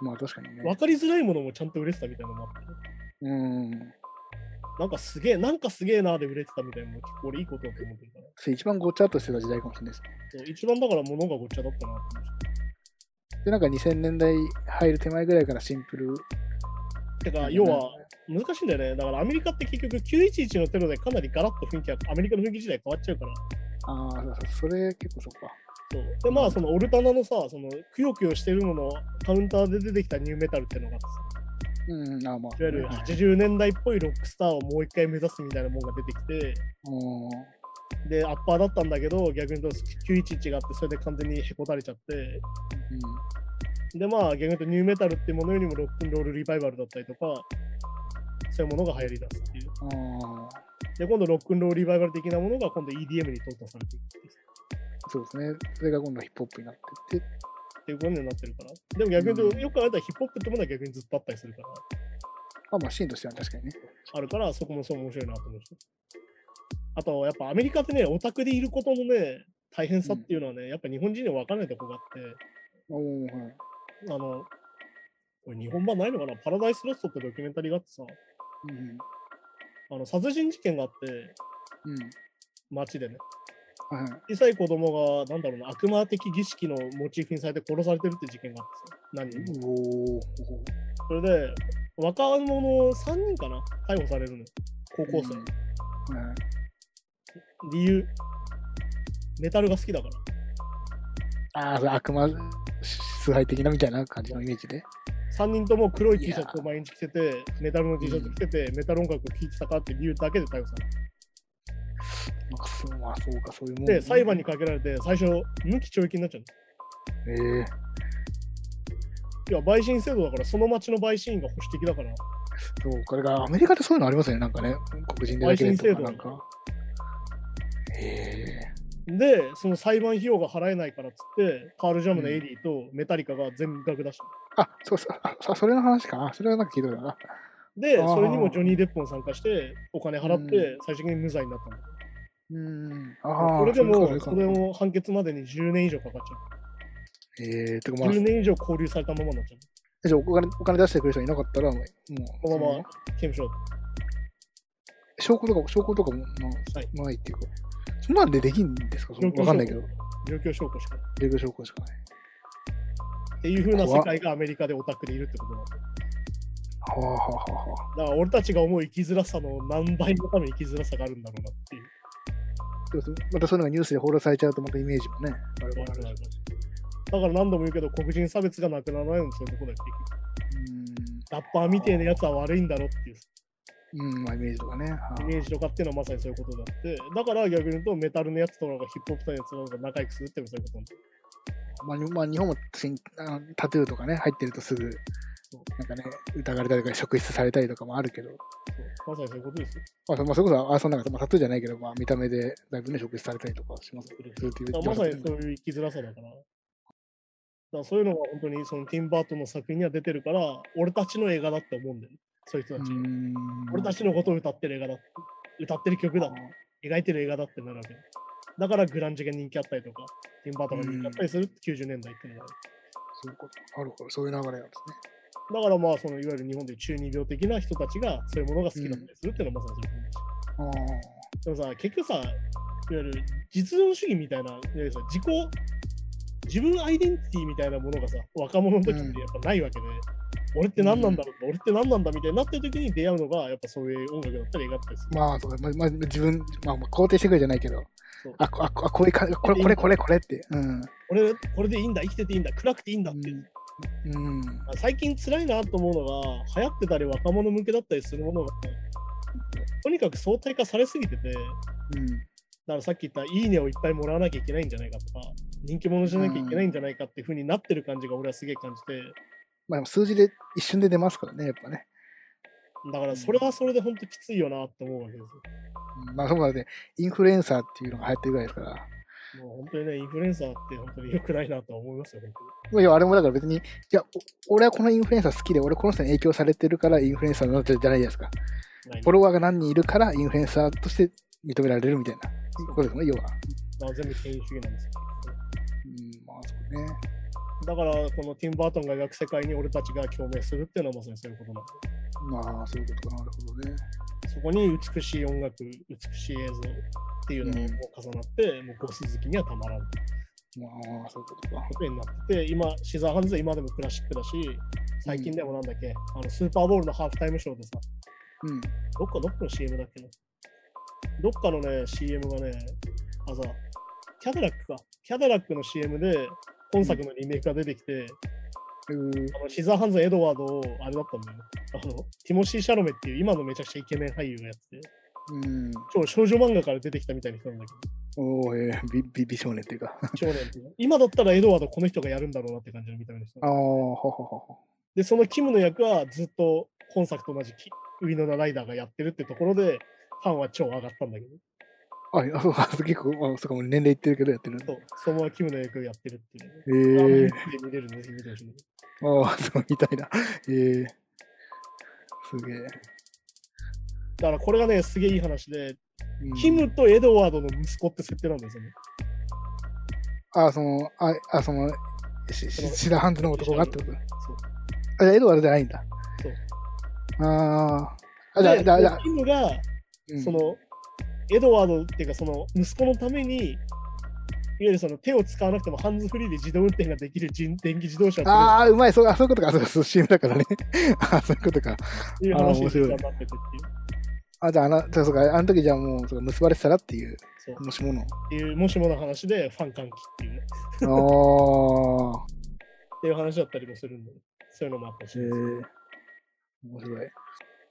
まあ確かにね
分。かりづらいものもちゃんと売れてたみたいなのもあって、
うん。
なんかすげえ、なんかすげえなーで売れてたみたいなのも結構俺いいことだと思ってるから。
それ一番ごちゃっとしてた時代かもしれないですね。
そう一番だから物がごっちゃだったなって思って。
で、なんか2000年代入る手前ぐらいからシンプル。
てか、要は、難しいんだよね。だからアメリカって結局911のテロでかなりガラッと雰囲気が、アメリカの雰囲気自体変わっちゃうから。
ああ、そうそうそれ結構そうか。
そうで、まあ、そのオルタナのさ、そのくよくよしてるののカウンターで出てきたニューメタルってのがあってさ、
うん、ああまあ。
いわゆる
はい
80年代っぽいロックスターをもう一回目指すみたいなものが出てきて、
うん
で、アッパーだったんだけど、逆に言うと911があって、それで完全にへこたれちゃって、で、まあ、逆に言うとニューメタルってものよりもロックンロールリバイバルだったりとか、そういうものが流行りだすっていう。
うん。ああ、
で、今度ロックンロールリバイバル的なものが今度 EDM に淘汰されていくっていう
そうですね。それが今度ヒップホップになってって。
っていうことになってるから。でも逆に言うと、
うん
よくあれたらヒップホップってものは逆にずっとあったりするから、
まあまあ、シーンとしては確かにね。
あるからそこもそう面白いなと思うし。あと、やっぱアメリカってね、オタクでいることのね、大変さっていうのはね、やっぱ日本人には分からないとこがあっ
おーはい。
て、あの、これ日本版ないのかなパラダイスロストってドキュメンタリーがあってさ、
うん。
あの、殺人事件があって、
うん。
街でね、
はいはい。
小さい子供が、なんだろうな、悪魔的儀式のモチーフにされて殺されてるって事件があってさ、何人も
おー。
それで、若者3人かな逮捕されるのよ。高校生。
うんはいはい
理由。メタルが好きだから。
ああ、そう悪魔崇拝的なみたいな感じのイメージで。
3人とも黒い T
い
シ
やー
ャツを毎日着てて、メタルの T シャツ着てて、メタル音楽を聴いてたかっていう理由だけで逮捕される。
まあ、そうまあ、そうか、そういうもん。
で、裁判に。かけられて、最初、無期懲役になっちゃう
ええ
の。いや、陪審制度だから、その町の陪審員が保守的だから、
そう、これがアメリカでそういうのありますよね、なんかね。黒人でだけでとか、なんか。え
で、その裁判費用が払えないからっつって、カールジャムのエリーとメタリカが全額出した。
ー。あ、そうそう、あ、そそれの話か。あそれはなんか聞いたことあるな。
で、
あー
それにもジョニー・デップも参加して、お金払っ
う
て、最終的に無罪になったんだ。
うーん。ああ。
これで
うい
も、
うこ
そ
とね
れ。も判決までに10年以上かかっちゃ
ええー、てか
う。
まあ、
10年以上交留されたままになっちゃう。
じゃあお金お金出してくれる人がいなかったら、もう、
このまま
そ
刑務所。
証拠とか、証拠とかも、ま
はい
あ、ないっていうか。そんなんでできんですかそのわかんないけど。
状況証拠しかない。
状況証拠しかない。
っていう風な
怖っ
世界がアメリカでオタクでいるってことなんだ。
はあはあはあはあ。
だから俺たちが思う生きづらさの何倍のために生きづらさがあるんだろうなっていう。
そうそうまたそういうのがニュースで報道されちゃうと、またイメージもね。あれもあるし
だから何度も言うけど黒人差別がなくならないのもそういうとこだよ。ラッパーみてえなやつは悪いんだろっていう
うーん、うんまあ、イメージとかね。はあ
イメージとかっていうのはまさにそういうことだって。だから逆に言うとメタルのやつとかがヒップホップのやつとかが仲良くするっていうのもそういうことなんだよ
まあ、にまあ、日本も新あのタトゥーとかね、入ってるとすぐ、なんかね、疑われたりとか、職質されたりとかもあるけど、
そうまさにそういうことですよ。
まあ、そまあそれこそ、あそんなんか、まあ、タトゥーじゃないけど、まあ、見た目でだいぶね、職質されたりとかします。するっていう
だからまさにそういう生きづらさだから。だからそういうのが本当にそのティンバートンの作品には出てるから、俺たちの映画だって思うんだよね。そういう人
う
たちが。
ん
俺たちのことを歌ってる映画だって。歌ってる曲だ。描いてる映画だってなるわけだ。だからグランジが人気あったりとか、ティンバートンが人気あったりするって90年代っていうのがある。
そういうことなるほど、そういう流れなんですね。
だからまあ、そのいわゆる日本でいう中二病的な人たちがそういうものが好きだったりするっていうのはまさにそういう話。
あー
でもさ、結局さ、いわゆる実存主義みたいな、いわゆるさ自己、自分アイデンティティみたいなものがさ、若者の時ってやっぱないわけで、俺って何なんだろうとか、俺って何なんだみたいになってる時に出会うのが、やっぱそういう音楽だったり映画だったりする。
まあ、そうだ、まあ、まあ、自分、まあ、まあ肯定してくれじゃないけど
そう、
あ、こあ、こあこういうか、これ、これ、これ、これって。うん。
俺、これでいいんだ、生きてていいんだ、暗くていいんだっていう。
うん。
最近辛いなと思うのが、流行ってたり若者向けだったりするものが、とにかく相対化されすぎてて、
うん。
だからさっき言った「いいね」をいっぱいもらわなきゃいけないんじゃないかとか人気者じゃなきゃいけないんじゃないかっていう風になってる感じが俺はすげえ感じて
まあ、でも数字で一瞬で出ますからね、やっぱね。
だからそれはそれで本当きついよなって思うわけです
うんまあ、そうだね。インフルエンサーっていうのが流行ってるぐらいですから。
よ。もう本当にねインフルエンサーって本当に良くないなとは思いますよ本
いや、あれもだから別に、いや、お俺はこのインフルエンサー好きで、俺この人に影響されてるからインフルエンサーになってるじゃないですか。
当に。
フォ
ない
ロワーが何人いるからインフルエンサーとして認められるみたいなことですもんね、要は。
まあ全部権威主義なんですよ。
うん、まあそうね。
だからこのティン・バートンが描く世界に俺たちが共鳴するっていうのはまさにそういうことなんで
まあそういうことかな、なるほどね。
そこに美しい音楽美しい映像っていうのがもう重なって、もうゴス好きにはたまらんって
まあそういうことか。
ことになってて今シザーハンズは今でもクラシックだし最近でもなんだっけ、あのスーパーボールのハーフタイムショーでさ、
うん。
どっかどっかの CM だっけな。どっかのね、CM がね、あざ、キャデラックか。キャデラックの CM で、本作のリメイクが出てきて、
うー
あのシザーハンズ・エドワードを、あれだったんだよ。あの、ティモシー・シャロメっていう今のめちゃくちゃイケメン俳優がやってて、
うん。
超少女漫画から出てきたみたいな人なんだけ
おー、えー、美美美少年っていうか。あ
ど、少年っていうの今だったらエドワードこの人がやるんだろうなって感じの見た目の人
あ、。ほほほほ。
で、そのキムの役はずっと本作と同じキウィノナ・ライダーがやってるってところで、ファンは超上がったんだけど。
あ、あそうか、結構、あそうか、もう年齢いってるけどやってるんだ
そう、そのままキムの役をやってるっていう、ね。ドラマ
ええ
で見れるのぜひ見てほしいね
ああ、そうみたいな。 ええすげえ。
だからこれがね、すげえいい話で、
うん
キムとエドワードの息子って設定なんですよね。
あ、その、あ、あその、ししシダハンズの男がってこと
そう
あ、じゃあエドワードじゃないんだ。。
そう
ああ。あ、じゃあ、
で
じゃあ、じゃあ
キムが、
うん
その、エドワードっていうか、その息子のために、いわゆるその手を使わなくてもハンズフリーで自動運転ができる人電気自動車っ
ああ、うまい、そうあそういうことか、そうか、そう CM だからね。 あそういうことか。
ていう
あー
話
面
に
白い
なっててっていう。
あ、じゃあ、あの、そうか、あの時じゃあもう、そうか、結ばれてたらっていう、
そう
もしもの。
っていうもしもの話でファン歓喜っていうね、
ああ、
っていう話だったりもするんで、そういうのもあったし
へえ。面白い。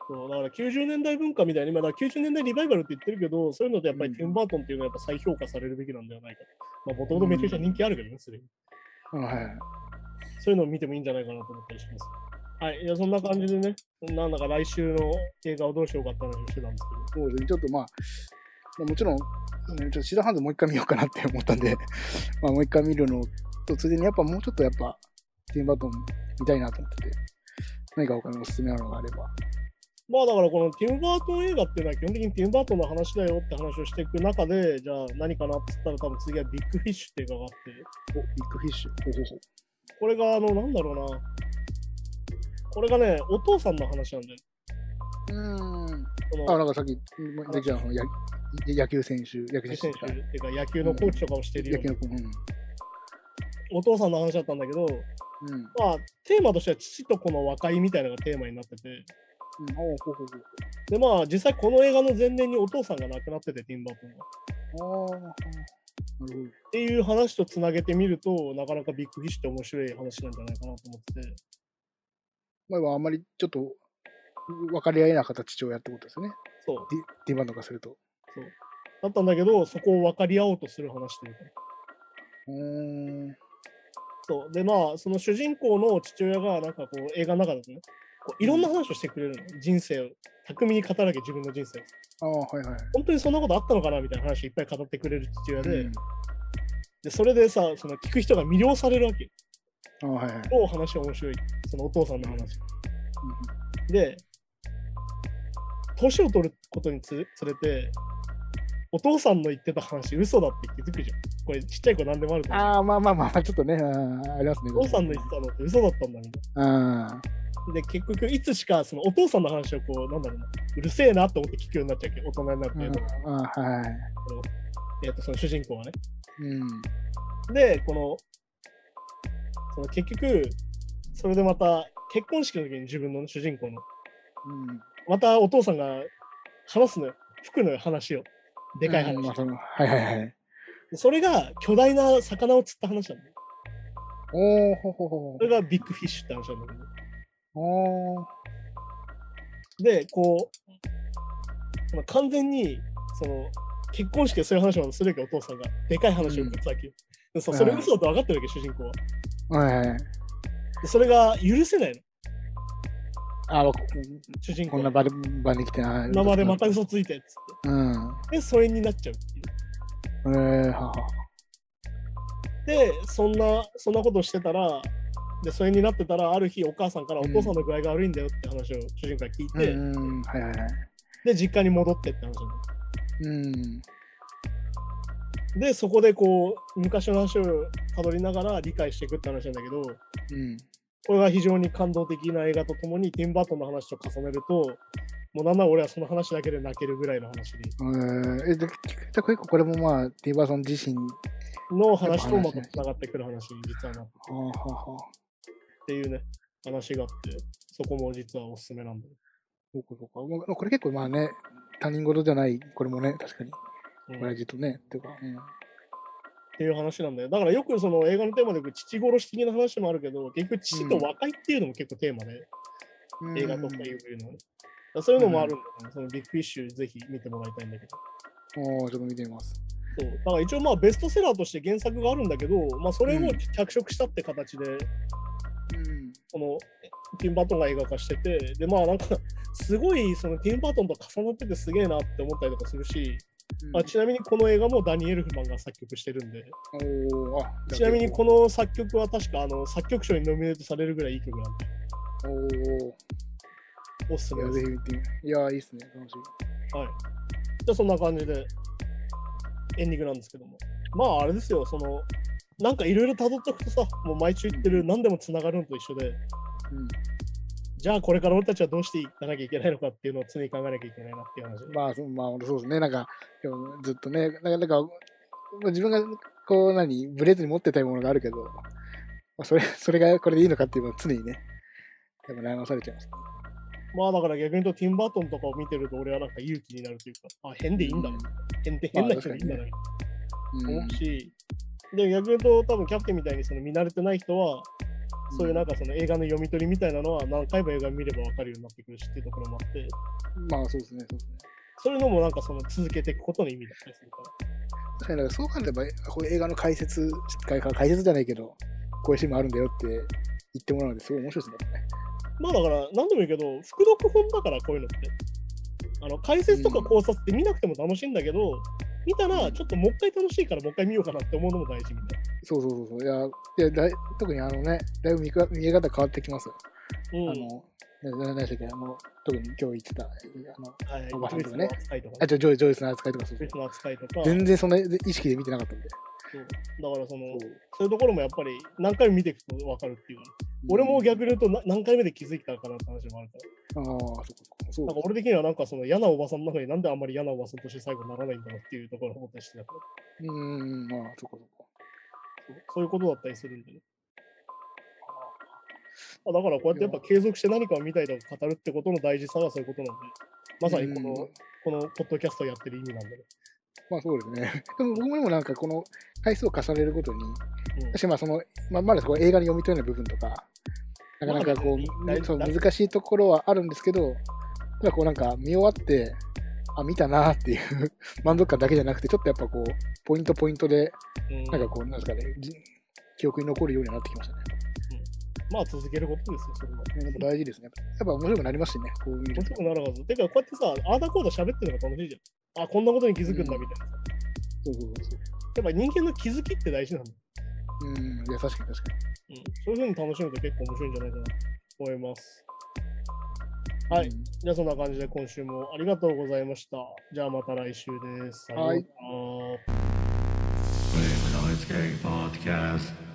そうだから90年代文化みたいに、まあだから90年代リバイバルって言ってるけど、そういうのでやっぱり
うん
ティム・バートンっていうのはやっぱ再評価されるべきなんではないかと。もともとめちゃくちゃ人気あるけどね、それ
うんはい。
そういうのを見てもいいんじゃないかなと思ったりします。はい、いやそんな感じでね、なんだか来週の映画をどうしようかって話をしてたんです
そうですね、ちょっとまあ、まあもちろん、ねちょっとシダハンズもう一回見ようかなって思ったんで、まあもう一回見るのと、ついでにやっぱもうちょっとやっぱ、ティンバートン見たいなと思ってて、何か他におすすめなのがあれ
け
ば。
ど、まあだからこのティム・バートン映画っていうのは基本的にティム・バートンの話だよって話をしていく中で、じゃあ何かなって言ったら多分次はビッグフィッシュっていう映画があって、
お、ビッグフィッシュ。ほうほうほう。
これがあの、なんだろうな、これがね、お父さんの話なんだよ。
うーん。
その
あ、なんかさっき、できたの、や野球選手、野球
選
選
手
手
って
か。
いうか野球のコーチとかをしてるよ
野
う
球
な
の子、うん。
お父さんの話だったんだけど、
うん。
まあ、テーマとしては父と子の和解みたいなのがテーマになってて、
うん、ほうほうほう
でまあ、実際この映画の前年にお父さんが亡くなってて、ティンバートンが。っ
ほう。ああ、なるほど。
ていう話とつなげてみると、なかなかビッグフィッシュって面白い話なんじゃないかなと思ってて、
前はあんまりちょっと、分かり合えなかった父親ってことですよね。
そう、
ディディバンドがすると。
そう。だったんだけど、そこを分かり合おうとする話というか。
うーん。
そう。で、まあ、その主人公の父親が、なんかこう、映画の中でね、こういろんな話をしてくれるの。人生を。巧みに語らけ自分の人生を。
ああ、はいはい。
本当にそんなことあったのかなみたいな話をいっぱい語ってくれる父親で、
うん
でそれでさ、その聞く人が魅了されるわけよ。
ああ、はいはい。
どう話が面白い、そのお父さんの話。
う
で、年を取ることにつつれて、お父さんの言ってた話、嘘だって気づくじゃん。これ、ちっちゃい子なんでもあると
ん
思う。
ああ、まあまあまあまあ、ちょっとね、あーありますね。
お父さんの言ってたのって嘘だったんだみたい
ああ、
で、結局、いつしかそのお父さんの話をこう、なんだろうな、うるせえなと思って聞くようになっちゃうけど、大人になると、えっと
うんあはい。
えっとその主人公はね。
うん。
で、この、その結局、それでまた結婚式の時に自分のね主人公の、
うん。
またお父さんが話すのよ、服の話を、でかい話。
うんまあそのはいはいはい。
それが巨大な魚を釣った話なんだよ。
おーほほほ
それがビッグフィッシュって話なんだけど。
ほ。おー
で、こう、まあ、完全に、その、結婚式でそういう話をするけど、お父さんが、でかい話をぶつわけよ。でさ、それ嘘だと分かってるわけ、主人公は。
はいはいはい。
でそれが許せないの、
あ、こ
主人
こ
公
んな
は。
場で場に来 てな
今までまた嘘ついてっつっ
うん。
て。で、疎遠になっちゃうっていう。
えー、はは。
で、そんな、そんなことをしてたら、で、疎遠になってたら、ある日、お母さんから、お
うん
父さんの具合が悪いんだよって話を主人公が聞いて、
うん。はいはいはい。
で、実家に戻ってって話なんだよ
うん。
でそこでこう昔の話をたどりながら理解していくって話なんだけど
うん。
これが非常に感動的な映画とともにティンバートンの話と重ねるともうなんなら俺はその話だけで泣けるぐらいの話に
えー、え、で、じゃあ結構これもまあ、ティーバーソン自身、は
の話とまたつながってくる話に実はなっ
あはあはあ。
ていうね話があってそこも実はおすすめなんだよ、
そうかそうか。もうこれ結構まあね、他人事じゃない、これもね、確かに、
うん
親
っ
父とね、っていうか、うん。
ていう話なんだよだからよくその映画のテーマでよく父殺し的な話もあるけど結局父と和解っていうのも結構テーマで、映画とかいうのはねだからそういうのもあるんだよね、そのビッグフィッシュぜひ見てもらいたいんだけど
おーちょっと見てみます。
そうだから一応まあベストセラーとして原作があるんだけど、まあ、それ
う
を
ん
脚色したって形で、
うん。
このティン・バートンが映画化しててでまあなんかすごいそのティン・バートンと重なっててすげえなって思ったりとかするし、まあ、ちなみにこの映画もダニエル・フマンが作曲してるんで
おーあ
ちなみにこの作曲は確かあの作曲賞にノミネートされるぐらいいい曲なんで
の、おー
おすす
い
め
や
で
ぜ
す。
ひ見てみいやー、いいっすね、楽し
はい、じゃあそんな感じでエンディングなんですけどもまああれですよそのなんかいろいろ辿っていくとさもう毎週言ってる何でもつながるのと一緒で、
み。うん。
じゃあこれから俺たちはどうしていかなきゃいけないのかっていうのを常に考えなきゃいけないなっていう話。
まあ、そうまあ、そうですね。なんか、でもずっとね、なんか、なんかまあ自分が、こう、何、ブレずに持ってたいものがあるけど、まあ、それ、それがこれでいいのかっていうのは常にね、でも悩まされちゃいます。
まあだから逆に言うとティンバートンとかを見てると俺はなんか勇気になるというか、あ、変でいいんだ、変で変な人でいいんだなと
うん。う
思
ん
うし、で逆に言うと多分キャプテンみたいにその見慣れてない人は、そういうなんかその映画の読み取りみたいなのは何回も映画見れば分かるようになってくるしっていうところもあって、
まあ、そうですね、そうですね。
そういうのもなんかその続けていくことの意味だったりするから。
確かに、だからそう考えれば、こういう映画の解説、解解説じゃないけど、こういうシーンもあるんだよって言ってもらうのですごい面白いですね。
まあだから何でもいいけど、副読本だからこういうのって。あの解説とか考察って見なくても楽しいんだけど、見たらちょっともう一回楽しいからもう一回見ようかなって思うのも大事みたい
そうそうそうそう。いや、いやだい特にあのね、だいぶ見か見え方変わってきますよ。
な。
あの、なな何でしたっけ、あの、特に今日言ってた、あの、
あの、はい、
おばさんとか
ジョイ
ね
スの扱いとか、
あ、
ね、
じゃジョイジョイスの扱いとかそう
ジョ
そう
イスの扱いとか、
全然そんな意識で見てなかったんで。
そうだからその
そう
そういうところもやっぱり何回も見ていくと分かるっていうか。俺も逆に言うとな何回目で気づいたからって話もあるから。
ああ、そう
な
か
んか。俺的にはなんかその嫌なおばさんの中になんであんまり嫌なおばさんとして最後にならないんだろうっていうところを思ったりしてたから。
そううん、まあ、そうか、そうか。
そうそういうことだったりするんでね。あだからこうやってやっぱ継続して何かを見たいとか語るってことの大事さはそういうことなんで、まさにこの、
うん
このポッドキャストをやってる意味なんだね。
まあ、そうですね。でも僕もでもなんか、この回数を重ねるごとに、
うん
確かにまあ、その、まあ、まだこう映画に読み取れない部分とか、なかなかこう、
まあ
ねそう
だい
難しいところはあるんですけど、ただこうなんか見終わって、あ、見たなーっていう 満足感だけじゃなくて、ちょっとやっぱこう、ポイントポイントで、
うん
なんかこう、なんですかね、じ記憶に残るようになってきましたね。
まあ続けることですよ、それは。
やっぱ大事ですね。やっぱ面白くなりますしね、こう見る
面白。
と
くなるはず。てか、こうやってさ、ああだこうだ喋ってるのが楽しいじゃん。あ、こんなことに気づくんだ
うん
みたいなさ。
そうそうそう
やっぱ人間の気づきって大事なんだよ。
そう。うん、いや、確かに確か
うん、そういうふうに楽しむと結構面白いんじゃないかなと思います。
に。
はい
うん。
じゃあそんな感じで今週もありがとうございました。じゃあまた来週です。さようなら。
Flame and Ice Gang Podcast.